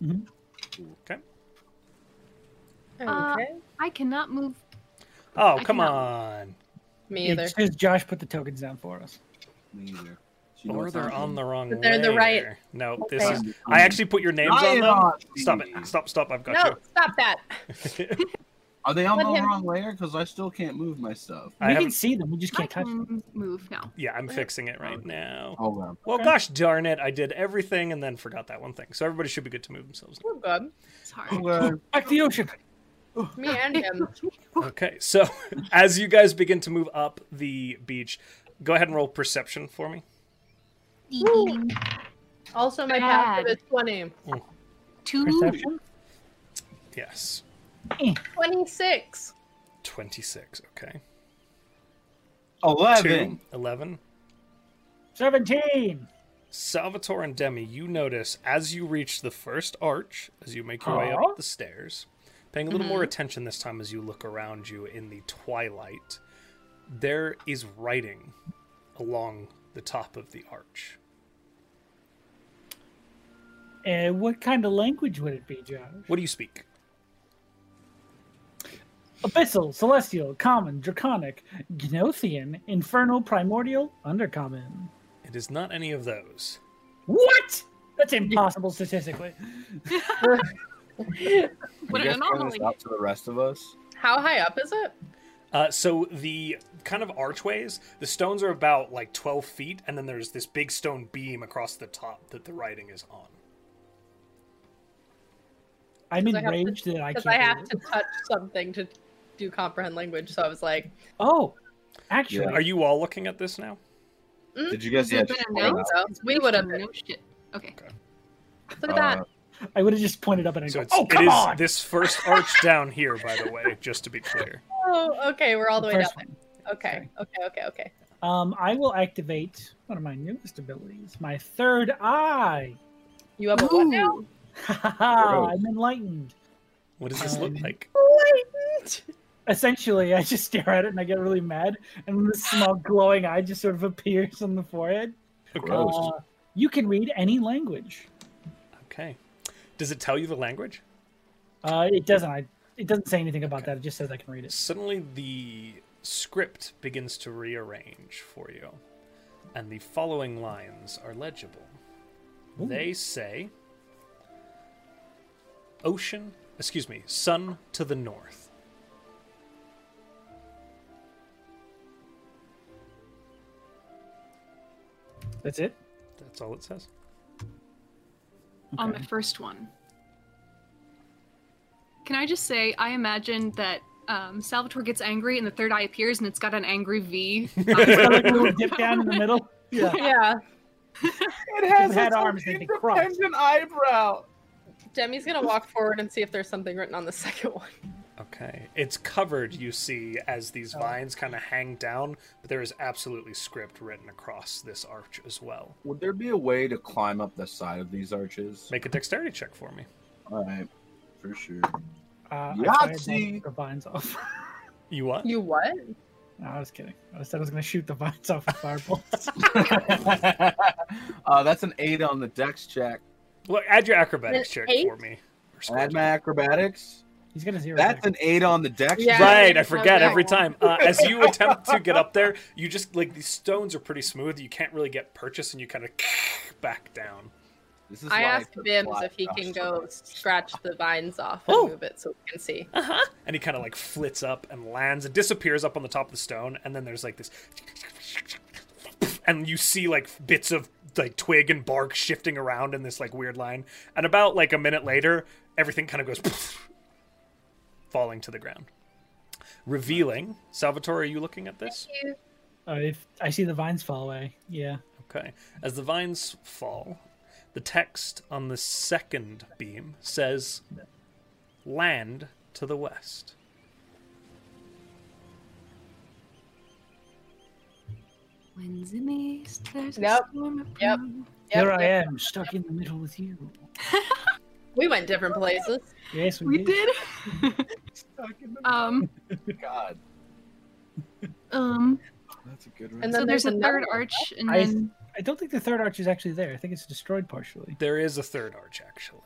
Mhm. Okay. Uh, Okay. I cannot move. Oh, I come cannot- on. Me either. It's just Josh put the tokens down for us. Me either. So you know Or what's they're on happening. the wrong But they're the right- layer. No, this Okay. is. I actually put your names on Lion them. Archie. Stop it. Stop, stop. I've got No, stop that. you. Are they on Let the him- wrong layer? Because I still can't move my stuff. I we haven't- can see them. We just I can't Mm. touch can them. move now. yeah, I'm fixing it right now. Oh well. Well, Okay. gosh darn it. I did everything and then forgot that one thing. So everybody should be good to move themselves. We're good. Sorry. Oh, well. Back to the ocean. Me and him. Okay, so as you guys begin to move up the beach, go ahead and roll perception for me. Also, my Bad. passive is 20. Two. Perception. Yes. 26. 26, okay. Eleven. 2, 11. Seventeen. Salvatore and Demi, you notice as you reach the first arch, as you make your way Aw. up the stairs, paying a little more attention this time as you look around you in the twilight, there is writing along the top of the arch. Uh, what kind of language would it be, Josh? What do you speak? Abyssal, celestial, common, draconic, gnothian, infernal, primordial, undercommon. It is not any of those. What? That's impossible statistically. What an you guys throwing anomaly. this out to the rest of us? How high up is it? Uh, so the kind of archways, the stones are about like 12 feet, and then there's this big stone beam across the top that the writing is on. I'm 'Cause I have to- enraged that I Because can't. I read have it. to touch something to do comprehend language. So I was like, Oh, actually, Are you all looking at this now? Hmm? Did you guys? Is it Yeah, been just Oh, announced? roll it out. so we would have. No shit. Okay. Look at that. Uh, I would have just pointed up at it So and it's, go, "Oh, come it is on!" this first arch down here, by the way, just to be clear. oh, okay. We're all the way down First one. there. Okay. Okay. Okay. Okay. Um, I will activate one of my newest abilities, my third eye. You have a what now? Ooh. Ha ha ha! Gross. I'm enlightened. What does this look Um, like? Essentially, I just stare at it and I get really mad, and this small glowing eye just sort of appears on the forehead. Oh. Gross. Uh, you can read any language. Okay. Does it tell you the language? Uh, it doesn't. I, it doesn't say anything about that. It just says I can read it. Suddenly, the script begins to rearrange for you, and the following lines are legible. They say, Ocean, excuse me, sun to the north. That's it. That's all it says. on the first one. Can I just say, I imagine that um, Salvatore gets angry and the third eye appears and it's got an angry V. Got, like, a little dip down in the middle. Yeah. Yeah. It has had arms, its arms they can cross. independent eyebrow. Demi's gonna walk forward and see if there's something written on the second one. Okay. It's covered, you see, as these vines kind of hang down, but there is absolutely script written across this arch as well. Would there be a way to climb up the side of these arches? Make a dexterity check for me. All right, for sure. Uh, I Yahtzee! fired the vines off. You what? You what? no, I was kidding. I said I was going to shoot the vines off with fireballs. uh, that's an eight on the dex check. Well, add your acrobatics An check eight? for me. Or Add squad my acrobatics. He's going to zero. That's back. an eight on the dex Yeah. check. Right, I it's not forget that every one. time. Uh, as you attempt to get up there, you just like these stones are pretty smooth. You can't really get purchase, and you kind of back down. This is I why asked took Bims fly if he across can the go road. scratch the vines off and Oh. move it so we can see. And he kind of like flits up and lands and disappears up on the top of the stone. And then there's like this, and you see like bits of like twig and bark shifting around in this like weird line. And about like a minute later, everything kind of goes falling to the ground, revealing. Salvatore, are you looking at this? Uh, if I see the vines fall away, yeah. Okay. As the vines fall, the text on the second beam says land to the west. Winds in the east, there's a Yep. storm up Yep. north. Yep, Here I yep. am, stuck in the middle with you. We went different places. Yes, we, We did. Stuck in the Um, God, um, that's a good. And And then so there's a another third one, arch, and I- then I don't think the third arch is actually there. I think it's destroyed partially. There is a third arch, actually.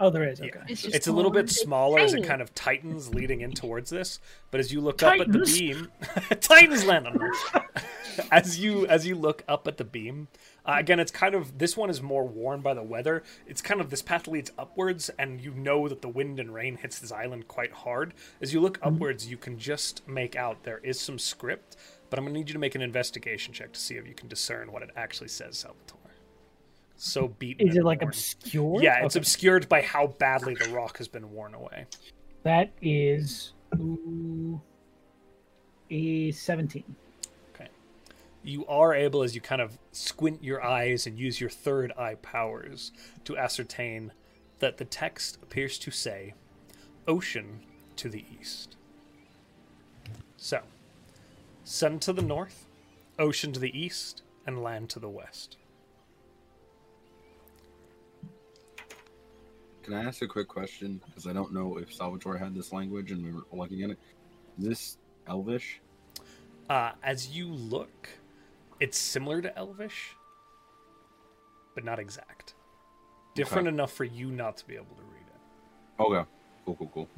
Oh, there is. Yeah. Okay. it's just It's a little bit smaller. smaller as it tiny. kind of tightens leading in towards this, but as you look up at the Titans. beam, Titans land on it. as you as you look up at the beam, uh, again, it's kind of this one is more worn by the weather. It's kind of this path leads upwards, and you know that the wind and rain hits this island quite hard. As you Mm-hmm. look upwards, you can just make out there is some script, but I'm gonna need you to make an investigation check to see if you can discern what it actually says, Salvatore. So beaten. Is and it like worn. obscure? Yeah, it's Okay. obscured by how badly the rock has been worn away. That is ooh, a 17. You are able, as you kind of squint your eyes and use your third eye powers, to ascertain that the text appears to say ocean to the east. So, sun to the north, ocean to the east, and land to the west. Can I ask a quick question? Because I don't know if Salvatore had this language, and we were looking at it. Is this Elvish? Uh, as you look, it's similar to Elvish, but not exact. Different enough for you not to be able to read it. Okay, cool, cool, cool.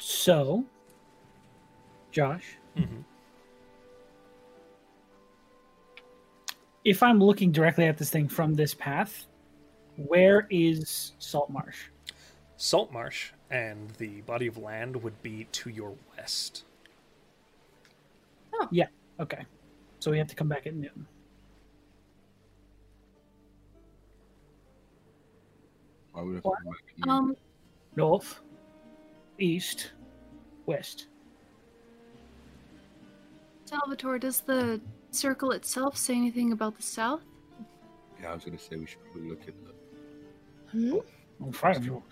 So, Josh, Mhm. if I'm looking directly at this thing from this path, where is Salt Marsh? Salt Marsh and the body of land would be to your west. Okay. So we have to come back at noon. Why would it What? come back to me? Um, North, east, west. Salvatore, does the circle itself say anything about the south? Yeah, I was gonna say we should probably look at the. In front Oh, of you.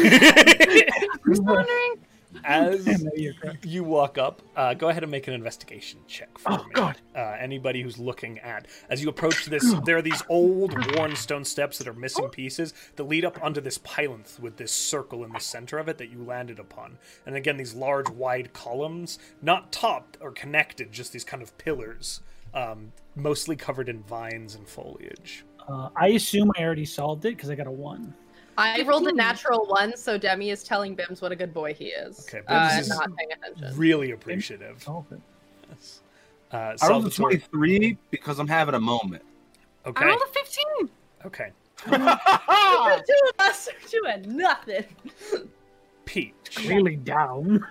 I'm just wondering. As No, you're correct. you walk up, uh, go ahead and make an investigation check for Oh, me. God. Uh, anybody who's looking at as you approach this, there are these old worn stone steps that are missing pieces that lead up onto this pylonth with this circle in the center of it that you landed upon. And again, these large, wide columns, not topped or connected, just these kind of pillars, um, mostly covered in vines and foliage. Uh, I assume I already solved it because I got a one. I rolled a 15. natural one, so Demi is telling Bims what a good boy he is. Okay, Bims uh, is not paying attention. Really appreciative. Solved it. Uh, I rolled a Salvatore- 23 because I'm having a moment. I Okay. rolled a 15. Okay. the two of us are doing nothing. Peach. Really down.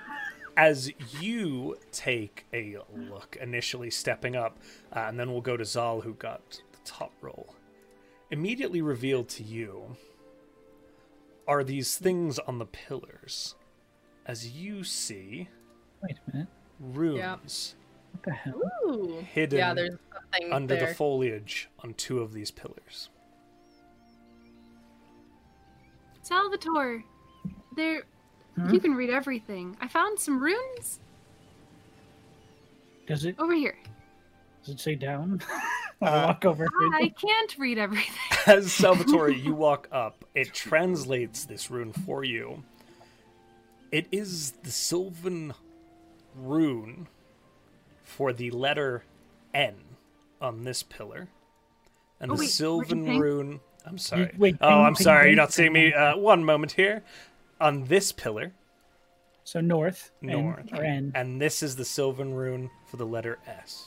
as you take a look, initially stepping up, uh, and then we'll go to Zal, who got the top roll. Immediately revealed to you are these things on the pillars. As you see Wait a minute. runes What the hell? Ooh. hidden Yeah, there's something under there. the foliage on two of these pillars. Salvatore, there. Hmm? You can read everything. I found some runes Does it over here. does it say down? Uh, I walk over. I can't read everything. As Salvatore, you walk up, it translates this rune for you. It is the Sylvan rune for the letter N on this pillar. And Oh, the wait, Sylvan we're in pink? rune. I'm sorry. wait, oh, pink, I'm pink, sorry. pink, You're not seeing me. pink. Uh, one moment here. On this pillar, So north. N, North. or N. and this is the Sylvan rune for the letter S.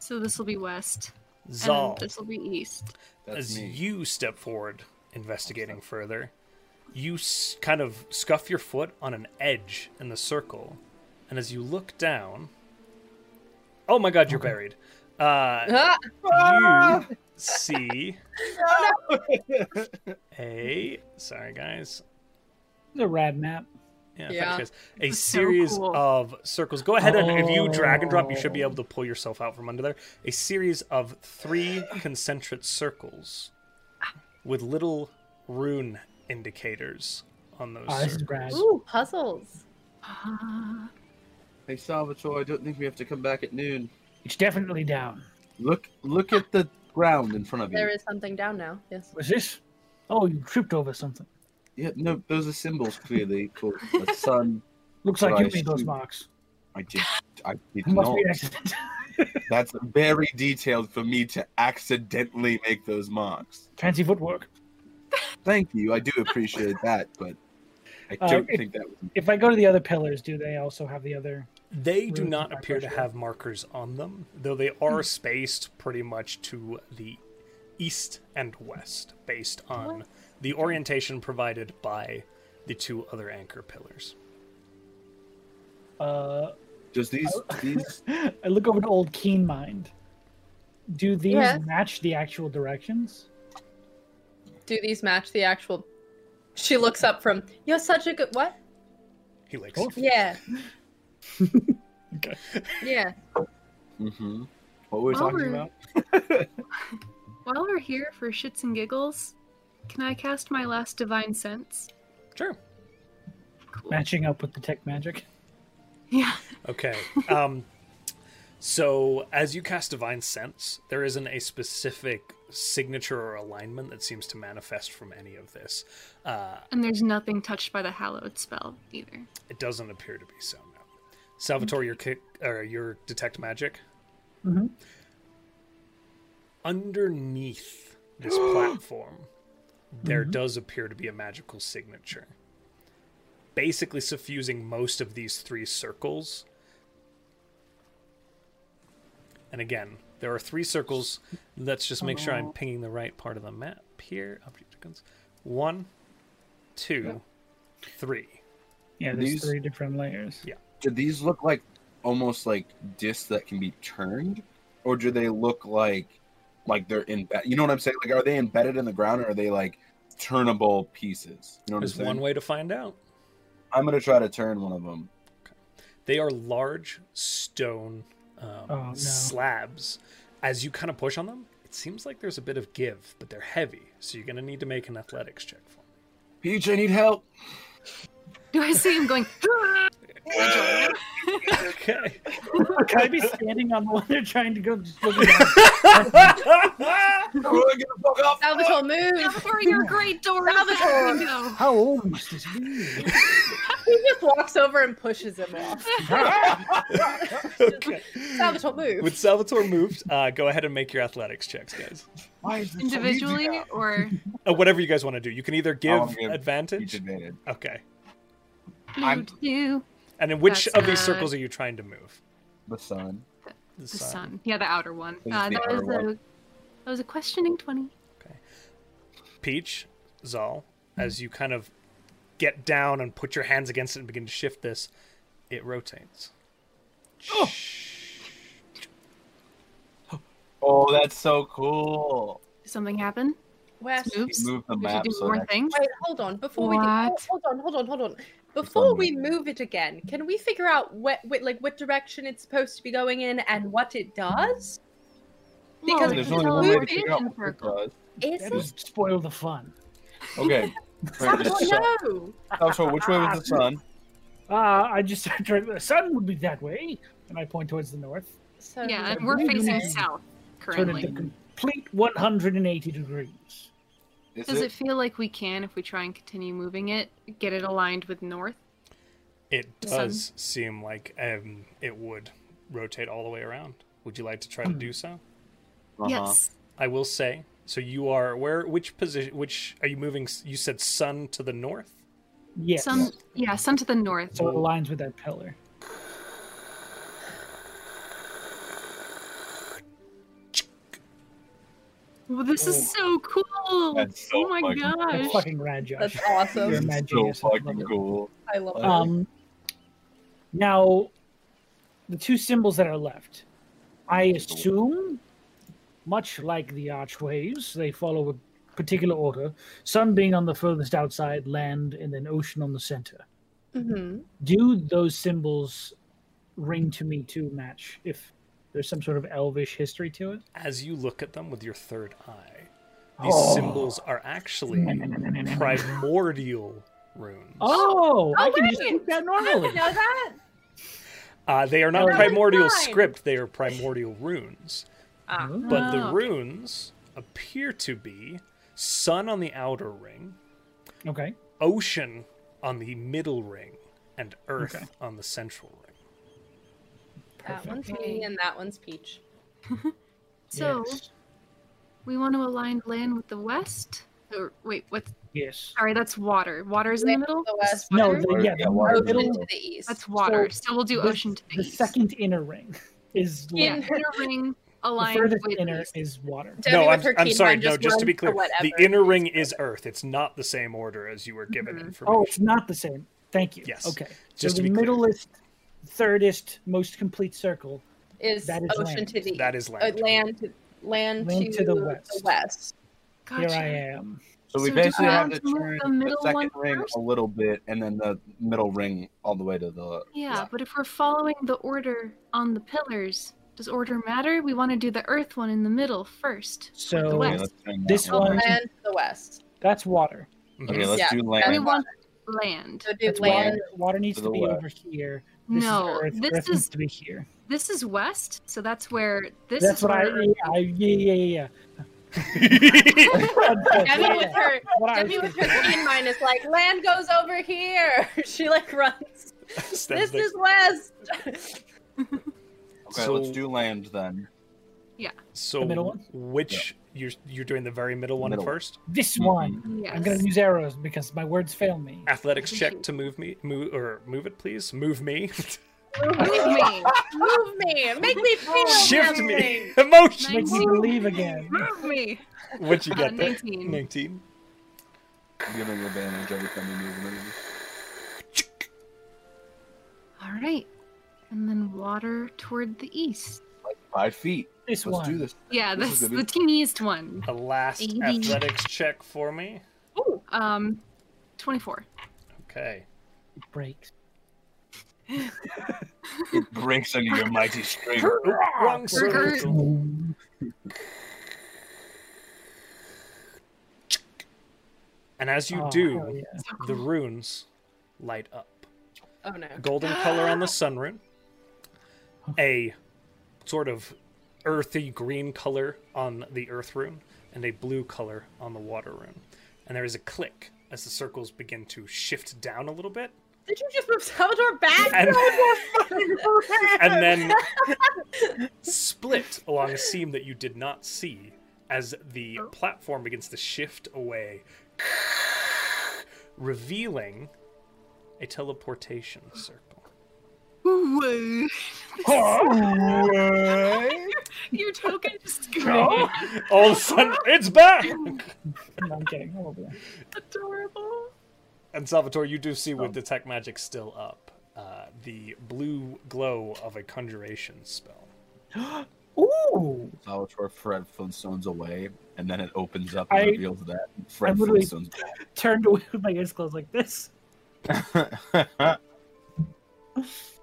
So this will be west, Zal. and this will be east. That's as me. you step forward, investigating further, you s- kind of scuff your foot on an edge in the circle, and as you look down, oh my god, you're buried. Uh, Ah, you see a sorry guys, The rad map. yeah, Yeah. thanks, guys. a was so series cool. Oh. of circles. Go ahead and if you drag and drop, you should be able to pull yourself out from under there. A series of three concentric circles with little rune indicators on those. Oh, this is circles. rad. ooh, puzzles. Ah, Hey Salvatore, I don't think we have to come back at noon. It's definitely down. Look, look at the ground in Mm. front of you. There is something down now. Yes. Was this? Oh, you tripped over something. Yeah, no, those are symbols clearly for the sun. Looks But like you I made those see. marks. I did, I did It must not. be an accident. That's very detailed for me to accidentally make those marks. Fancy footwork. Thank you, I do appreciate that, but I Uh, don't it- think that was If I go to the other pillars, do they also have the other? They do Runes not are appear to pressure. have markers on them, though they Hmm. are spaced pretty much to the east and west based on the orientation provided by the two other anchor pillars. Uh, Does these these I look over to old Keen Mind. Do these Yes. match the actual directions? Do these match the actual? She looks up from. You're such a good what? He likes Cool. Yeah. Okay. Yeah. hmm what we're Well, we're- talking about? while we're here for shits and giggles, can I cast my last divine sense? Sure. Cool. Matching up with the tech magic. Yeah. Okay. Um, so as you cast divine sense, there isn't a specific signature or alignment that seems to manifest from any of this. Uh, And there's nothing touched by the hallowed spell either. it doesn't appear to be so. No. Salvatore, your kick or your detect magic. Mhm. Underneath this platform, there does appear to be a magical signature, basically suffusing most of these three circles. And again, there are three circles. Let's just make sure I'm pinging the right part of the map here. Object icons. One, two, three. Yeah, there's These- three different layers. Do these look like almost like discs that can be turned, or do they look like like they're in? You know what I'm saying? Like, are they embedded in the ground, or are they like turnable pieces? You know what There's I'm saying? one way to find out. I'm gonna try to turn one of them. They are large stone um, Oh, no. slabs. As you kind of push on them, it seems like there's a bit of give, but they're heavy, so you're going to need to make an athletics check for me. Peach, I need help. Do I see him going? "Ah!" Okay. Can I be standing on the one they're trying to go? Just looking down? I'm gonna get the fuck off. Salvatore, move. Salvatore, you're great, Dora. Salvatore. How old must this be? He just walks over and pushes him off. okay. Salvatore move. With Salvatore moved, uh, go ahead and make your athletics checks, guys. Why is it so easy individually now? or Uh, whatever you guys want to do. You can either give I'll give Each advantage. advantage. Okay. I'm- moved you And in which That's, of these uh, circles are you trying to move? The sun. the sun. Yeah, the outer one. It's Uh, the that was outer one. a that was a questioning twenty. Peach, Zal, as you kind of get down and put your hands against it and begin to shift this, it rotates. Oh, that's so cool. Did something happen? West. He Oops. moved the We should map. do So more that- things. Wait, hold on. Before we do, oh, What? hold on, hold on, hold on. Before we moving. move it again, can we figure out what, what like what direction it's supposed to be going in and what it does? Because Well, Oh, there's it's only a one way to rotation figure out what it circle. does. Is That it? would spoil the fun. Okay. Salvatore, no. Salvatore, which way was the sun? Uh, I just turned. The sun would be that way, and I point towards the north. So Yeah, and we're Okay. facing south Turn it currently. to complete 180 degrees. Is Does it feel like we can, if we try and continue moving it, get it aligned with north? It The sun. does seem like um, it would rotate all the way around. Would you like to try to do so? Uh-huh. Yes. I will say. So you are where? Which position? Which are you moving? s- You said sun to the north. Yes. Sun, yeah, sun to the north. So it aligns with that pillar. Well, this is so cool. That's so oh my fucking gosh. Oh. That's fucking rad, Josh. That's awesome. Yeah. That's so Genius. I love fucking it. cool. I love Uh, it. Um, now, the two symbols that are left, I assume, much like the archways, they follow a particular order. Sun being on the furthest outside, land, and then ocean on the center. Mhm. Do those symbols ring to me to match? If there's some sort of elvish history to it. As you look at them with your third eye, these symbols are actually primordial runes. Oh, I Oh, can just wait! look that I didn't normally. know that. Uh, they are not Oh. primordial Never mind. script; they are primordial runes. Ah. But the Oh. runes appear to be sun on the outer ring, Okay. ocean on the middle ring, and earth Okay. on the central ring. That one's me and that one's Peach. So yes. we want to align land with the west. Or wait, what's yes. Sorry, that's water. Water is in the Land middle. to the west, No, Water? the- yeah, Yeah, the water Ocean middle- to the east. that's water. so So, we'll do the- ocean to the, the east. second inner ring is yeah, land. inner ring the aligned furthest with inner east. is water. Debbie no, with I'm, her I'm keen sorry. mind No, just to runs be clear, the whatever. inner ring is Earth. It's not the same order as you were given Mhm. information. Oh, it's not the same. Thank you. Yes. Okay. Just to so the be clear. middleest, thirdest, most complete circle. is, That is ocean land. to the That is uh, land. land to land, Land to, to the the west. west. Gotcha. Here I am. So we So do basically I have want to to move turn the the middle second one ring first? a little bit, and then the middle ring all the way to the. Yeah, but if we're following the order on the pillars, does order matter? We want to do the earth one in the middle first. So Okay, west. let's turn This that So one- one. Land. land to the west. that's water. Mhm. Okay, let's Yeah, do that's We land. water. want land. So do That's land. water. Water needs To to, the be west. over here. This No, is earth. this earth needs is to be here. this is west, so that's where this that's is what I where yeah, I. yeah, yeah, yeah, yeah. Debbie with her What I was Debbie with thinking. her keen mind is like land goes over here. she like runs. Stands This there. is west. Okay, So- let's do land then. so The middle one? Which you're you're doing the very middle one Middle. first. This one. Mm-hmm. Yes. I'm gonna use arrows because my words fail me. Athletics check to move me, move or move it, please. Move me, Move me. Move me. Make me feel. shift something. me, emotion. Makes me believe again. Move me. What you Uh, got there? 19. Nineteen. Giving advantage every time we move the movie. All right, and then water toward the east. Five feet. This Let's one. do this. Yeah, This that's is the gonna be- teeniest one. A last Eighty. athletics check for me. Oh, um, twenty-four. Okay. Breaks. It breaks under your mighty strength. Oop, wrong circle. Oh, And as you Oh, do, hell yeah. So the cool. runes light up. Oh no. Golden color on the sun rune, a sort of earthy green color on the earth rune, and a blue color on the water rune. And there is a click as the circles begin to shift down a little bit Did you just move Salvador back? And- and and then split along a seam that you did not see as the platform begins to shift away, revealing a teleportation circle. Woo. Alright. Your token just go. All of a sudden, it's back! No, I'm kidding. I won't be there. Adorable. And Salvatore, you do see with Um. the tech magic still up uh, the blue glow of a conjuration spell. Ooh! Salvatore Fred Flintstones away, and then it opens up I- and reveals that Fred I'm literally- Flintstones. Turned away with my eyes closed like this.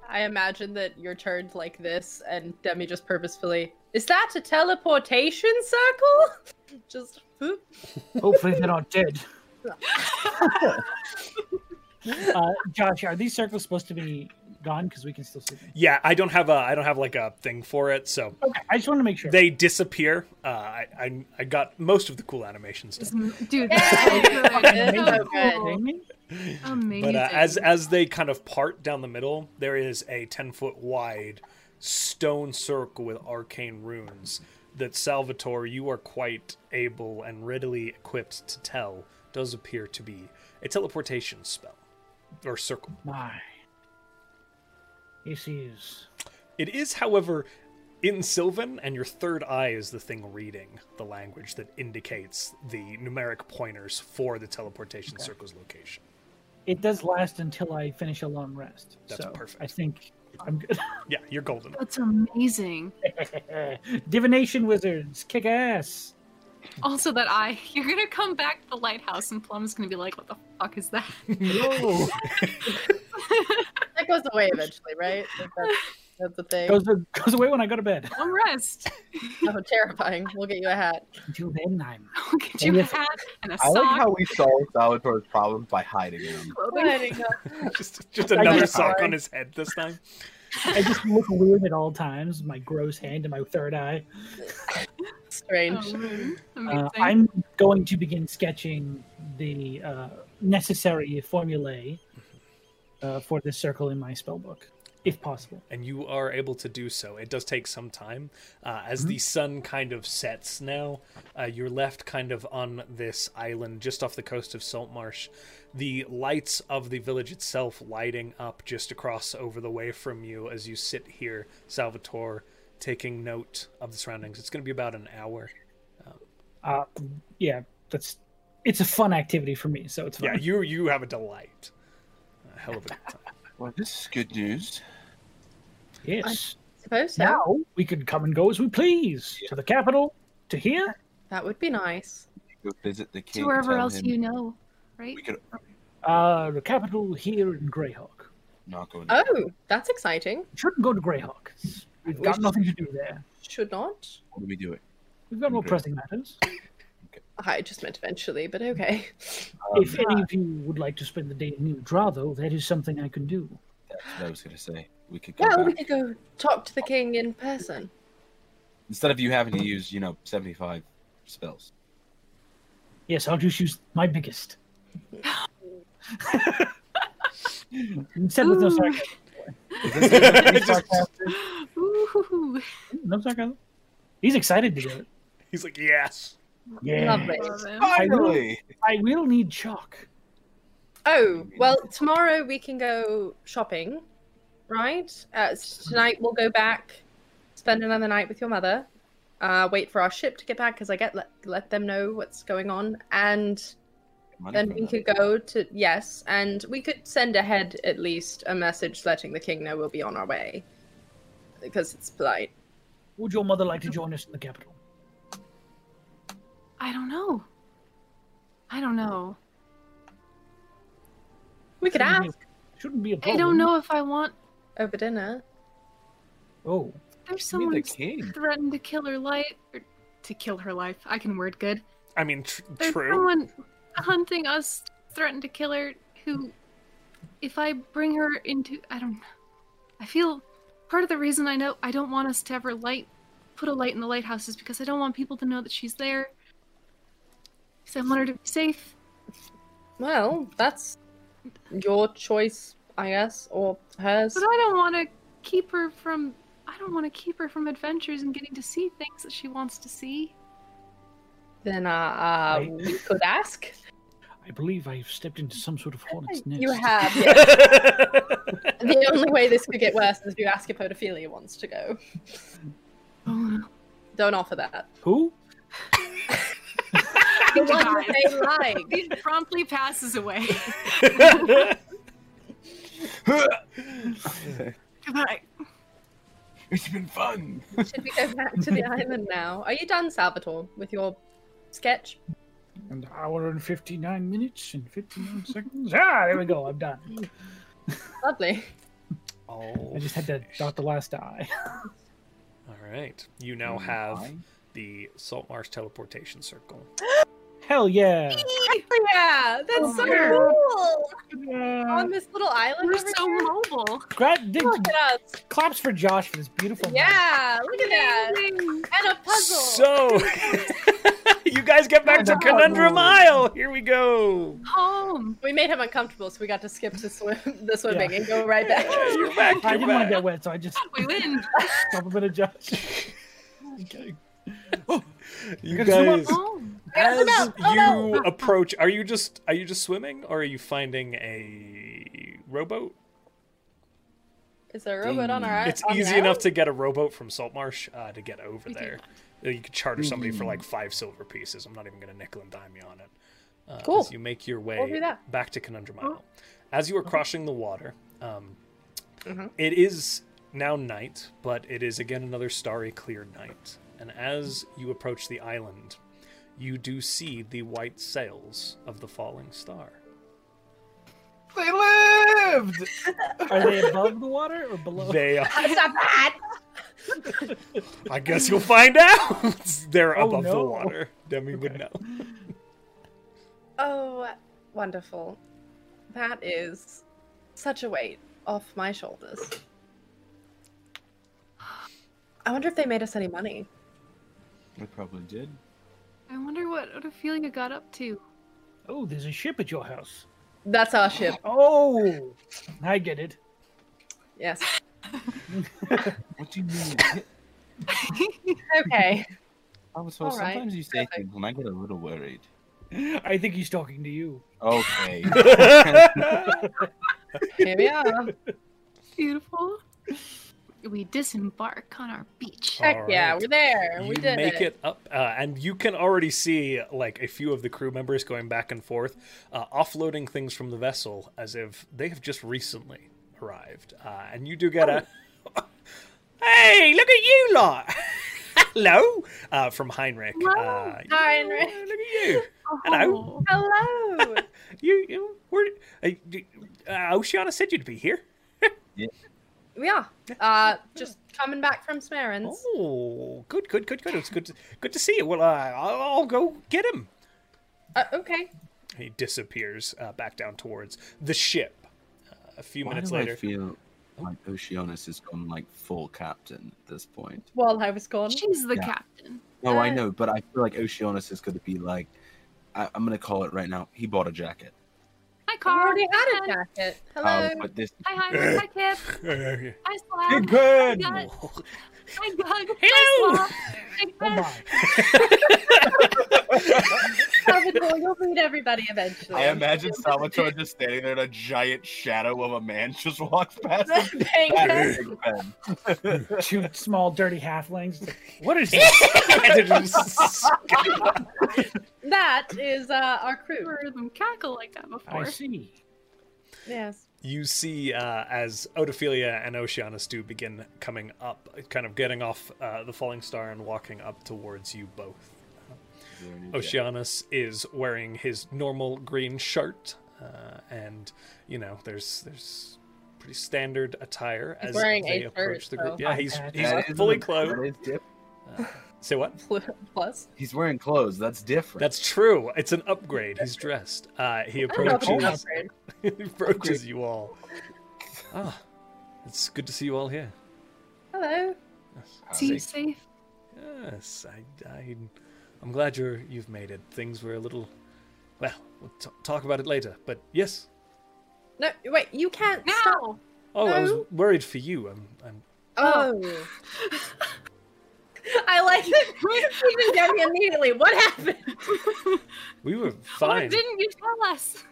I imagine that you're turned like this, and Demi just purposefully. Is that a teleportation circle? Just boop. Hopefully they're not dead. uh, Josh, are these circles supposed to be gone? Because we can still see them. Yeah, I don't have a I don't have like a thing for it, so Okay, I just want to make sure. they disappear. Uh, I, I I got most of the cool animations. done. Dude, Yay! that's Amazing. so Kidding cool. me? Amazing. But uh, as as they kind of part down the middle, there is a ten foot wide stone circle with arcane runes that Salvatore, you are quite able and readily equipped to tell, does appear to be a teleportation spell or circle. My. This is. It is, however, in Sylvan, and your third eye is the thing reading the language that indicates the numeric pointers for the teleportation circle's location. It does last until I finish a long rest. That's so perfect. I think I'm good. Yeah, you're golden. That's amazing. Divination wizards, kick ass. Also, that eye. You're gonna come back to the lighthouse, and Plum's gonna be like, "What the fuck is that?" Whoa. That goes away eventually, right? If That's, that's the thing. goes, goes away when I go to bed. Plum rest. Oh, terrifying. We'll get you a hat. Until then, I'm. I'll get you a Yes. hat and a I like sock. how we solved Salvatore's problem by hiding him. clothing. just just another just- sock on his head this time. I just look weird at all times. My gross hand and my third eye. Strange. Oh, man. Uh, Amazing. I'm going to begin sketching the uh, necessary formulae uh, for this circle in my spell book, if possible. and you are able to do so. It does take some time. Uh, as the sun kind of sets now, uh, you're left kind of on this island just off the coast of Saltmarsh. The lights of the village itself lighting up just across over the way from you as you sit here, Salvatore, taking note of the surroundings. It's going to be about an hour. Uh, yeah, that's. It's a fun activity for me, so it's fun. Yeah, you you have a delight. A hell of a good time. Well, this is good news. yes. Suppose so. Now we can come and go as we please to the capital, to here. That would be nice. Go visit the king. to wherever tell else him you know, right? We could Uh, the capital here in Greyhawk. not go. there. Oh, that's exciting. Shouldn't go to Greyhawk. We've got nothing to do there. Should not. What do we do it? We've got more Okay. pressing matters. I just meant eventually, but okay. Um, if any of you would like to spend the day in New Dravo, that is something I can do. That's what I was gonna say. We could go Well, we could back. go talk to the king in person. instead of you having to use, you know, seventy-five spells. Yes, I'll just use my biggest. Said with no Ooh. sarcasm. No Just- sarcasm. Ooh. No sarcasm. He's excited to do it. he's like, yes. Yeah. Lovely. Love it. Finally! I will need chalk. Oh, well, tomorrow we can go shopping, right? Uh, s- tonight we'll go back, spend another night with your mother, uh, wait for our ship to get back because I get let, let them know what's going on, and Money then from we that. could go to yes, and we could send ahead at least a message letting the king know we'll be on our way because it's polite. Would your mother like to join us in the capital? I don't know. I don't know. We could Shouldn't be- ask Shouldn't be a I problem. don't know if I want. over dinner. Oh, There's You mean someone the king. threatened to kill her life. Or to kill her life. I can word good. I mean, tr- There's true. someone hunting us, threatened to kill her. Who, if I bring her into, I don't know. I feel part of the reason I know I don't want us to ever light, put a light in the lighthouse is because I don't want people to know that she's there. Because I want her to be safe. Well, that's your choice I guess. Well, has But I don't want to keep her from. I don't want to keep her from adventures and getting to see things that she wants to see. then uh, uh we could ask. I believe I've stepped into some sort of hornet's nest. You have. yeah. the only way this could get worse is if you ask if Odophilia wants to go. Oh, well. Don't offer that. Who? The one that they like. He promptly passes away. Goodbye. it's been fun. Should we go back to the island now? Are you done, Salvatore, with your sketch? An hour and 59 minutes and 59 seconds. Ah, there we go. I'm done. Lovely. oh, I just had to dot the last I. All right. You Mm, now have the salt marsh teleportation circle. Hell yeah. yeah, that's Oh, so yeah. cool. Uh, On this little island. We're over so here. mobile. gra- dig- Look at us. claps for Josh for this beautiful. moment. Yeah, look at that. And a puzzle. So, you guys get back to Conundrum Isle. Here we go. Home. we made him uncomfortable, so we got to skip to swim the swimming and go right back. You're back. I You're didn't want back. to get wet, so I just We win. complimented Josh. okay. You Gotta zoom guys, up. Home. Gotta zoom as up. Oh, no. you approach, are you just are you just swimming, or are you finding a rowboat? Is there a robot on our It's on the easy island? enough to get a rowboat from Saltmarsh uh, to get over We do there. Uh, You could charter somebody for Mhm. like five silver pieces. I'm not even going to nickel and dime you on it. Uh, Cool. As you make your way We'll do that. back to Conundrum Oh. Isle, as you are crossing the water, um, Mhm. it is now night, but it is again another starry, clear night. And as you approach the island, you do see the white sails of the falling star. They lived. Are they above the water or below? They are. It's not bad. I guess you'll find out. They're Oh, above the no. water. Demi would Okay. know. Oh, wonderful. That is such a weight off my shoulders. I wonder if they made us any money. I probably did. I wonder what Ophelia got up to. Oh, there's a ship at your house. That's our ship. Oh, I get it. Yes. What do you mean? Okay. Oh, so All right. sometimes you say things and I get a little worried. I think he's talking to you. Okay. Here we are. Beautiful. We disembark on our beach. Heck yeah, Alright. we're there. you we did make it, up, uh, and you can already see like a few of the crew members going back and forth, uh, offloading things from the vessel as if they have just recently arrived. Uh, and you do get a hey, look at you lot! Hello, uh, from Heinrich. Uh, Hello, Heinrich. "Oh, Look at you. Hello. Oh, Hello. You, you where, uh, d- uh, Oceana said you'd be here. yeah. Uh, just coming back from Smarin's. Oh, good, good, good, good. It's good, to, good to see you. Well, uh, I'll, I'll go get him. Uh, okay. He disappears uh, back down towards the ship. Uh, a few minutes do I later, Oh. feel like Oceanus has gone like full captain at this point. While I was gone. she's the Yeah. captain. No, I Uh, know, but I feel like Oceanus is going to be like, I, I'm going to call it right now. He bought a jacket. Hi, I Carl. already had a Hi, jacket. Hello. Um, but this Hi, Heinrich. Hi, Kip. Hi, Slab. good. Hi, Gut. Hi, Gug. Hello. Hi, Slab. Oh Hi, my. Gus. Salvatore, you'll meet everybody eventually. I imagine Salvatore just standing there, and a giant shadow of a man just walks past. him. Thank you. That's Big Ben. Two small, dirty halflings. What is this? That is uh, our crew. Never heard them cackle like that I before. see. Yes. you see uh, as Odophilia and Oceanus do begin coming up, kind of getting off uh, the falling star and walking up towards you both. Oh, Oceanus is wearing his normal green shirt, uh, and you know there's there's pretty standard attire He's as wearing they a approach shirt, the group. so- Yeah, he's That he's That is fully a- clothed. that is diff- Uh, say what? Pl- Plus. He's wearing clothes. That's different. That's true. It's an upgrade. He's dressed. Uh, he I don't know if it's an approaches upgrade. he approaches you all. Ah, it's good to see you all here. Hello. See you safe. Yes, I, I, I'm glad you're you've made it. Things were a little, well, we'll t- talk about it later. But yes, No, wait, you can't stop. Now! Oh, I was No. worried for you. I'm, I'm Oh. I like it. You didn't get me immediately. What happened? we were Why fine. Oh, didn't you tell us?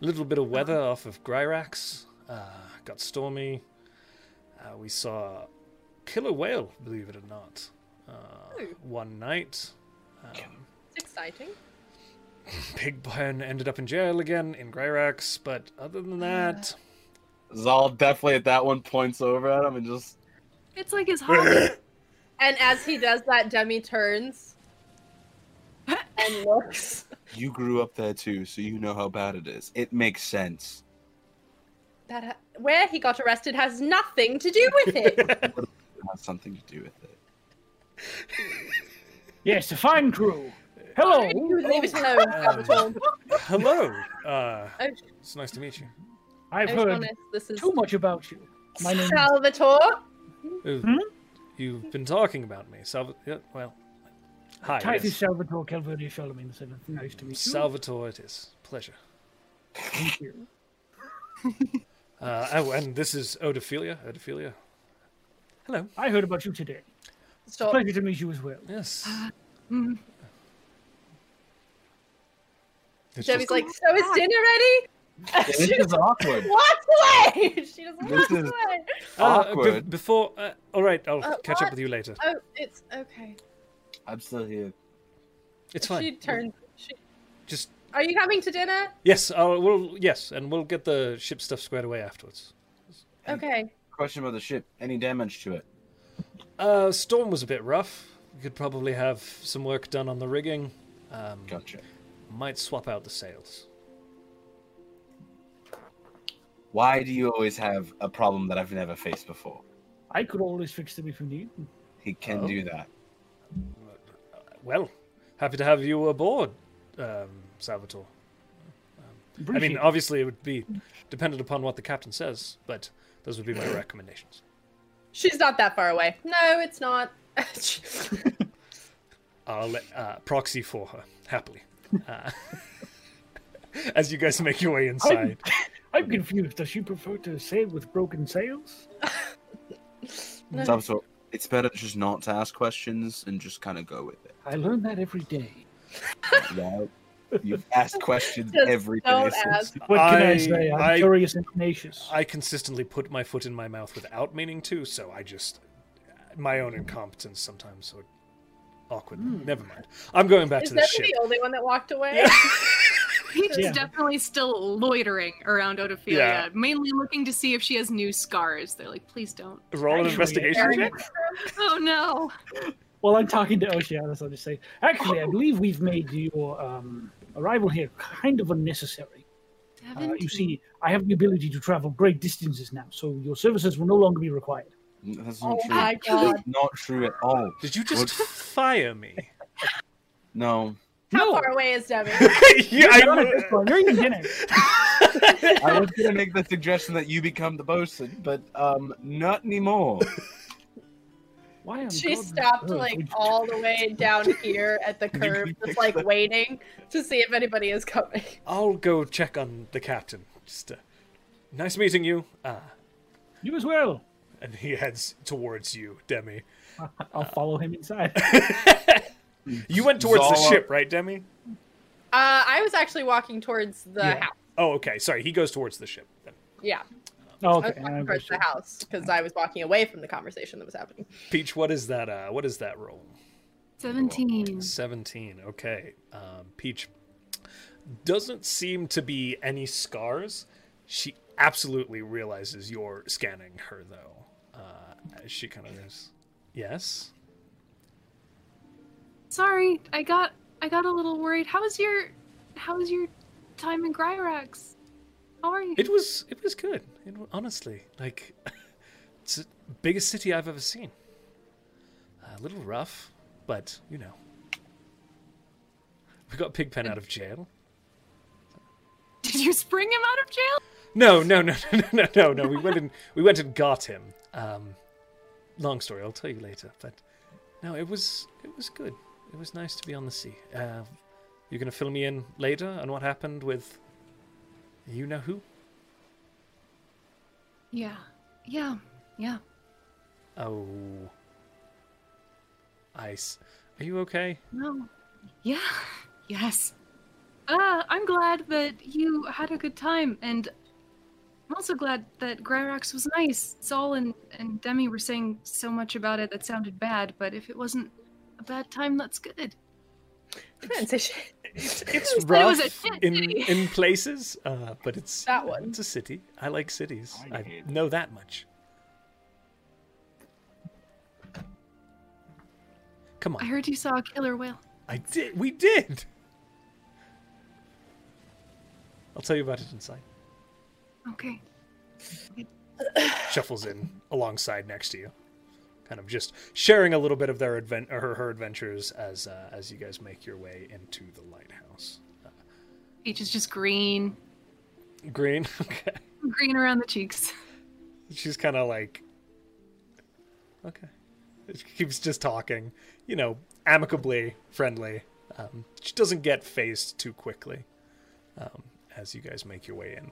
little bit of weather off of Gryrax. Uh, got stormy. Uh, we saw killer whale, believe it or not, uh, one night. Um, It's exciting. Pigpen ended up in jail again in Gryrax, but other than that, Zal definitely at that one points over at him and just It's like his hobby. And as he does that, Demi turns and looks. You grew up there too, so you know how bad it is. It makes sense. That ha- where he got arrested has nothing to do with it. It has something to do with it. Yes, a fine crew. Hello. Leave us alone. Um, Tom. hello. Uh, Oh, it's nice to meet you. I've I was heard honest. This is too much about you. My name. Salvatore. Oh, Hmm? You've been talking about me, Salva. yeah, well, hi. Typhus yes. Salvatore Calverde Charlemagne said, Nice to meet you. Salvatore, it is pleasure. Thank you. Uh, oh, and this is Odophilia. Odophilia. Hello. I heard about you today. Stop. Pleasure to meet you as well. Yes. Uh, Mm. It's Demi's just- like, so is dinner ready? This she is awkward. walks away. She doesn't This walk is- away. Uh, be- awkward. before, uh, all right, I'll Uh, catch up what? with you later. Oh, it's okay. I'm still here. It's fine. She turns. She, Just Are you coming to dinner? yes. I'll, we'll yes, and we'll get the ship stuff squared away afterwards. Hey. Okay. Question about the ship. Any damage to it? Uh, storm was a bit rough. We could probably have some work done on the rigging. Um, Gotcha. might swap out the sails. Why do you always have a problem that I've never faced before? I could always fix them if you need. He can Oh. do that. Well, happy to have you aboard, um, Salvatore. I Appreciate mean, it. obviously, it would be dependent upon what the captain says, but those would be my recommendations. She's not that far away. No, it's not. I'll uh, proxy for her happily. Uh, as you guys make your way inside, I'm confused. Does she prefer to sail with broken sails? No. Some sort. It's better just not to ask questions and just kind of go with it. I learn that every day. Yeah. You've asked questions Just every day don't since- What can I, I- say? I'm I- curious and tenacious. I consistently put my foot in my mouth without meaning to, so I just my own incompetence sometimes sort of awkward. Never mind. I'm going back Hmm. Is to the that ship. the only one that walked away? He's Yeah. definitely still loitering around Odophilia, Yeah. mainly looking to see if she has new scars. They're like, please don't. Roll an Actually, investigation Aaron- check. Oh no! While I'm talking to Oceanus, I'll just say, actually, I believe we've made your um, arrival here kind of unnecessary. Uh, Seventeen. you see, I have the ability to travel great distances now, so your services will no longer be required. That's not oh true. my god. That's not true at all. Did you just fire me? No. How no, far away is Demi? Oh yeah, you're done at this point. You're even dinner. I was gonna make the suggestion that you become the bosun, but um, not anymore. Why on She God's stopped earth like would you- all the way down here at the You curb, can fix just like that. waiting to see if anybody is coming. I'll go check on the captain. Just uh, nice meeting you. Ah, You as well. and he heads towards you, Demi. I'll Uh, follow him inside. You went towards the Zala- ship, right, Demi? Uh, I was actually walking towards the Yeah. house. Oh, okay. Sorry, he goes towards the ship. Then. Yeah, Oh, I okay. was walking I'm towards sure. the house because I was walking away from the conversation that was happening. Peach, what is that? Uh, what is that roll? Seventeen. Seventeen. Okay. Um, Peach doesn't seem to be any scars. She absolutely realizes you're scanning her, though. Uh, she kind of is. Yes. Sorry, I got I got a little worried. How was your How was your time in Gryrax? How are you? It was. It was good. It, wa- honestly, like, it's the biggest city I've ever seen. A little rough, but you know, we got Pigpen out of jail. Did you spring him out of jail? No, no, no, no, no, no, no. We went and we went and got him. Um, long story. I'll tell you later. But no, it was it was good. It was nice to be on the sea. Uh, you're gonna fill me in later on what happened with you know who. Yeah. Yeah. Yeah. Oh. Ice. Are you okay? No. Yeah. Yes. Uh, I'm glad that you had a good time, and I'm also glad that Gryrax was nice. Saul and, and Demi were saying so much about it that sounded bad, but if it wasn't a bad time, that's good. I didn't say shit. It's, it's But it rough was a shit in, city. in places, uh, but it's That one. It's a city. I like cities. I I, hate it. know that much. Come I on, heard you saw a killer whale. I did. We did. I'll tell you about it inside. Okay. Shuffles in alongside next to you, kind of just sharing a little bit of their advent or her, her adventures as uh, as you guys make your way into the lighthouse. Peach is just green, Green. Okay. green around the cheeks. she's kind of like okay she keeps just talking you know amicably friendly um, she doesn't get phased too quickly um, as you guys make your way in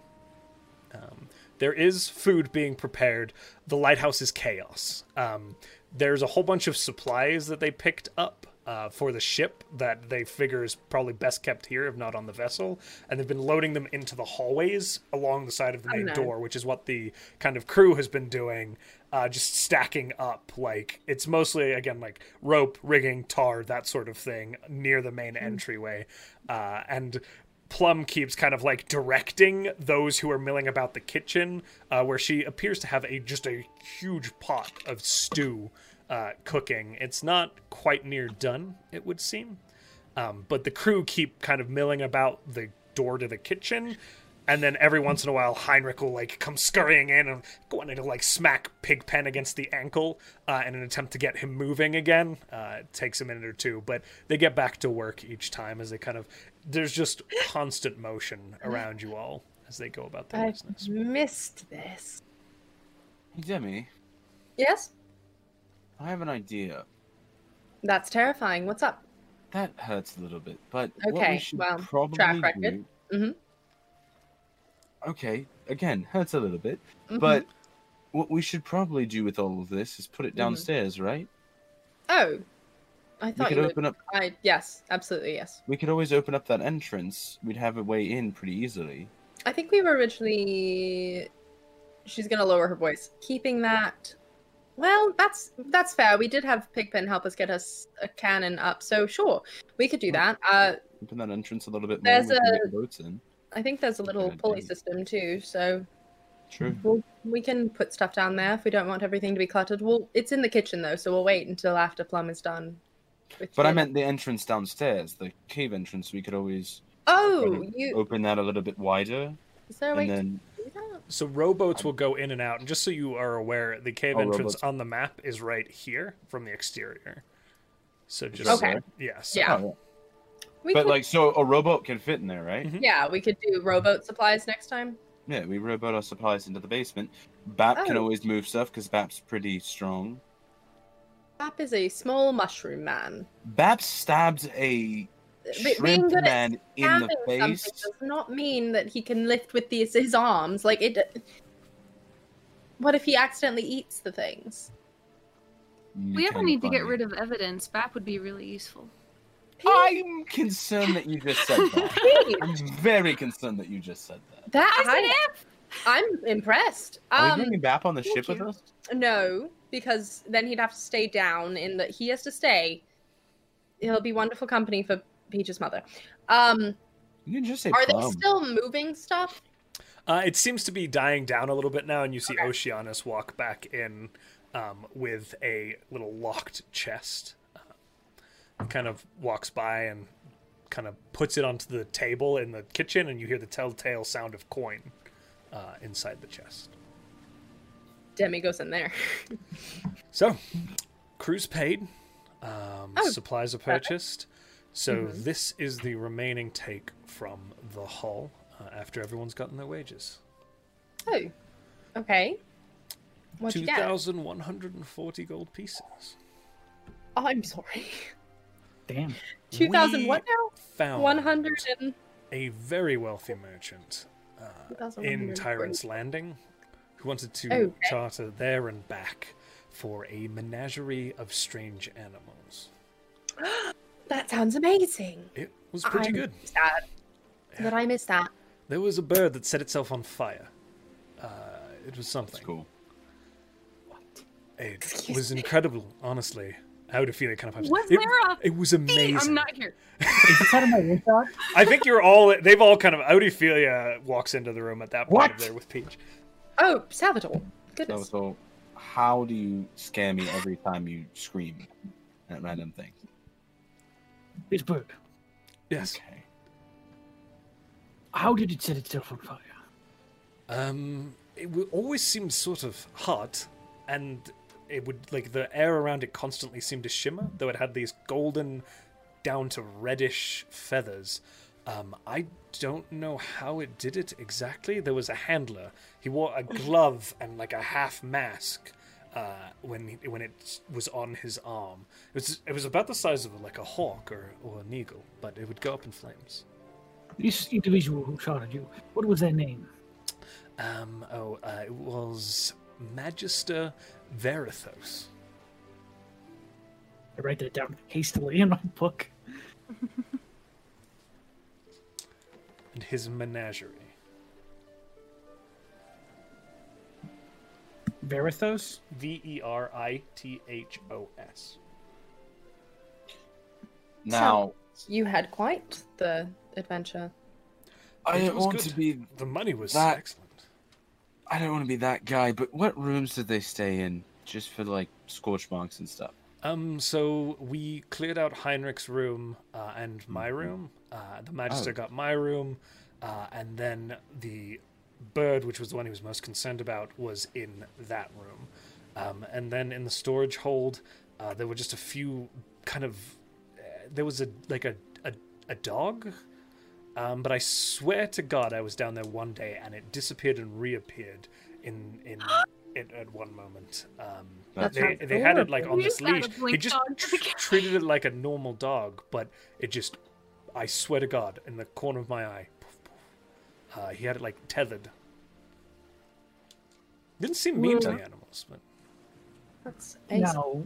um, there is food being prepared the lighthouse is chaos um, there's a whole bunch of supplies that they picked up uh, for the ship that they figure is probably best kept here if not on the vessel and they've been loading them into the hallways along the side of the main no. door which is what the kind of crew has been doing uh, just stacking up like it's mostly again like rope rigging tar that sort of thing near the main entryway uh, and Plum keeps kind of like directing those who are milling about the kitchen, uh, where she appears to have a just a huge pot of stew uh, cooking. It's not quite near done, it would seem, um, but the crew keep kind of milling about the door to the kitchen, and then every once in a while Heinrich will like come scurrying in and going to like smack Pigpen against the ankle uh, in an attempt to get him moving again. Uh, it takes a minute or two, but they get back to work each time as they kind of there's just constant motion around you all as they go about their I business. missed this. Hey, Demi, Yes? I have an idea. That's terrifying. What's up? That hurts a little bit, but what we Okay, should well, probably track record. Mm-hmm. do- Mhm. Okay, again, hurts a little bit, Mhm. but what we should probably do with all of this is put it Mhm. downstairs, right? Oh. I We thought could you would- open up. I yes, absolutely yes. We could always open up that entrance. We'd have a way in pretty easily. I think we were originally. She's gonna lower her voice, keeping that. Well, that's that's fair. We did have Pigpen help us get us a cannon up, so sure, we Hmm. could do that. Uh, Open that entrance a little bit more. There's we can get boats in. I think there's a little Good pulley idea. system too, so True. we'll, we can put stuff down there if we don't want everything to be cluttered. Well, it's in the kitchen though, so we'll wait until after Plum is done. with But I it. meant the entrance downstairs, the cave entrance. We could always Oh, Open- you. open that a little bit wider, Is there a way and then to do that? So rowboats will go in and out, and just so you are aware, the cave Oh, entrance rowboats. on the map is right here from the exterior. So just Okay. yeah, so Yeah. Oh, We but could, like so a rowboat can fit in there, right? Mhm. yeah, we could do rowboat supplies next time. Yeah, we rowboat our supplies into the basement. Bap can Oh. always move stuff because Bap's pretty strong. Bap is a small mushroom man. Bap stabbed a Be- shrimp man in the stabbing something face. does not mean that he can lift with these his arms. Like it. What if he accidentally eats the things? we ever need to get rid of evidence, BAP would be really useful. I'm concerned that you just said that. Hey, I'm very concerned that you just said that. that I said I, I'm impressed. Are Um, we bringing Bap on the thank ship with you. us? no, because then he'd have to stay down. In that he has to stay. He'll be wonderful company for Peach's mother. Um, You didn't just say are they plum. still moving stuff? Uh, it seems to be dying down a little bit now, and you see Oceanus walk back in um, with a little locked chest. Uh, kind of walks by and kind of puts it onto the table in the kitchen, and you hear the telltale sound of coin uh, inside the chest. Demi goes in there. So, cruise paid, um, Oh, supplies are perfect. purchased. So Mhm. this is the remaining take from the hull uh, after everyone's gotten their wages. Oh, okay. What you Two get? thousand one hundred and forty gold pieces. Oh, I'm sorry. Damn. Two thousand what We now? Found One hundred and a very wealthy merchant uh, in Oh, 2,140. Tyrant's Landing who who wanted to Okay. charter there and back for a menagerie of strange animals. That sounds amazing. It was pretty I'm good. Sad that I missed that. There was a bird that set itself on fire. Uh, it was something. That's cool. It Excuse was incredible, honestly. How to feel it kind of pipes. Was it, there a it was Hey, amazing. I'm not here. Is this out of my woodshop? I think you're all. They've all kind of. Audophilia walks into the room at that point What? there with Peach. Oh, Salvatore. So, Goodness. so how do you scam me every time you scream at random things? It's bird. Yes. Okay. How did it set itself on fire? Um, it w- always seemed sort of hot, and it would like the air around it constantly seemed to shimmer, though it had these golden, down to reddish feathers. Um, I don't know how it did it exactly. There was a handler. He wore a glove and like a half mask. Uh, when he, when it was on his arm, it was it was about the size of like a hawk or, or an eagle, but it would go up in flames. This individual who charted you, what was their name? Um, oh, uh, it was Magister Verithos. I write that down hastily in my book. and his menagerie. Verithos? V E R I T H O S. Now You had quite the adventure. I It don't was want good. to be The money was That- excellent. I don't want to be that guy, but what rooms did they stay in just for like scorch monks and stuff? Um, so we cleared out Heinrich's room uh, and my room. Uh, the Magister Mm-hmm. Oh. got my room, uh, and then the bird, which was the one he was most concerned about, was in that room. Um, and then in the storage hold, uh, there were just a few kind of. Uh, there was a like a a, a dog. Um, but I swear to God, I was down there one day and it disappeared and reappeared in in, in at one moment. Um, That they sounds they had it like horrible. on We this just added leash. He Blink just Dog to tr- the cat. treated it like a normal dog, but it just, I swear to God, in the corner of my eye, poof, poof, uh, he had it like tethered. Didn't seem mean to Whoa. the animals, but That's amazing. Now,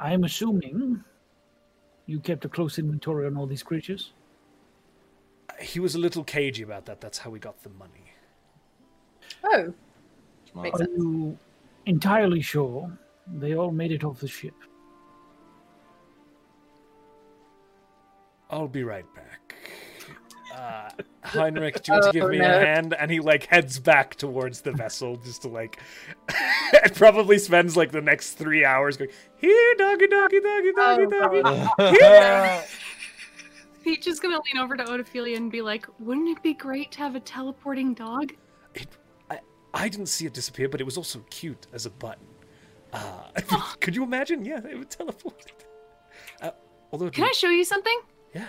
I'm assuming you kept a close inventory on all these creatures. he was a little cagey about that. That's how we got the money. Oh, Monks. Makes Are you entirely sure they all made it off the ship? I'll be right back. Uh, Heinrich, do you want to give Oh, me no. a hand? And he like heads back towards the vessel just to like. and probably spends like the next three hours going here, doggy, doggy, doggy, doggy, Oh, doggy. Peach is gonna lean over to Odophilia and be like, "Wouldn't it be great to have a teleporting dog?" It, I, I didn't see it disappear, but it was also cute as a button. Uh, could you imagine? Yeah, it would teleport. Uh, although, it Can I would- show you something? yeah,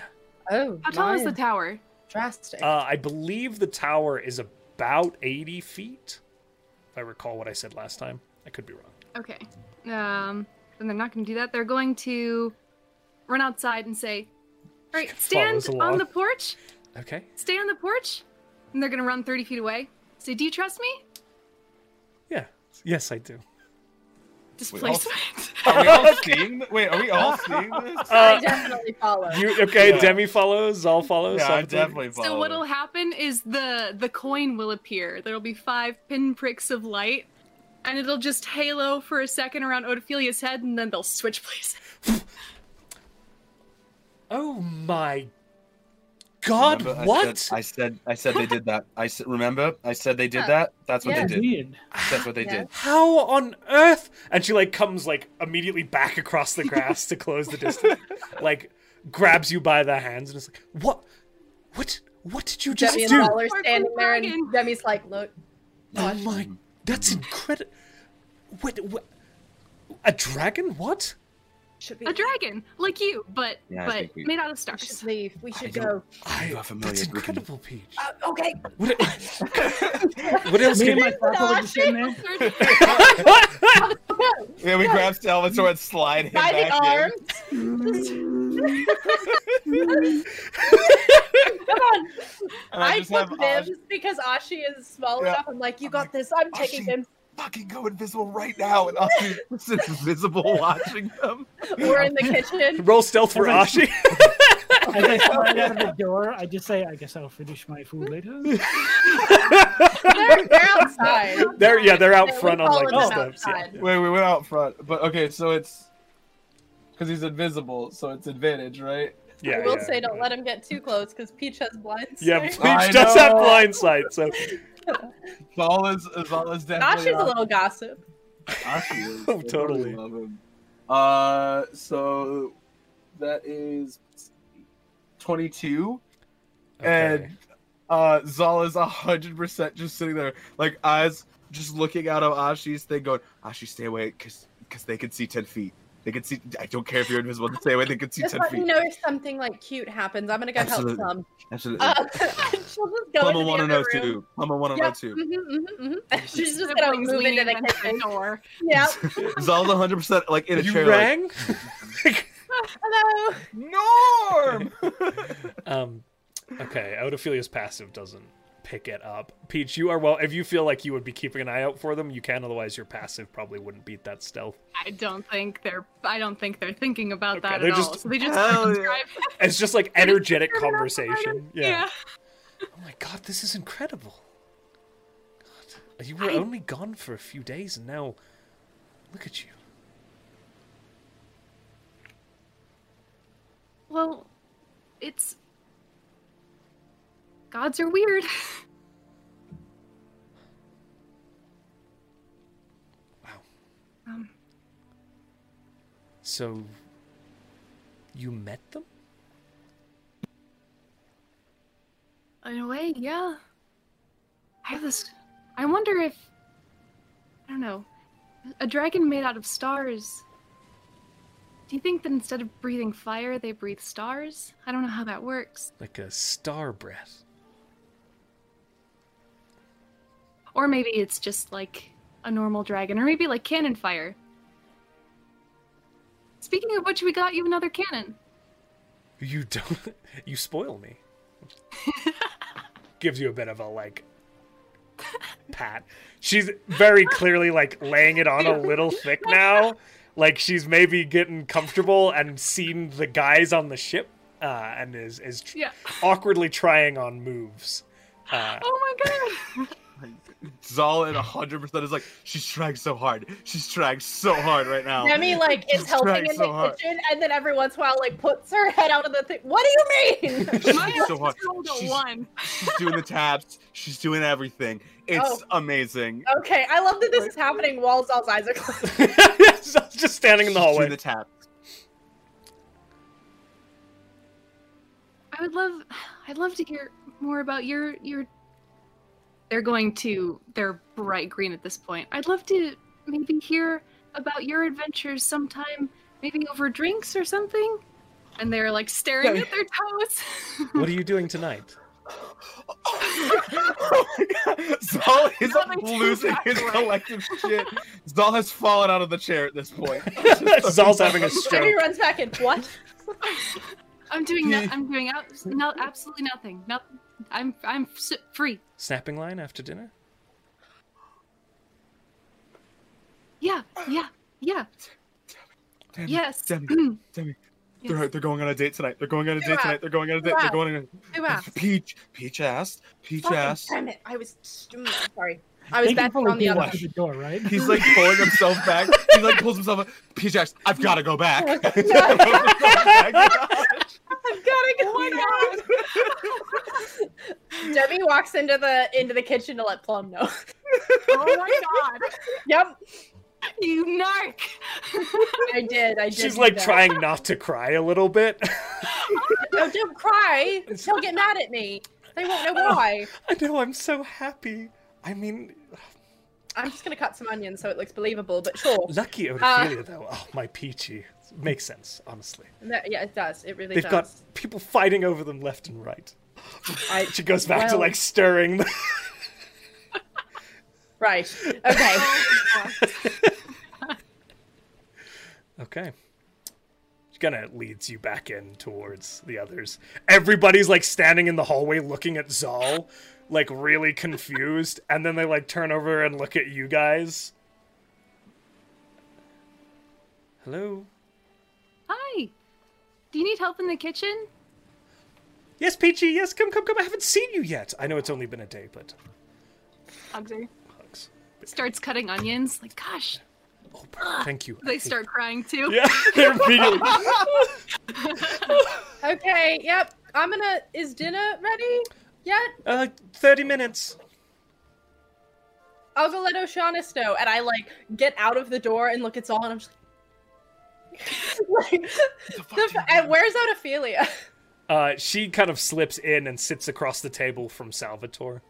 oh. How tall is my. the tower? Drastic. uh, I believe the tower is about eighty feet. If I recall what I said last time, I could be wrong. Okay. Um, and they're not gonna do that. They're going to run outside and say, "All right, stand follows along. on the porch. Okay. Stay on the porch." And they're gonna run 30 feet away. Say, "Do you trust me?" Yeah. Yes, I do. Displacement. Are we all seeing? th- Wait, are we all seeing this? I Uh, definitely follow. you okay? Yeah. Demi follows. Zal follows. yeah, I'm Salvatore? definitely following. So what'll happen is the the coin will appear. There'll be five pinpricks of light, and it'll just halo for a second around Odophilia's head, and then they'll switch places. Oh my God! Remember I what? Said, I said I said they did that. I said, remember I said they did Yeah. that. That's what Yeah. they did. Weird. That's what they Yeah. did. How on earth? And she like comes like immediately back across the grass to close the distance, like grabs you by the hands and is like, "What? What? What did you just Demi and do? Paul are standing there, and Morgan. Demi's like, "Look, Oh my! That's incredible. What, what? A dragon? What? should we? A dragon, like you, but Yeah, I but think we- made out of We should stars. leave. We I should don't- go. I, You are familiar that's with me. incredible, Peach. Uh, okay. What, what else Me can and my papa were just in there. No. Yeah, we grab Salvatore and slide him Guiding back in. arms. Just, Come on. And I, just took have Vim's Oz because Ashi is small Yeah. enough. I'm like, you I'm got like, this. I'm taking Ashi. Vim's. fucking go invisible right now, and Oz is just invisible watching them. We're in the kitchen. Roll stealth for Ashi. As I slide out of the door, I just say, "I guess I'll finish my food later." They're, they're outside. they're yeah, they're out We front on like followed the them steps. Yeah. outside. Wait, we went out front, but okay, so it's because he's invisible, so it's advantage, right? yeah, I will yeah, say, don't yeah. let him get too close because Peach has blind Yeah, sight. I Peach does have know. blind sight, so Zala's Zala's definitely. Ashi's a little gossip. Ashi is. Oh, I totally. love him. Uh, so that is twenty-two. okay. And- uh Zala's a hundred percent just sitting there, like eyes just looking out of Ashi's thing, going, Ashi, stay away, cause cause they can see ten feet. They can see. I don't care if you're invisible. Just stay away. They can see Just ten let me feet. know if something like cute happens. I'm gonna go Absolutely. help Plum. Absolutely. Uh, she'll just go Plum into the one other oh room. two. Plum one Yeah. oh two. Mm-hmm, mm-hmm, mm-hmm. She's just The gonna boy's move into leaning the against kitchen. door. Yeah. Zala's a hundred percent like in a you chair. Like, rang? Hello. Norm. um, okay, Odophilia's passive doesn't pick it up. Peach, you are well. If you feel like you would be keeping an eye out for them, you can. Otherwise, your passive probably wouldn't beat that stealth. I don't think they're. I don't think they're thinking about Okay, that they're at all. just- So they just Hell yeah. drive. It's just like energetic Turn it up, conversation. Yeah. Yeah. Oh my god, this is incredible. God, you were I- only gone for a few days, and now look at you. Well, it's. Gods are weird. Wow. Um, So you met them? in a way, yeah. I have this. I wonder if. I don't know. A dragon made out of stars. Do you think that instead of breathing fire, they breathe stars? I don't know how that works. Like a star breath. Or maybe it's just like a normal dragon, or maybe like cannon fire. Speaking of which, we got you another cannon. You don't you spoil me. Gives you a bit of a like pat. She's very clearly like laying it on a little thick now. Like she's maybe getting comfortable and seen the guys on the ship uh, and is is tr- Yeah. awkwardly trying on moves. Uh, Oh my god. Zala at hundred percent is like she's trying so hard. She's trying so hard right now. Demi like is She's helping trying in so the hard. kitchen, and then every once in a while like puts her head out of the thing. What do you mean? She's My so hard. just rolled a She's- one. She's doing the taps. She's doing everything. It's amazing. okay, I love that this is happening while Zal's eyes are closed. just standing in the She's doing hallway. the tap. I would love I'd love to hear more about your your They're going to they're bright green at this point. I'd love to maybe hear about your adventures sometime, maybe over drinks or something. And they're like staring at their toes. What are you doing tonight? oh my god. Zal is Now they turn losing back his away. collective shit. Zal has fallen out of the chair at this point. Zal's having a stroke. Demi runs back and what? I'm doing. No, I'm doing ab- no, absolutely nothing. Not. I'm. I'm s- free. Snapping line after dinner? Yeah. Yeah. Yeah. Demi, Yes. Demi, Demi. They're, Yes. they're going on a date tonight. They're going on a Who date asked? tonight. They're going on a Who date. They're asked? going on Who a asked? Peach. Peach asked. Peach Fucking asked. Damn it! I was sorry. I was They can back probably on the do other. that through the door, right? He's like pulling himself back. He like pulls himself up. Peach asked, I've gotta go back. I've gotta go now. Demi walks into the into the kitchen to let Plum know. Oh my god! yep, You narc! I did. I did. She's do like that. trying not to cry a little bit. No, don't cry. She'll get mad at me. They won't know why. I know, I'm so happy. I mean, I'm just gonna cut some onions so it looks believable. But sure, lucky Ophelia, though. Oh, my peachy. Makes sense, honestly. That- yeah, it does. It really They've got does. people fighting over them left and right. I, She goes back to Well- like stirring. the- right. Okay. okay. She kind of leads you back in towards the others. Everybody's like standing in the hallway looking at Zal, like really confused, and then they like turn over and look at you guys. Hello? Hi. Do you need help in the kitchen? Yes, Peachy, yes, come, come, come. I haven't seen you yet. I know it's only been a day, but Hugs her. hugs. Starts cutting onions. Like, gosh, Oh, perfect. thank you. I they hate- start crying too. Yeah, they're immediately. Okay, yep. I'm gonna. Is dinner ready yet? Uh, 30 minutes. I'll go let O'Shaughnessy know. And I like get out of the door and look at Saul, and I'm just like, like the, and where's Autophilia? Uh, she kind of slips in and sits across the table from Salvatore.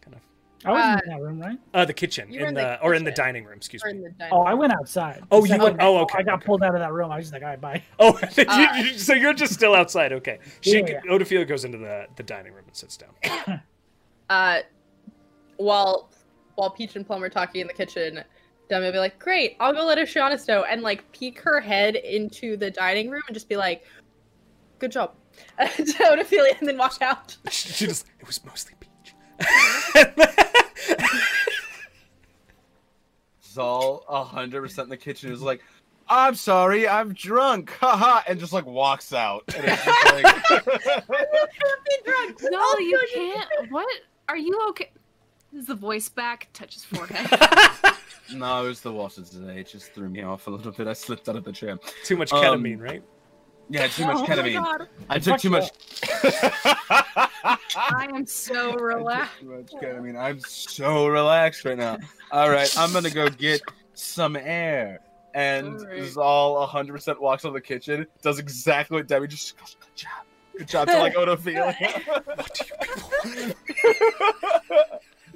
Kind of. I wasn't in that room, right? Uh, the kitchen. You In, were in the, the or in the kitchen. dining room, excuse Or me. in the dining Oh, I room. went outside. Oh, The you went- second- oh, okay, I got okay. pulled out of that room. I was just like, all right, bye. Oh, you- Uh, you- so you're just still outside. Okay. She Yeah, yeah. Odafield goes into the, the dining room and sits down. uh, while while Peach and Plum are talking in the kitchen, Demi will be like, "Great, I'll go let O'Shaughnessy know," and like peek her head into the dining room and just be like, "Good job." to Autophilia, and then walk out. She, she just, it was mostly peach. Zal, hundred percent in the kitchen is like, I'm sorry, I'm drunk, haha, and just like walks out. And it's just like, Be drunk. No, Also, you just- can't. What? Are you okay? Is the voice back? Touches forehead. no, it was the water today. It just threw me off a little bit. I slipped out of the tram. Too much Um, ketamine, right? Yeah, too Oh much my ketamine. God. I took too much. I am so relaxed. I took too much ketamine. I'm so relaxed right now. All right, I'm gonna go get some air. And All right. Zal 100% walks out of the kitchen, does exactly what Debbie just goes, good job. Good job to like Odophilia. What do you people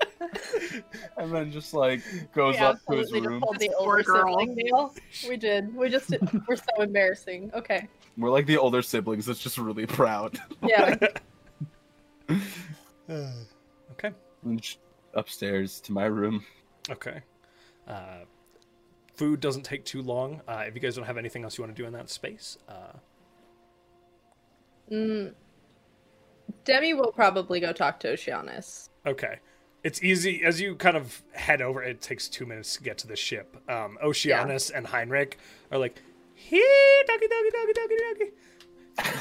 and then just like goes We up to his absolutely just room. pulled the Poor older girl. sibling deal. We did. We just we're so embarrassing. Okay. We're like the older siblings that's just really proud. Yeah. okay. And sh- upstairs to my room. Okay. Uh, food doesn't take too long. Uh, if you guys don't have anything else you want to do in that space, uh, Mm. Demi will probably go talk to Oceanus. okay. It's easy as you kind of head over. It takes two minutes to get to the ship. Um, Oceanus and Heinrich are like, "Hey, doggy, doggy, doggy, doggy, doggy."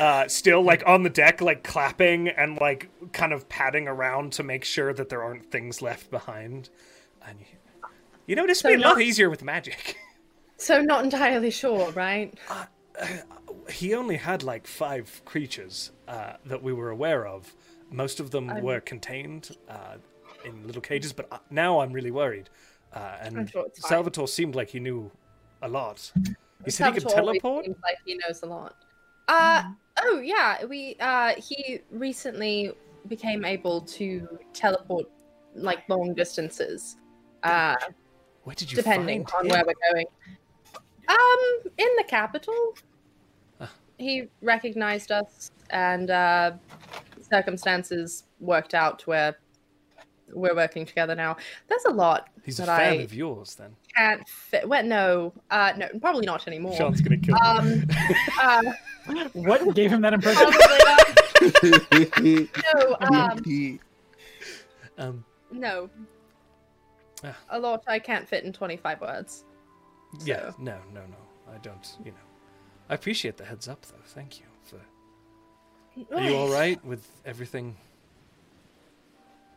Uh, still like on the deck, like clapping and like kind of patting around to make sure that there aren't things left behind. And you, you know, this would be a lot easier with magic. So not entirely sure, right? he only had like five creatures uh, that we were aware of. Most of them were contained uh, in little cages, but uh, now I'm really worried. Uh, I'm and sure it's fine. Salvatore seemed like he knew a lot. He said he could Salvatore always teleport. Hmm. Seems like he knows a lot. Uh oh yeah, we uh he recently became able to teleport like long distances. Uh Where did you depending find on him? where we're going. Um, in the capital, he recognized us, and uh, circumstances worked out to where we're working together now. There's a lot He's a that fan I of yours, then. can't fit. Well, no, uh, no, probably not anymore. Sean's gonna kill him. Um, uh, What gave him that impression? probably not. No, um, Um, no. Ah. A lot I can't fit in 25 words. yeah, so- no, no, no. I don't. You know, I appreciate the heads up, though. Thank you. For... Are you all right with everything?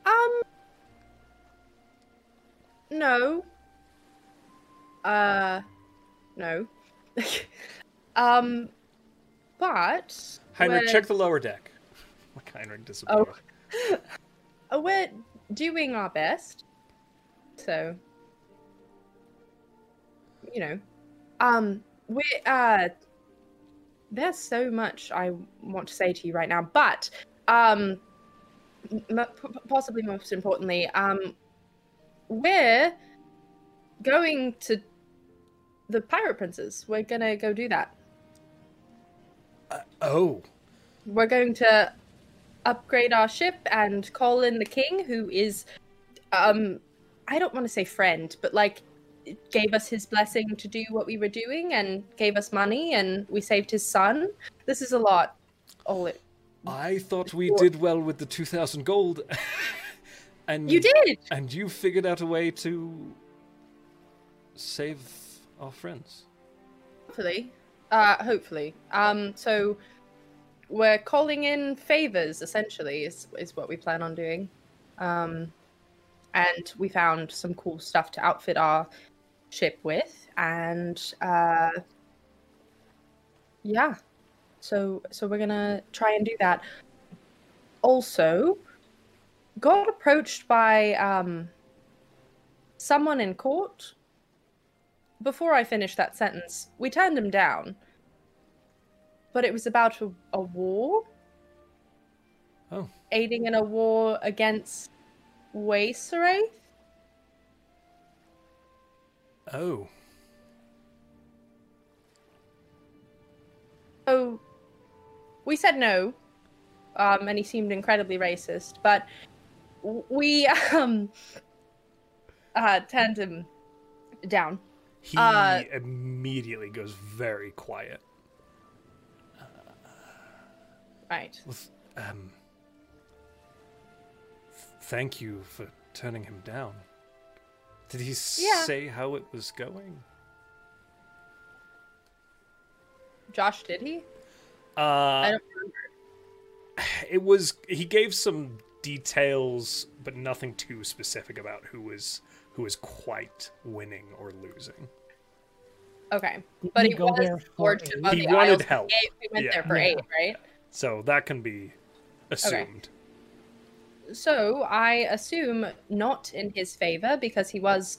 Um. No. Uh, no. um, but Heinrich, we're- check the lower deck. Like Heinrich disappeared. Oh. uh, we're doing our best. So, you know, um, we uh, there's so much I want to say to you right now, but um, m- p- possibly most importantly, um, we're going to the Pirate Princes. We're gonna go do that. Uh, oh. We're going to upgrade our ship and call in the king, who is, um, I don't want to say friend, but like gave us his blessing to do what we were doing and gave us money and we saved his son. This is a lot. All it I thought we did well with the 2,000 gold. and you did. And you figured out a way to save our friends. Hopefully, uh, hopefully. Um, so we're calling in favors essentially is is what we plan on doing. Um, and we found some cool stuff to outfit our ship with, and uh, yeah. So so we're gonna try and do that. Also, got approached by um, someone in court before I finish that sentence, we turned him down. But it was about a, a war. Oh. Aiding in a war against Waiseraith? Oh. So Oh, we said no, um, and he seemed incredibly racist, but w- we um, uh, turned him down. He Uh, immediately goes very quiet. Right. Well, th- um, th- thank you for turning him down. Did he Yeah. say how it was going? Josh, did he? Uh, don't it was. He gave some details, but nothing too specific about who was who was quite winning or losing. Okay. Didn't But we he go was there for Lord aid? of He the wanted Isles. help. Eight, We went Yeah. there for Yeah. eight, right? So that can be assumed. So I assume not in his favor because he was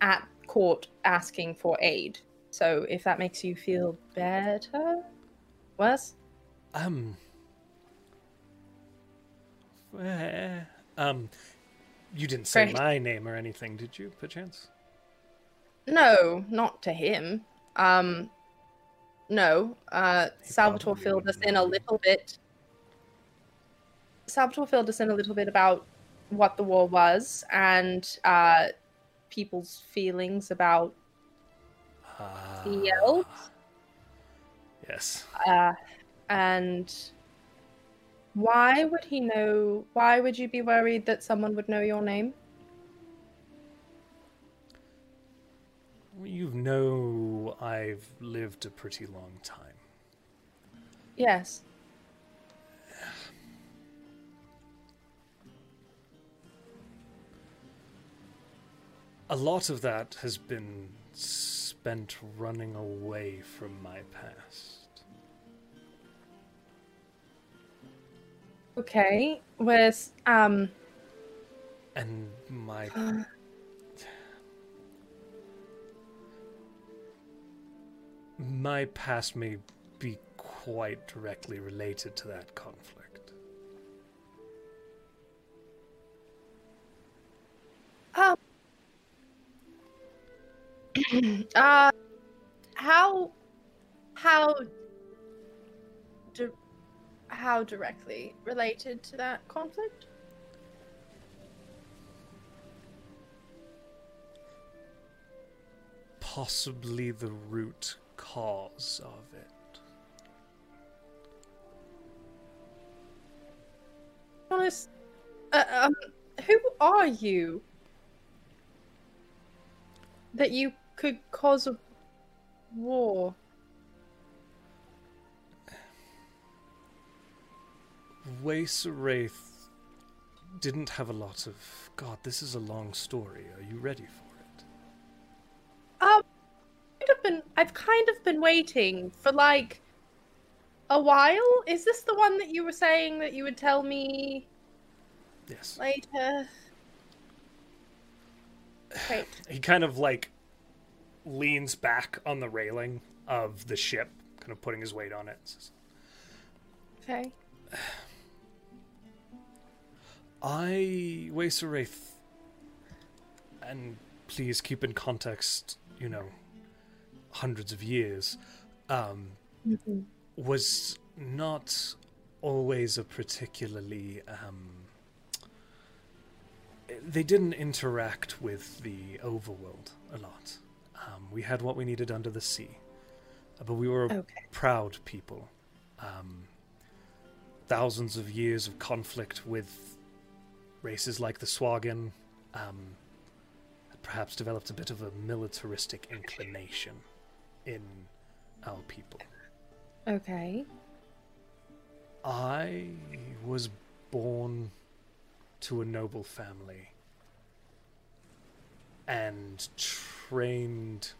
at court asking for aid. So if that makes you feel better, worse, Um. eh, Um. You didn't say Great. my name or anything, did you, perchance? no, not to him. Um, no. Uh, He Salvatore probably filled us wouldn't in a know. little bit. Salvatore filled us in a little bit about what the war was and uh, people's feelings about E Ah, the elves. Yes. Uh, and why would he know? Why would you be worried that someone would know your name? Well, you know I've lived a pretty long time. Yes. A lot of that has been spent running away from my past. Okay. Where's um? And my. my past may be quite directly related to that conflict. Uh, how? How? Di- how directly related to that conflict? Possibly the root cause of it. Honest. Uh, um, who are you? That you could cause a war. Waiseraith didn't have a lot of. God, this is a long story. Are you ready for it? Um, kind of been, I've kind of been waiting for like a while. Is this the one that you were saying that you would tell me Yes. later? Wait. he kind of like leans back on the railing of the ship, kind of putting his weight on it. Says, Okay. I, Waiseraith, and please keep in context, you know, hundreds of years, um, was not always a particularly. Um, they didn't interact with the overworld a lot. Um, we had what we needed under the sea, Uh, but we were a Okay. proud people. Um, thousands of years of conflict with races like the Swagan um, had perhaps developed a bit of a militaristic inclination in our people. Okay. I was born to a noble family and trained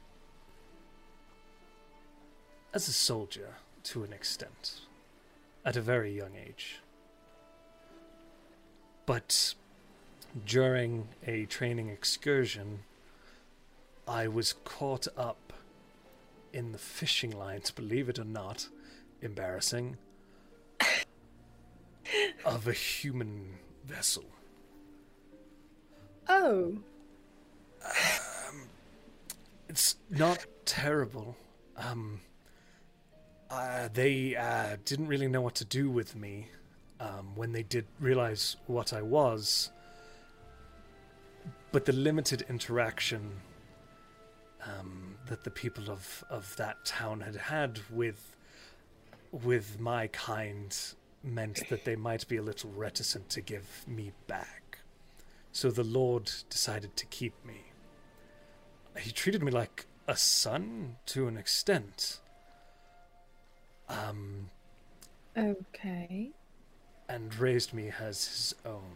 as a soldier to an extent at a very young age. But during a training excursion, I was caught up in the fishing lines, believe it or not, embarrassing of a human vessel. Oh. It's not terrible. Um, uh, they uh, didn't really know what to do with me um, when they did realize what I was. But the limited interaction um, that the people of, of that town had had with with my kind meant that they might be a little reticent to give me back. So the Lord decided to keep me he treated me like a son to an extent. Um, Okay. and raised me as his own.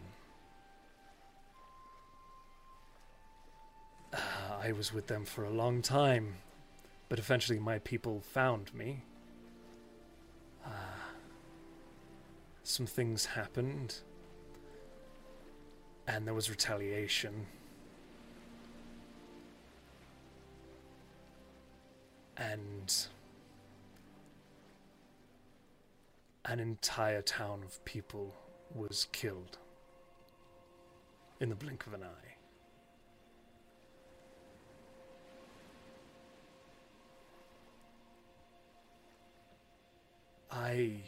Uh, I was with them for a long time, but eventually my people found me. Uh, some things happened, and there was retaliation. And an entire town of people was killed in the blink of an eye. I.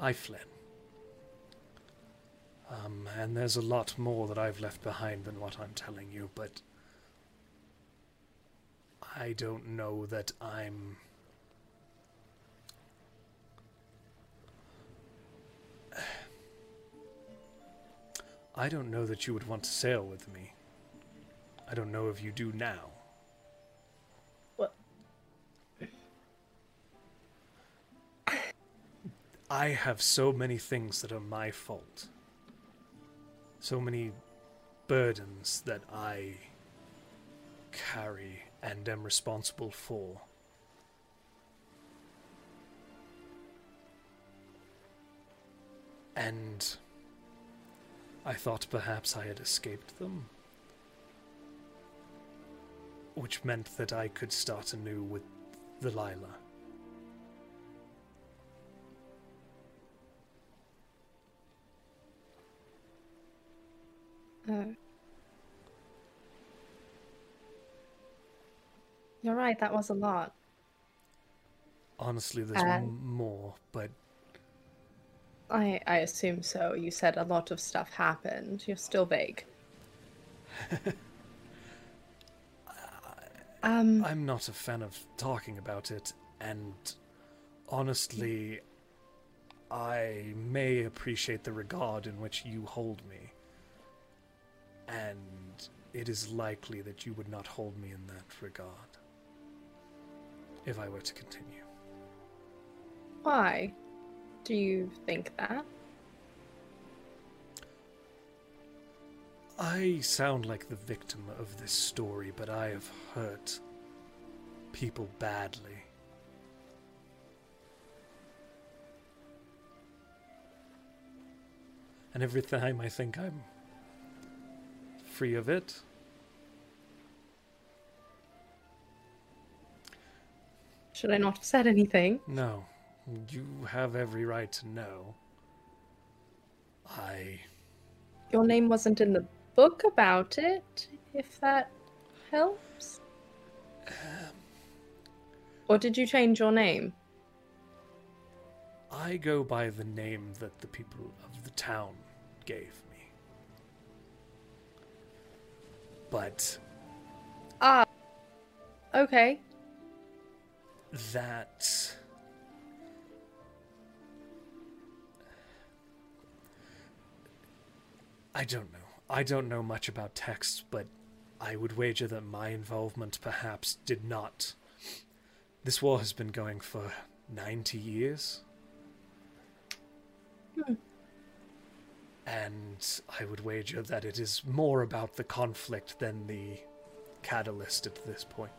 I fled. Um, and there's a lot more that I've left behind than what I'm telling you, but. I don't know that I'm. I don't know that you would want to sail with me. I don't know if you do now. What? I have so many things that are my fault. So many burdens that I carry and am responsible for. And I thought perhaps I had escaped them. Which meant that I could start anew with the Lila. Uh, you're right. That was a lot. Honestly, there's Uh, m- more, but I I assume so. You said a lot of stuff happened. You're still vague. um. I'm not a fan of talking about it, and honestly, I may appreciate the regard in which you hold me. And it is likely that you would not hold me in that regard if I were to continue. Why do you think that? I sound like the victim of this story, but I have hurt people badly. And every time I think I'm free of it, Should I not have said anything? no, you have every right to know. I. Your name wasn't in the book about it, if that helps. Or did you change your name? I go by the name that the people of the town gave me. but Ah. okay. that I don't know. I don't know much about texts, but I would wager that my involvement perhaps did not. This war has been going for 90 years. And I would wager that it is more about the conflict than the catalyst at this point.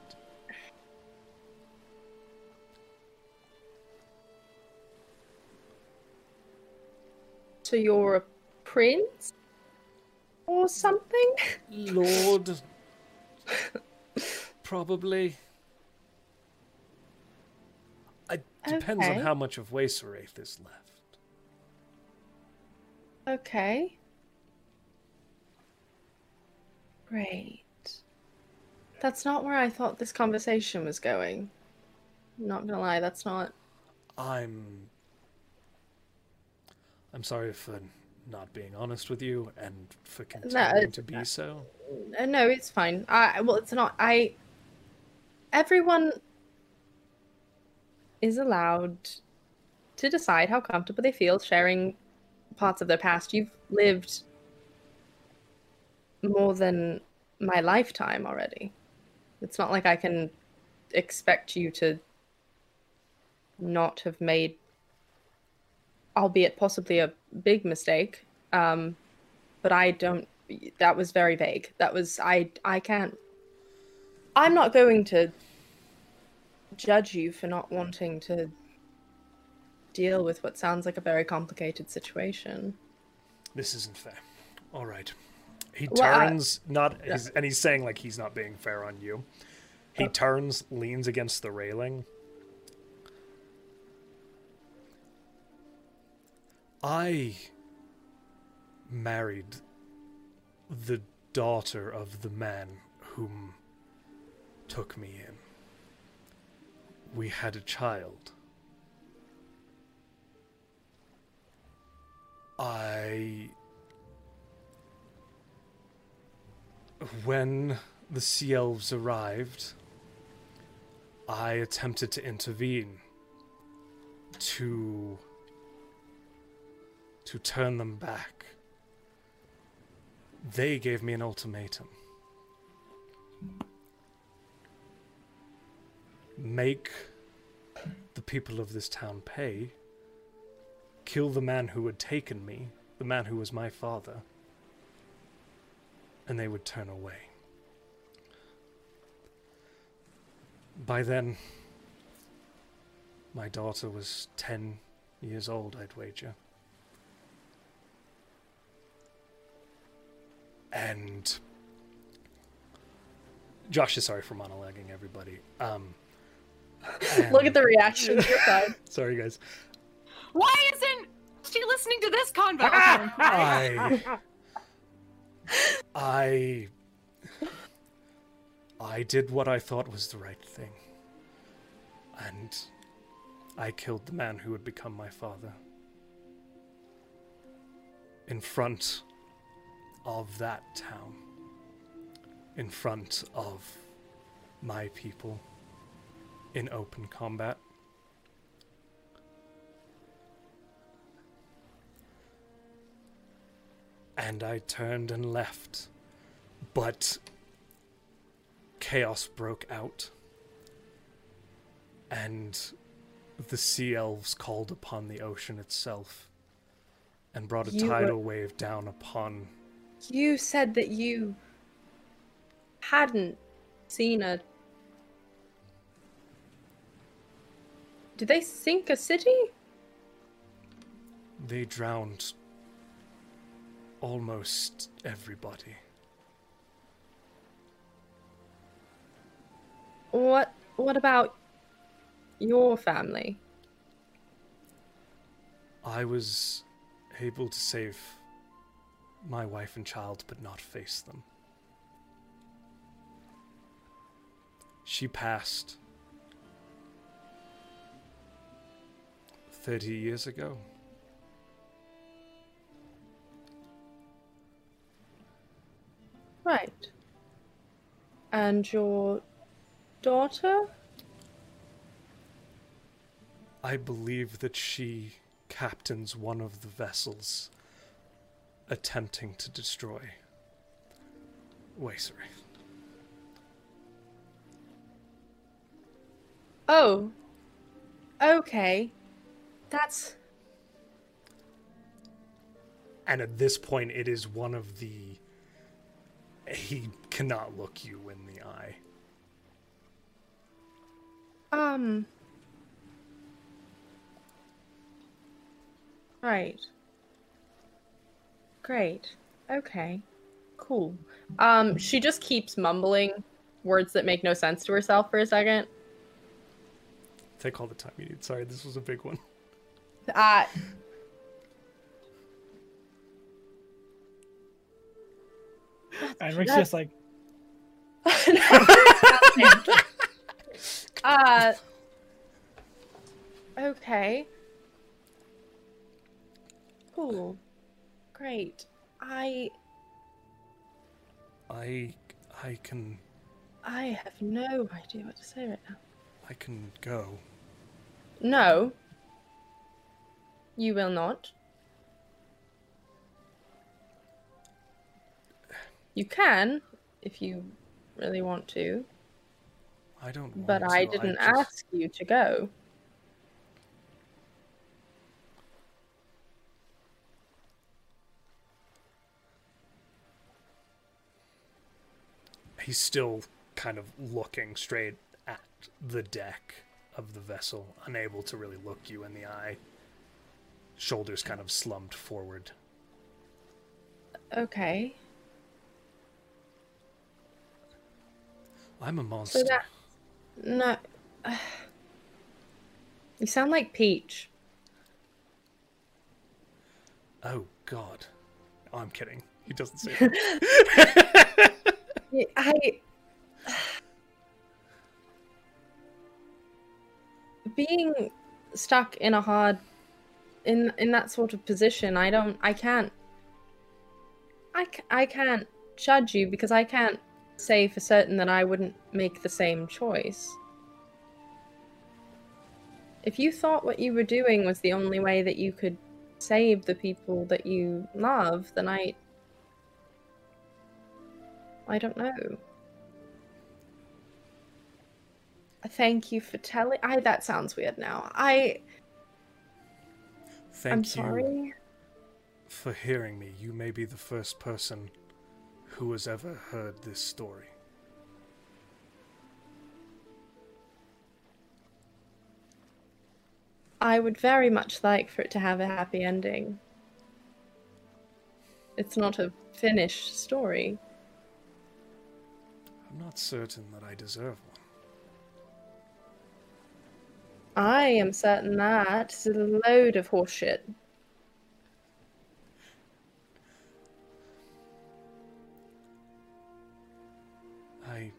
So you're a prince or something? Lord. Probably. It depends Okay. on how much of Waiseraith is left. Okay. Great. That's not where I thought this conversation was going. I'm not gonna lie, that's not. I'm. I'm sorry for not being honest with you and for continuing it's to be so. Uh, No, it's fine. I well, it's not. I. Everyone is allowed to decide how comfortable they feel sharing parts of their past. You've lived more than my lifetime already. It's not like I can expect you to not have made, albeit possibly a big mistake. Um, but I don't. That was very vague. That was I. I can't. I'm not going to judge you for not wanting to deal with what sounds like a very complicated situation. This isn't fair. All right. He Well, I- turns, not, he's, and he's saying like he's not being fair on you. Oh. He turns, leans against the railing. I married the daughter of the man whom took me in. We had a child. I. When the sea elves arrived, I attempted to intervene to. to turn them back. They gave me an ultimatum. Make the people of this town pay kill the man who had taken me, the man who was my father, and they would turn away. By then, my daughter was 10 years old, I'd wager. And. Josh is sorry for monologuing everybody. Um, Look at the and- reaction. You're fine. Sorry, guys. Why isn't she listening to this convo? I, I, I did what I thought was the right thing, and I killed the man who would become my father. In front of that town, in front of my people, in open combat. and I turned and left. But chaos broke out, and the sea elves called upon the ocean itself and brought a You were- tidal wave down upon. You said that you hadn't seen a. Did they sink a city? They drowned almost everybody. What What about your family? I was able to save my wife and child, but not face them. She passed 30 years ago. Right. And your daughter? I believe that she captains one of the vessels attempting to destroy Wacery. Oh. Okay. That's And at this point, it is one of the. He cannot look you in the eye. um Right. Great. Okay. Cool. Um she just keeps mumbling words that make no sense to herself for a second. Take all the time you need. Sorry, this was a big one. Uh, And Rick's just like, uh, okay. Cool. Great. I I. I can. I have no idea what to say right now. I can go. No. You will not. You can, if you really want to, I don't want but to. I didn't just- ask you to go. He's still kind of looking straight at the deck of the vessel, unable to really look you in the eye. Shoulders kind of slumped forward. Okay. I'm a monster. that- No. You sound like Peach. Oh, God. Oh, I'm kidding. He doesn't say that. Y- I. Being stuck in a hard, in in that sort of position, I don't, I can't, I, c- I can't judge you because I can't say for certain that I wouldn't make the same choice. If you thought what you were doing was the only way that you could save the people that you love, then I, I don't know. Thank you for telling. I that sounds weird now. I Thank I'm you sorry. for hearing me. You may be the first person who has ever heard this story. I would very much like for it to have a happy ending. It's not a finished story. I'm not certain that I deserve one. I am certain that is a load of horseshit. I.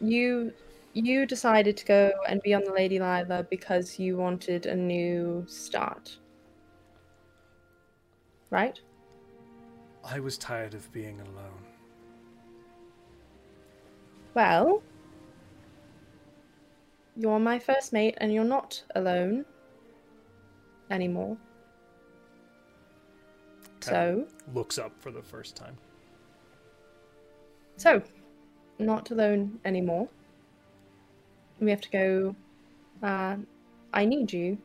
You you decided to go and be on the Lady Lila because you wanted a new start. Right? I was tired of being alone. Well, you're my first mate and you're not alone anymore. So, Looks up for the first time. so not alone anymore. We have to go. Uh, I need you.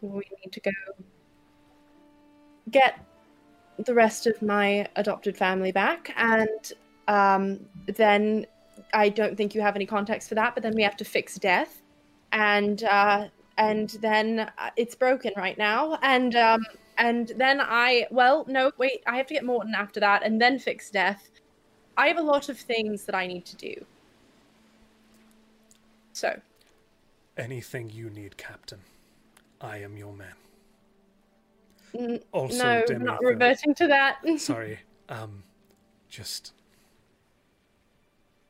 We need to go get the rest of my adopted family back, and um, then I don't think you have any context for that. But then we have to fix death, and uh, and then uh, it's broken right now, and um, and then I well no wait I have to get Morton after that, and then fix death. I have a lot of things that I need to do. So Anything you need, Captain. I am your man. n- Also, no, we're Demi, not the- reverting to that. Sorry. Um, just.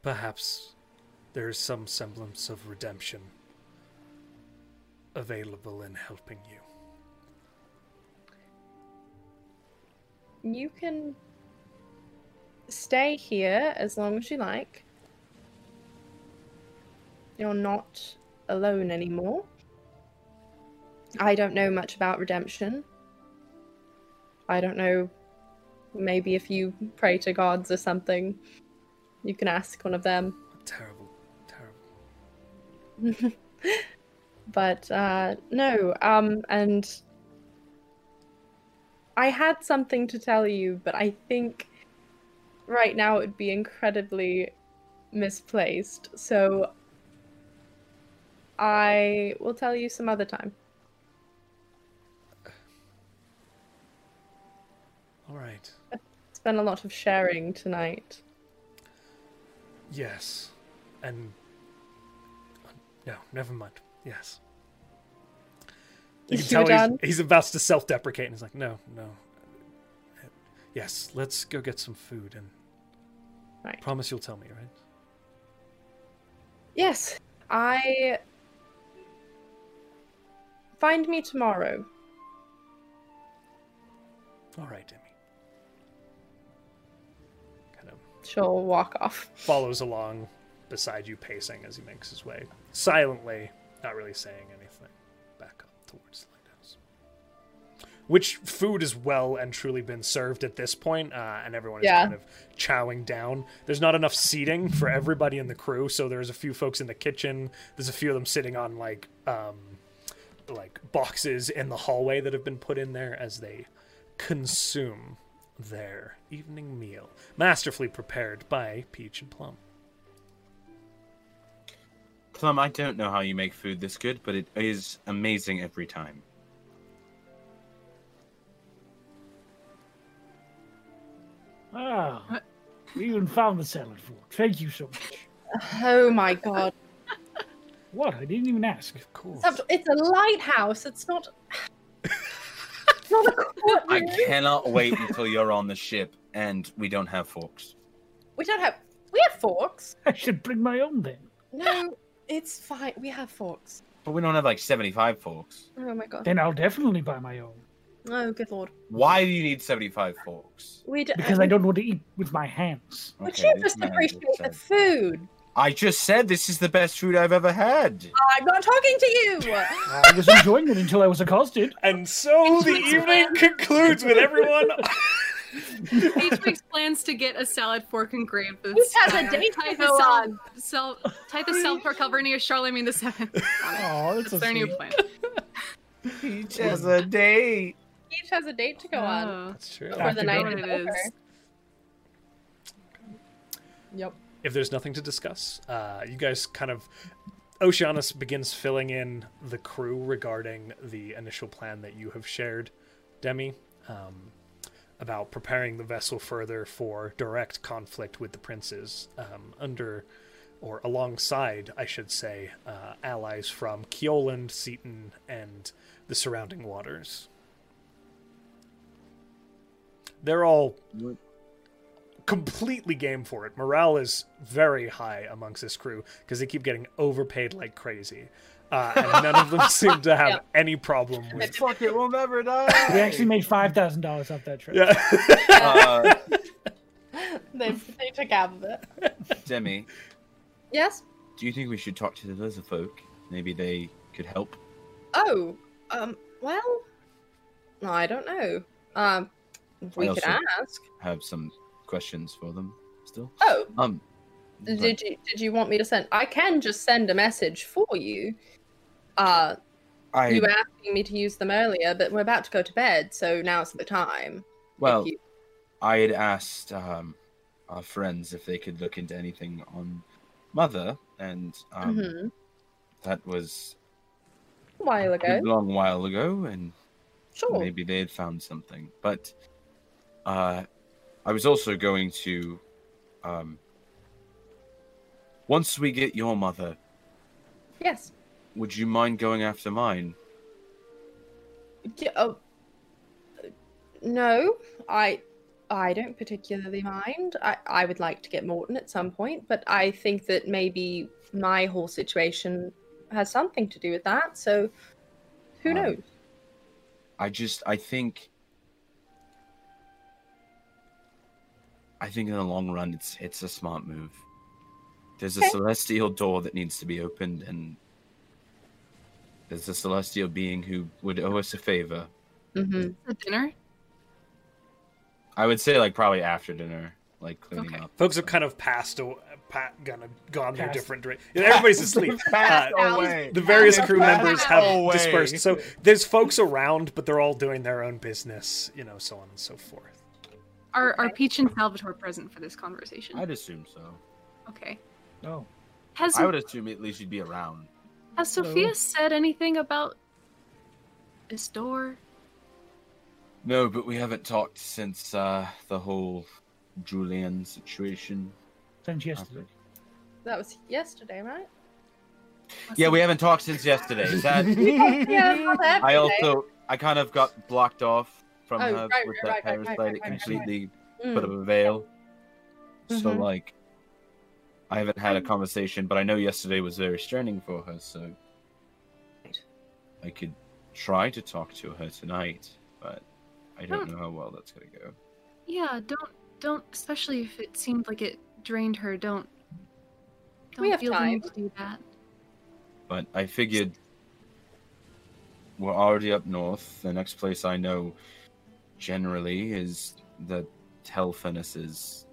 Perhaps there is some semblance of redemption available in helping you. you can stay here as long as you like. You're not alone anymore. I don't know much about redemption. I don't know. Maybe if you pray to gods or something, you can ask one of them. Terrible, terrible. but uh, no, um, and I had something to tell you, but I think right now it would be incredibly misplaced. So I will tell you some other time. All right. It's been a lot of sharing tonight. Yes. And no, never mind. Yes. You can You tell he's, done? he's about to self-deprecate, and he's like, "No, no." Yes, let's go get some food, and Right. promise you'll tell me, right? Yes, I. Find me tomorrow. All right, Emmy. Kind of She'll walk off. follows along beside you, pacing as he makes his way silently, not really saying anything, back up towards the lighthouse. Which food is well and truly been served at this point, uh, and everyone is Yeah. kind of chowing down. There's not enough seating for everybody in the crew, so there's a few folks in the kitchen. There's a few of them sitting on like um, like boxes in the hallway that have been put in there as they consume their evening meal, masterfully prepared by Peach and Plum. Plum, I don't know how you make food this good, but it is amazing every time. Uh, Ah, we even found the salad fork. Thank you so much. Oh my god. What? I didn't even ask. Of course. Except It's a lighthouse. It's not. It's not a I courtroom. cannot wait until you're on the ship and we don't have forks. We don't have. We have forks. I should bring my own then. No, it's fine. We have forks. But we don't have like 75 forks. Oh my god. Then I'll definitely buy my own Oh, good lord. Why do you need 75 forks? We d- because I don't want to eat with my hands. Would Okay, you this just man is appreciate the obsessed. food? I just said this is the best food I've ever had. I'm not talking to you. I was enjoying it until I was accosted. And so the Thanks, evening man. concludes with everyone. Each makes plans to get a salad fork engraved with He's had a style. date Tie to the go salad, on. sal- tie the salad fork over near Charlemagne the Seventh. Oh, that's, That's so their new sweet. plan. Each has a date. Each has a date to go on Oh. That's true. for After the night dinner is it is. over. Yep. If there's nothing to discuss, uh, you guys kind of. Oceanus begins filling in the crew regarding the initial plan that you have shared, Demi, um, about preparing the vessel further for direct conflict with the princes um, under or alongside, I should say, uh, allies from Keoland, Seaton, and the surrounding waters. They're all completely game for it. Morale is very high amongst this crew because they keep getting overpaid like crazy. Uh, and none of them seem to have Yeah. any problem with. Fuck it, we'll never die. We actually made five thousand dollars off that trip. Yeah. Uh, They, they took out of it. Demi, Yes. do you think we should talk to the lizard folk? Maybe they could help. Oh. Um. Well. No, I don't know. Um. We I could also- ask. Have some questions for them still. Oh. Um, but- Did you Did you want me to send? I can just send a message for you. Uh, I you were asking me to use them earlier, but we're about to go to bed, so now's the time. if well, you- I had asked um, our friends if they could look into anything on Mother, and um, Mhm. that was a while a ago. good long while ago, and Sure. maybe they had found something. But uh, I was also going to. Um, once we get your mother, Yes. would you mind going after mine? D- oh. No, I. I don't particularly mind. I, I would like to get Morton at some point, but I think that maybe my whole situation has something to do with that. So, who Um, knows? I just I think I think in the long run, it's it's a smart move. There's a Okay. celestial door that needs to be opened, and there's a celestial being who would owe us a favor. Mm-hmm. The dinner? I would say like probably after dinner, like cleaning Okay. up. Folks have kind of passed, aw- pa- kind of gone their Passed. different directions. Everybody's asleep. Uh, Passed Now- away. the various Passed crew members have away. dispersed. So there's folks around, but they're all doing their own business, you know, so on and so forth. Are, are Okay. Peach and Salvatore present for this conversation? I'd assume so. Okay. Oh, Has I would assume at least you'd be around. Has Hello. Sophia said anything about this door? No, but we haven't talked since uh, the whole Julian situation. since yesterday. That was yesterday, right? Yeah, we haven't talked since yesterday. Is that Yeah, not that I today. also I kind of got blocked off from Oh, her right, with right, that right, right, parasite. right, it right, right, completely Mm. put up a veil. So Mhm. like I haven't Um, had a conversation, but I know yesterday was very straining for her, so I could try to talk to her tonight, but I don't Hmm. know how well that's gonna go. Yeah, don't don't especially if it seemed like it drained her, don't don't We have feel time. the need to do that. But I figured we're already up north. The next place I know generally is the Hell Furnaces.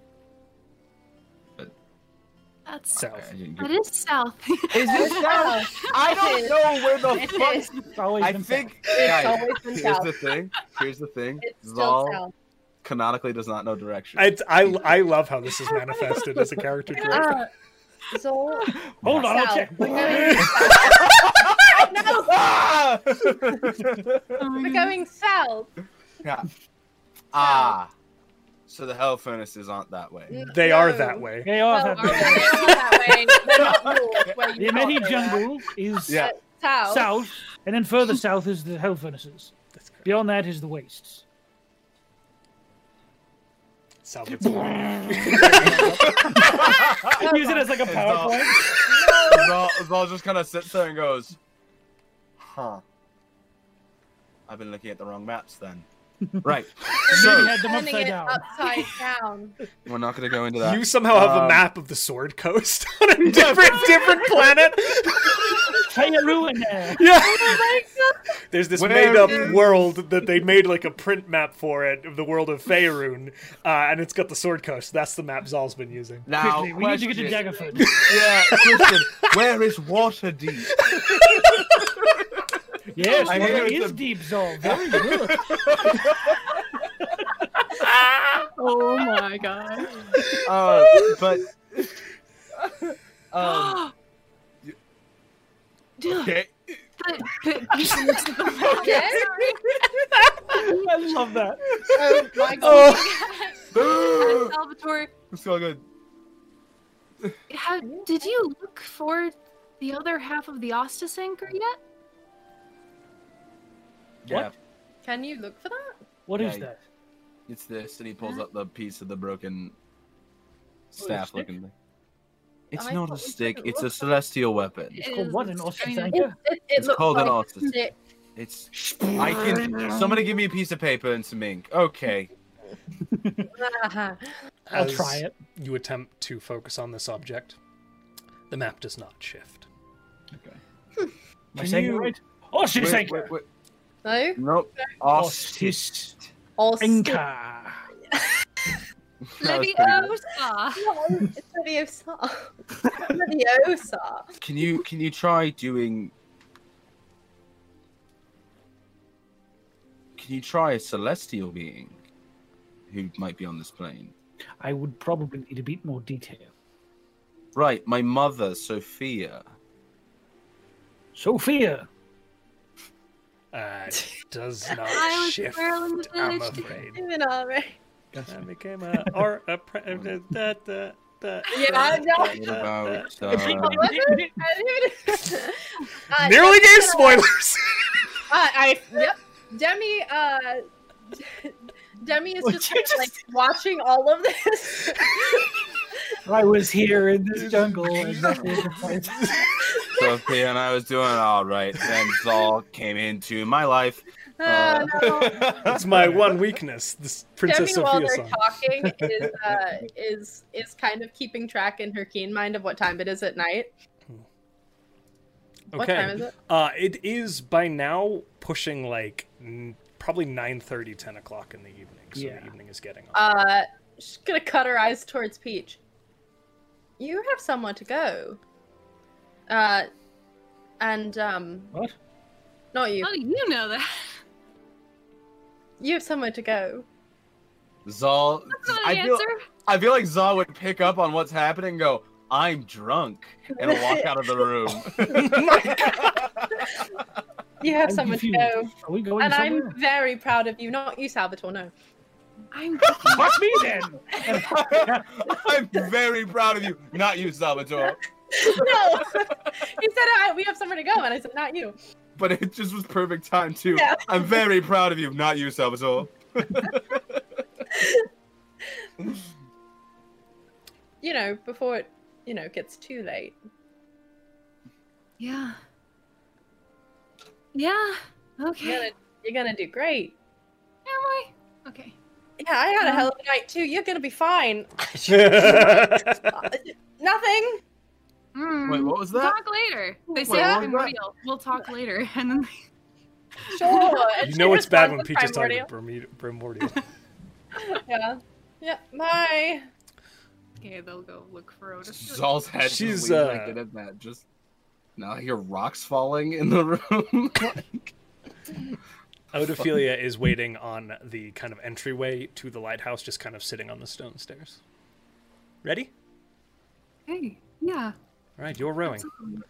That's South. I didn't Mm-hmm. that get- is south. Is this south? I don't know where the It fuck. is. It's always I been think. It's Guys, always been here's south. the thing. Here's the thing. It's still Zal south. canonically does not know direction. It's, I, I love how this is manifested as a character trait. Uh, Zol. south. Hold on, I'll south. check. We're going, no, Ah! we're going south. Yeah. Ah. So the hell furnaces aren't that way. N- They are no. that way. They all Well, have are they all that way? They're not rules where The you can't Ameti go jungle is Yeah. south. south, and then further south is the hell furnaces. That's correct. Beyond that is the wastes. Salvatore. Oh, Use it as like a It's all- PowerPoint. Zal, Zal just kind of sits there and goes, "Huh." I've been looking at the wrong maps then. right. Maybe So had them Turning upside it down. upside down. we're not gonna go into that. You somehow have a Um, map of the Sword Coast on a different different planet. Hey, a ruin there. Yeah. There's this Where made up is- world that they made like a print map for it of the world of Faerun, uh, and it's got the Sword Coast. That's the map Zal's been using. now Quickly, we need to get to Oh, question- Daggerford. Yeah, question. Where is Waterdeep? Yes, I well, hear it it's is a- deep zone. Very good. oh my god. Uh, but um, Dude, okay. but, but Peach looks at the map. Yes? I love that. Oh my god. And it's Salvatore, all good. how, did you look for the other half of the Ostis anchor yet? Yeah, Can you look for that? What is Yeah, that? it's this, and he pulls up the piece of the broken Oh, staff stick? looking. thing. It's I not a thought we stick. didn't It's a look. celestial weapon. It's called what? An Austin strange. tanker? It, It's looks called like an Austin. stick. It's. I can. Somebody give me a piece of paper and some ink. Okay. Uh-huh. I'll As try it. You attempt to focus on this object. The map does not shift. Am I Can saying it you- right? Austin Wait, tanker. wait, wait. No? Nope. Oh, Austis Austin. tanker. That was pretty Leviosa. It's Leviosa. Leviosa. Can you can you try doing? Can you try a celestial being, who might be on this plane? I would probably need a bit more detail. Right, my mother Sophia. Sophia. Uh, it does I not was shift. squirrel in the I'm village. afraid. Even alright. I became a or a pre- uh, da, da, da, da, Yeah, da, no. da, da, What da. about What? uh, Uh, Nearly Demi- gave spoilers. Uh, I yep. Demi uh Demi is Would just, you kind of, like watching all of this. I was here in this jungle. and that was the place. Sophia? And I was doing all right. Then Zal came into my life, Uh, no. That's my one weakness. This Princess Demi while Sophia they're song. talking is uh, is is kind of keeping track in her keen mind of what time it is at night. What Okay. time is it? Uh, it is by now pushing like n- probably 9:30, 10 o'clock in the evening. So Yeah. the evening is getting on. Uh, she's gonna cut her eyes towards Peach. You have somewhere to go. Uh, and um, What? not you. How do Oh, you know that? You have somewhere to go. Zal, That's not an I feel, answer. I feel like Zal would pick up on what's happening and go, I'm drunk, and walk out of the room. You have I'm somewhere to confused. go. Are we going And somewhere? I'm very proud of you. Not you, Salvatore. No. I'm Fuck me then. I'm very proud of you. Not you, Salvatore. no. he said I, we have somewhere to go, and I said not you. But it just was perfect time, too. Yeah. I'm very proud of you. Not you, Salvatore. You know, before it, you know, gets too late. Yeah. Yeah. Okay. You're gonna, you're gonna do great. Am I? Okay. Yeah, I had a Um, hell of a night too. You're gonna be fine. Nothing. Mm. Wait, what was We'll that? Talk later. They Wait, say what I'm was primordial. We'll talk later. And then Sure. And you she know it's bad responds when with Peach is talking primordial. to Bermuda- Primordial. Yeah. Yeah. Bye. okay, they'll go look for Otis. Zal's head She's, just leaned back uh, in at that. Just now, I hear rocks falling in the room. Odophilia is waiting on the kind of entryway to the lighthouse, just kind of sitting on the stone stairs. Ready? Hey. Yeah. All right, you're rowing. absolutely.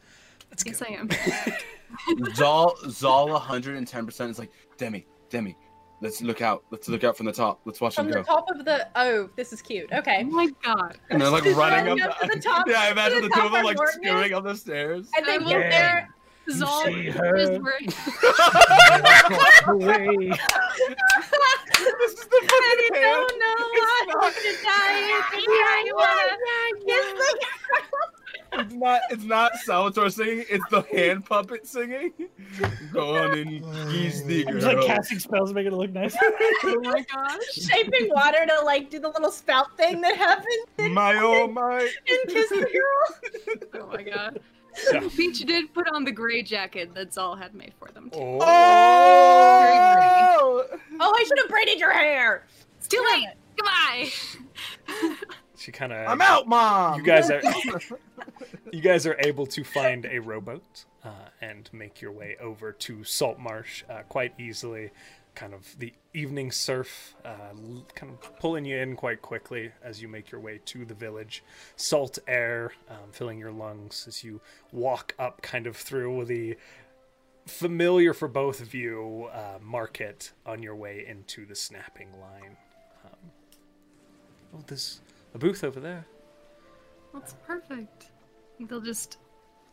Let's go. Yes, I am. Zal, Zal, 110 percent is like Demi, Demi. Let's look out. Let's look out from the top. Let's watch From them the go. top of the. Oh, this is cute. Oh Okay. my god. And they're like She's running running up. up to the top- yeah, I imagine the the, two top of them of like Morgan. scooting up the stairs. And they I will will Yeah. there. You Zol see is her? wearing Away. this is the I fucking hand. don't know what to die. It's It's not. It's not Salvatore singing. It's the hand puppet singing. Go on and he's the I'm girl. just like casting spells, making it look nice. Oh my gosh. like shaping water to like do the little spout thing that happens my oh my. and kiss the girl. Oh my god. Yeah. Peach did put on the gray jacket that Zal had made for them. Too. Oh! Oh, I should have braided your hair. It's too late. Goodbye. She kind of. I'm out, mom. You guys are. you guys are able to find a rowboat uh, and make your way over to Saltmarsh uh, quite easily. Kind of the evening surf, uh, l- kind of pulling you in quite quickly as you make your way to the village. Salt air um, filling your lungs as you walk up, kind of through the familiar for both of you uh, market on your way into the snapping line. Um, oh, there's a booth over there. That's perfect. They'll just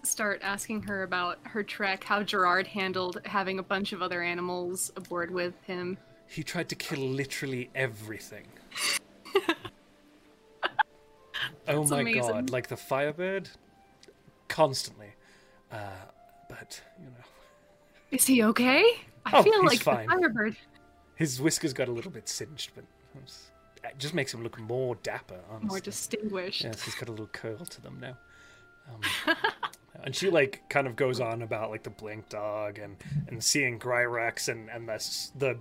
start asking her about her trek, how Gerard handled having a bunch of other animals aboard with him. He tried to kill literally everything. oh That's my amazing. god, like the firebird? Constantly. Uh, but, you know, Is he okay? I Oh, feel he's like the fine. Firebird. his whiskers got a little bit singed, but it was- it just makes him look more dapper, honestly. More distinguished. Yes, he's got a little curl to them now. Um, and she like kind of goes on about like the blink dog and and seeing Gryrax and and that's the,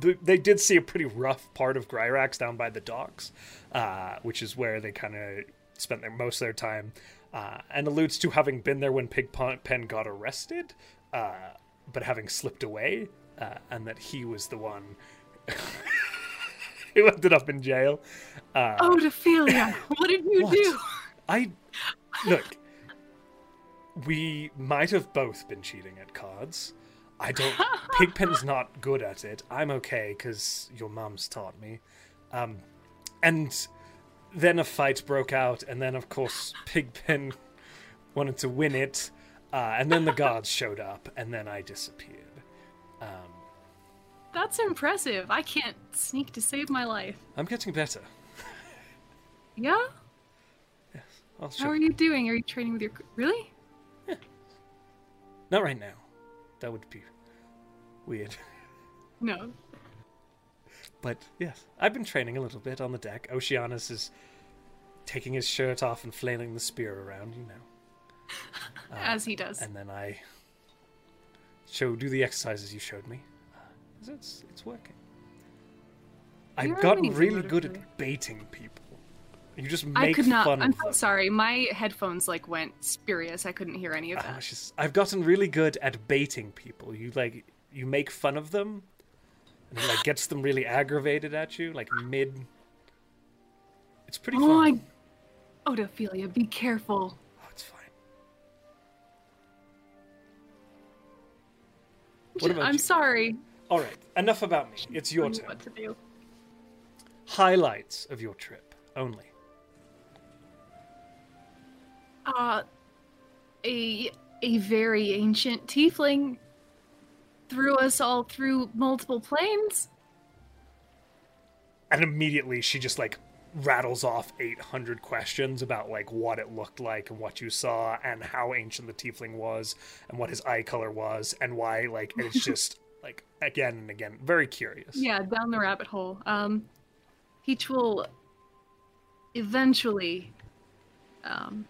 the they did see a pretty rough part of Gryrax down by the docks, uh, which is where they kind of spent their most of their time, uh, and alludes to having been there when Pigpen got arrested, uh, but having slipped away, uh, and that he was the one. Who ended up in jail? Uh, Oh, Ophelia, what did you What? do? I look. We might have both been cheating at cards. I don't. Pigpen's not good at it. I'm okay because your mum's taught me. Um, and then a fight broke out, and then of course Pigpen wanted to win it, uh, and then the guards showed up, and then I disappeared. Um, That's impressive. I can't sneak to save my life. I'm getting better. Yeah? I'll How show are you. you doing? Are you training with your. cr- Really? Not right now. That would be weird. No. But yes, I've been training a little bit on the deck. Oceanus is taking his shirt off and flailing the spear around, you know. Uh, As he does. And then I show do the exercises you showed me. Uh, it's it's working. I've You're gotten amazing, really good Butterfly. at baiting people. You just make I could not. fun I'm of so them. sorry. My headphones like went spurious. I couldn't hear any of Ah, that. it's just- I've gotten really good at baiting people. You like you make fun of them, and it like gets them really aggravated at you, like mid. It's pretty oh, fun. I... Oh, Odophilia, be careful. Oh, it's fine. What about I'm you? sorry. All right, enough about me. It's your I don't know turn. What to do? Highlights of your trip only. Uh, a a very ancient tiefling threw us all through multiple planes. And immediately she just like rattles off 800 questions about like what it looked like and what you saw and how ancient the tiefling was and what his eye color was and why like and it's just like again and again very curious. Yeah, down the rabbit hole. Um, Peach will eventually um,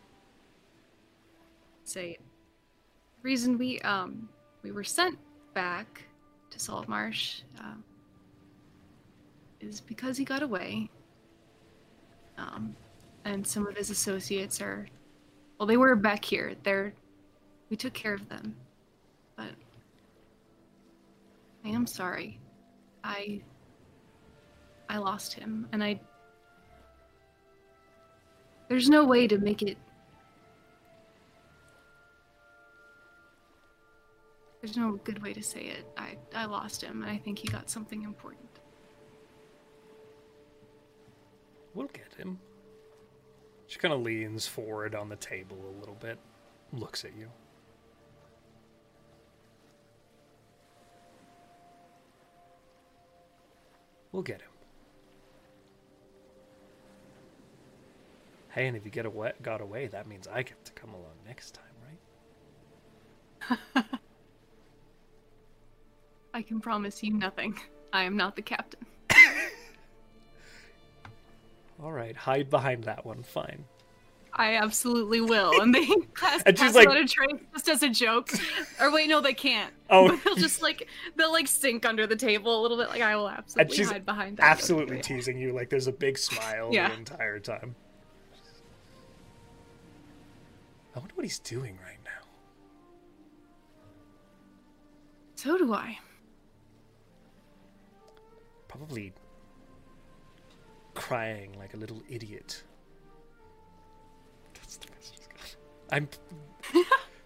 say the reason we um, we were sent back to Salt Marsh um, is because he got away, um, and some of his associates are well, they were back here. They're we took care of them, but I am sorry. I I lost him and I There's no way to make it There's no good way to say it. I I lost him and I think he got something important. We'll get him. She kind of leans forward on the table a little bit, looks at you. We'll get him. Hey, and if you get away, got away, that means I get to come along next time, right? I can promise you nothing. I am not the captain. All right, hide behind that one. Fine. I absolutely will. And they pass, And she's pass like- out a trace just as a joke. Or wait, no, they can't. Oh. But they'll just like they'll like sink under the table a little bit. Like I will absolutely she's hide behind that. joke. Absolutely teasing you. Like there's a big smile Yeah. the entire time. I wonder what he's doing right now. So do I. probably crying like a little idiot. That's the best she's got. I'm.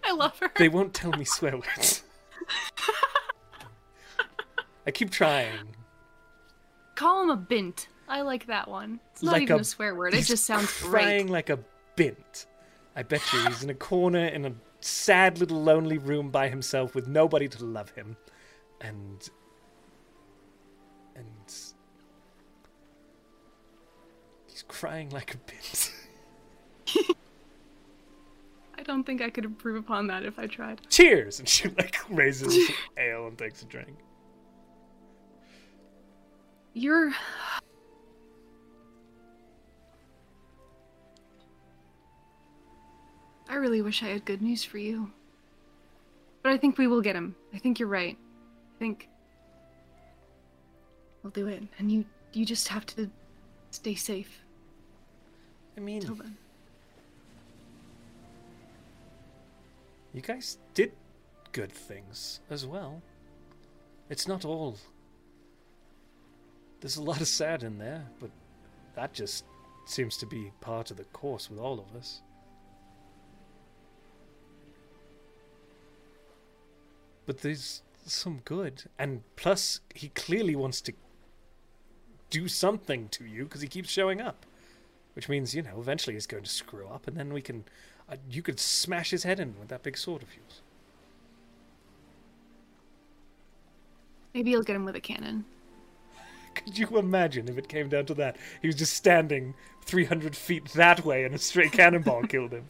I love her. They won't tell me swear words. I keep trying. Call him a bint. I like that one. It's not Like even a- a, swear word. It He's just sounds crying great. like a bint. I bet you he's in a corner in a sad little lonely room by himself with nobody to love him, and and he's crying like a bint. I don't think I could improve upon that if I tried. cheers and she like raises some ale and takes a drink You're I really wish I had good news for you. But I think we will get him. I think you're right. I think we'll do it. And you you just have to stay safe i mean till then. you guys did good things as well it's not all there's a lot of sad in there but that just seems to be part of the course with all of us but there's some good and plus he clearly wants to do something to you because he keeps showing up which means you know eventually he's going to screw up and then we can uh, you could smash his head in with that big sword of yours Maybe you'll get him with a cannon. could you imagine if it came down to that he was just standing 300 feet that way and a straight cannonball killed him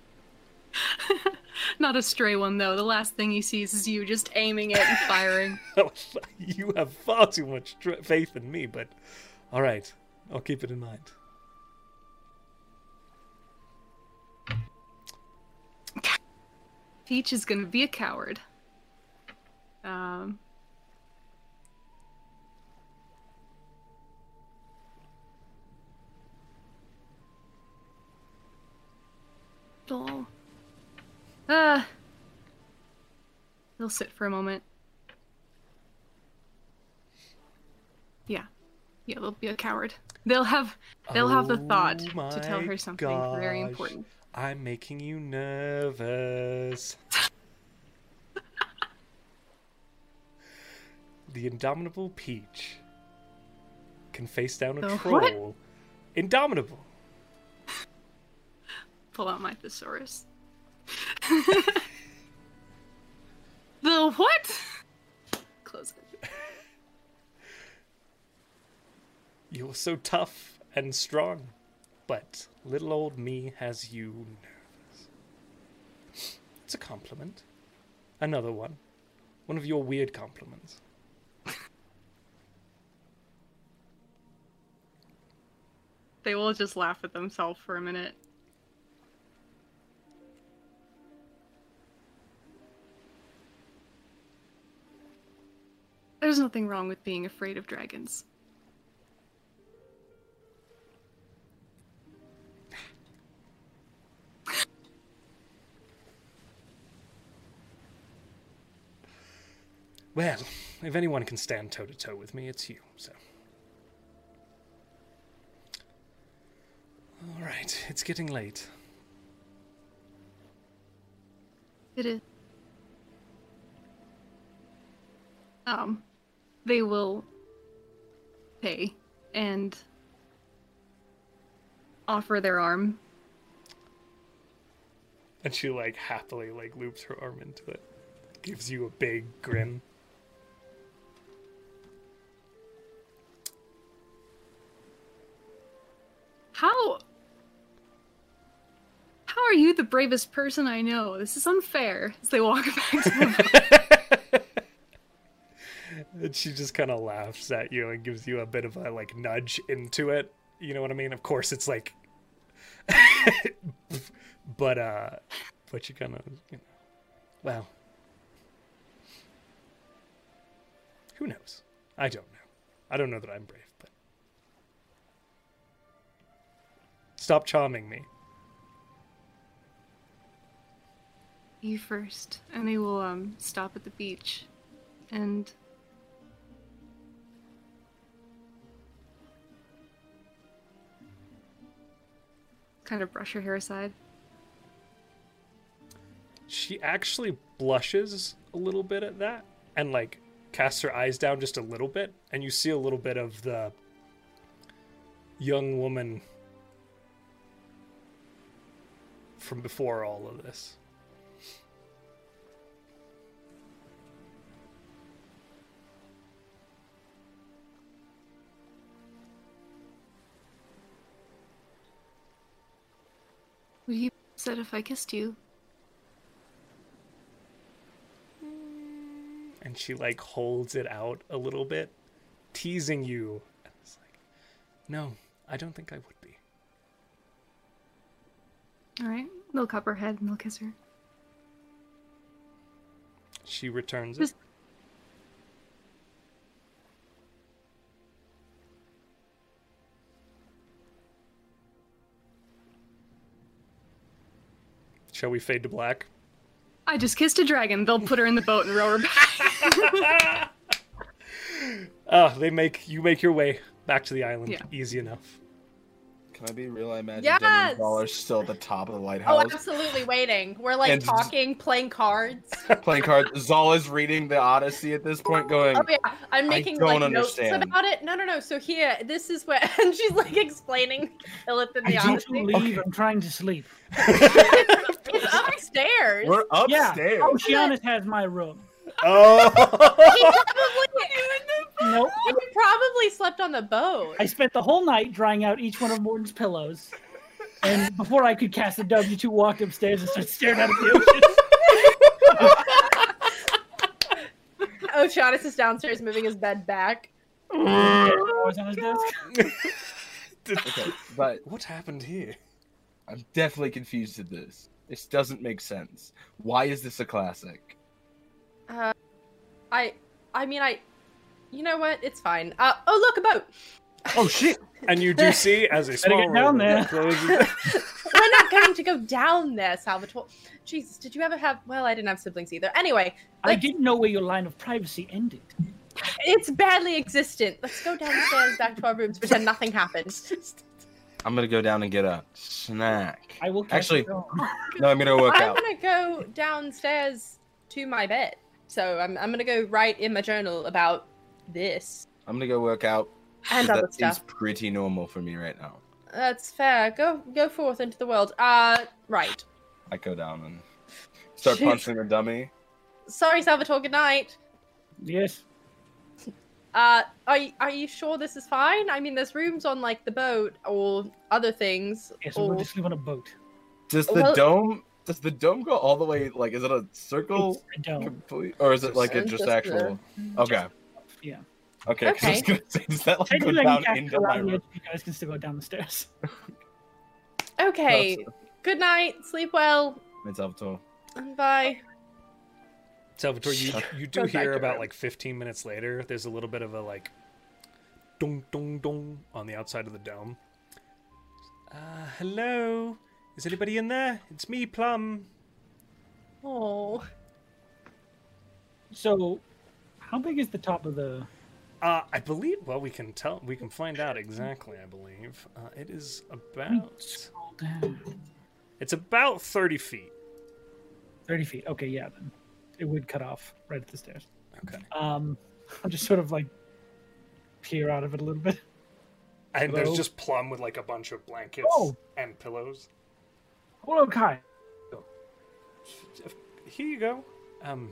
Not a stray one though. The last thing he sees is you just aiming it and firing. Oh, you have far too much tr- faith in me, but all right, I'll keep it in mind. Peach is gonna be a coward. Um. Doll. Uh. He'll sit for a moment. Yeah. Yeah, they'll be a coward. They'll have they'll have the thought Oh to tell my her something very gosh. important. I'm making you nervous. the Indomitable Peach can face down a The troll. what? Indomitable. pull out my thesaurus. the what? Close it. You're so tough and strong, but little old me has you nervous. It's a compliment. Another one. One of your weird compliments. They will just laugh at themselves for a minute. There's nothing wrong with being afraid of dragons. Well, if anyone can stand toe to toe with me, it's you, so. Alright, it's getting late. It is. Um, they will pay and offer their arm. And she, like, happily, like, loops her arm into it. Gives you a big grin. How? How are you the bravest person I know? This is unfair. As they walk back to the And she just kind of laughs at you and gives you a bit of a, like, nudge into it. You know what I mean? Of course, it's like. but, uh. But she kind of, you know. Well. Who knows? I don't know. I don't know that I'm brave, but. Stop charming me. you first, and they will um stop at the beach, and kind of brush her hair aside. she actually blushes a little bit at that and like casts her eyes down just a little bit and you see a little bit of the young woman from before all of this Would you be upset if I kissed you? and she like holds it out a little bit teasing you and it's like no i don't think i would be All right, they'll cup her head and they'll kiss her. she returns it Just- shall we fade to black I just kissed a dragon. They'll put her in the boat and row her back. ah they make you make your way back to the island Yeah. easy enough Can I be real? I imagine Yes! Demi Ball is still at the top of the Oh, lighthouse. absolutely waiting. We're like And- talking, playing cards. Playing cards. Zala's reading the Odyssey at this point, going, Oh yeah, I'm making like don't notes understand. about it. No, no, no. So here, this is where, and she's like explaining Lilith in the I don't Odyssey. leave. I'm trying to sleep. It's upstairs. We're Yeah. upstairs. Oceanus has my room. oh He probably, Nope. he probably slept on the boat. I spent the whole night drying out each one of Morton's pillows. And before I could cast a W to walk upstairs and start staring out at the ocean. O'Shaughnessy Oh, is downstairs moving his bed back. Always on his desk. Okay, but What happened here? I'm definitely confused at this. This doesn't make sense. Why is this a classic? I I mean I you know what? It's fine. Uh, oh look a boat. Oh shit! And you do see as a get small down room there. closes- We're not going to go down there, Salvatore. Jesus, did you ever have well, I didn't have siblings either. Anyway, I didn't know where your line of privacy ended. it's badly existent. Let's go downstairs back to our rooms, pretend nothing happened. I'm gonna go down and get a snack. I will catch Actually- you down. No, I'm gonna work I'm out. gonna go downstairs to my bed. So I'm I'm gonna go write in my journal about this I'm gonna go work out. and 'cause other that seems stuff. pretty normal for me right now. That's fair. Go go forth into the world. Uh right. I go down and start Jeez. punching a dummy. Sorry, Salvatore, good night. Yes. Uh, are y- are you sure this is fine? I mean, there's rooms on like the boat or other things. Yes, or... we'll just sleep on a boat. Does the Well- dome? Does the dome go all the way? Like, is it a It's circle a dome. complete, or is it like a It's just just actual? Okay. Yeah. Okay. 'cause I was Okay. gonna say, does that like go Technically, I down can cast into my around the room? edge. You guys can still go down the stairs. Okay. Good night. Sleep well. It's up to. And bye. Salvatore, you, you do Go back hear to about him. like 15 minutes later, there's a little bit of a like dong dong dong on the outside of the dome. Uh, hello? Is anybody in there? It's me, Plum. Oh, So, how big is the top of the? Uh, I believe, well, we can tell, we can find out exactly, I believe. Uh, it is about, Scroll down. it's about 30 feet. Thirty feet. Okay, yeah. Then it would cut off right at the stairs. Okay. Um, I'll just sort of like peer out of it a little bit. And there's Hello? just Plum with like a bunch of blankets Oh. and pillows. Hello, Kai. Here you go. Um,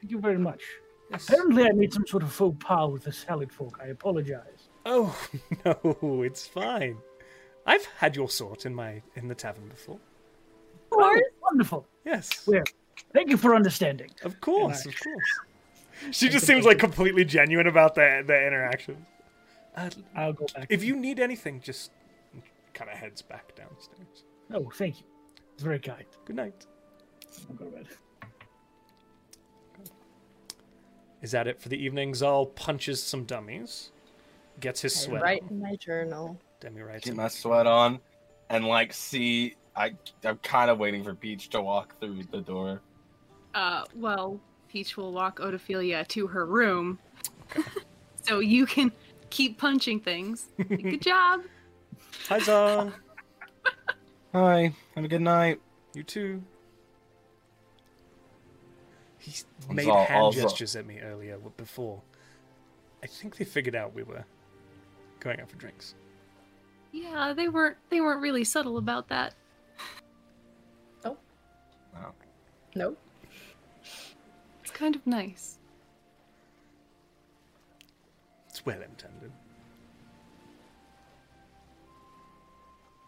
Thank you very much. yes. Apparently, I made some sort of faux pas with the salad fork. I apologize. Oh no, it's fine. I've had your sort in my in the tavern before. Oh, wonderful. Yes, Where? Thank you for understanding. of course, Am of course. She just seems like completely genuine about the the interaction. Uh, I'll go back. if you need anything, just kind of heads back downstairs. Oh, thank you. It's very kind. Good night. I'll go to bed. Is that it for the evening? Zal punches some dummies, gets his sweat. write in my journal. Demi writes. Get it. my sweat on, and like see. I I'm kind of waiting for Peach to walk through the door. Uh, well, Peach will walk Otophilia to her room, so you can keep punching things. Good job. Hi Zal. Hi. Have a good night. You too. He s- I'm made Zal- hand I'll Zal- gestures at me earlier w- before. I think they figured out we were going out for drinks. Yeah, they weren't they weren't really subtle about that. Wow. Oh, Nope. It's kind of nice. It's well intended.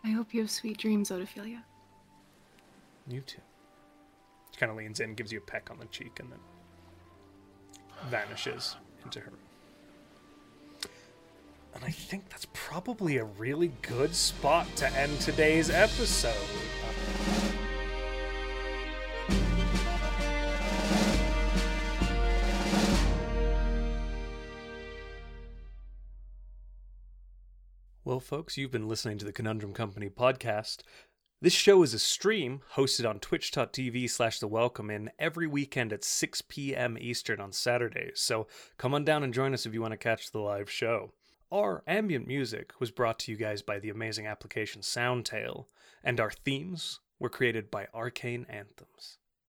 I hope you have sweet dreams, Otophilia. You too. She kind of leans in, gives you a peck on the cheek, and then vanishes into her. room. And I think that's probably a really good spot to end today's episode. Well, folks, you've been listening to the Conundrum Company podcast. This show is a stream hosted on twitch.tv slash the welcome in every weekend at 6 p.m. Eastern on Saturdays, so come on down and join us if you want to catch the live show. Our ambient music was brought to you guys by the amazing application Soundtail, and our themes were created by Arcane Anthems.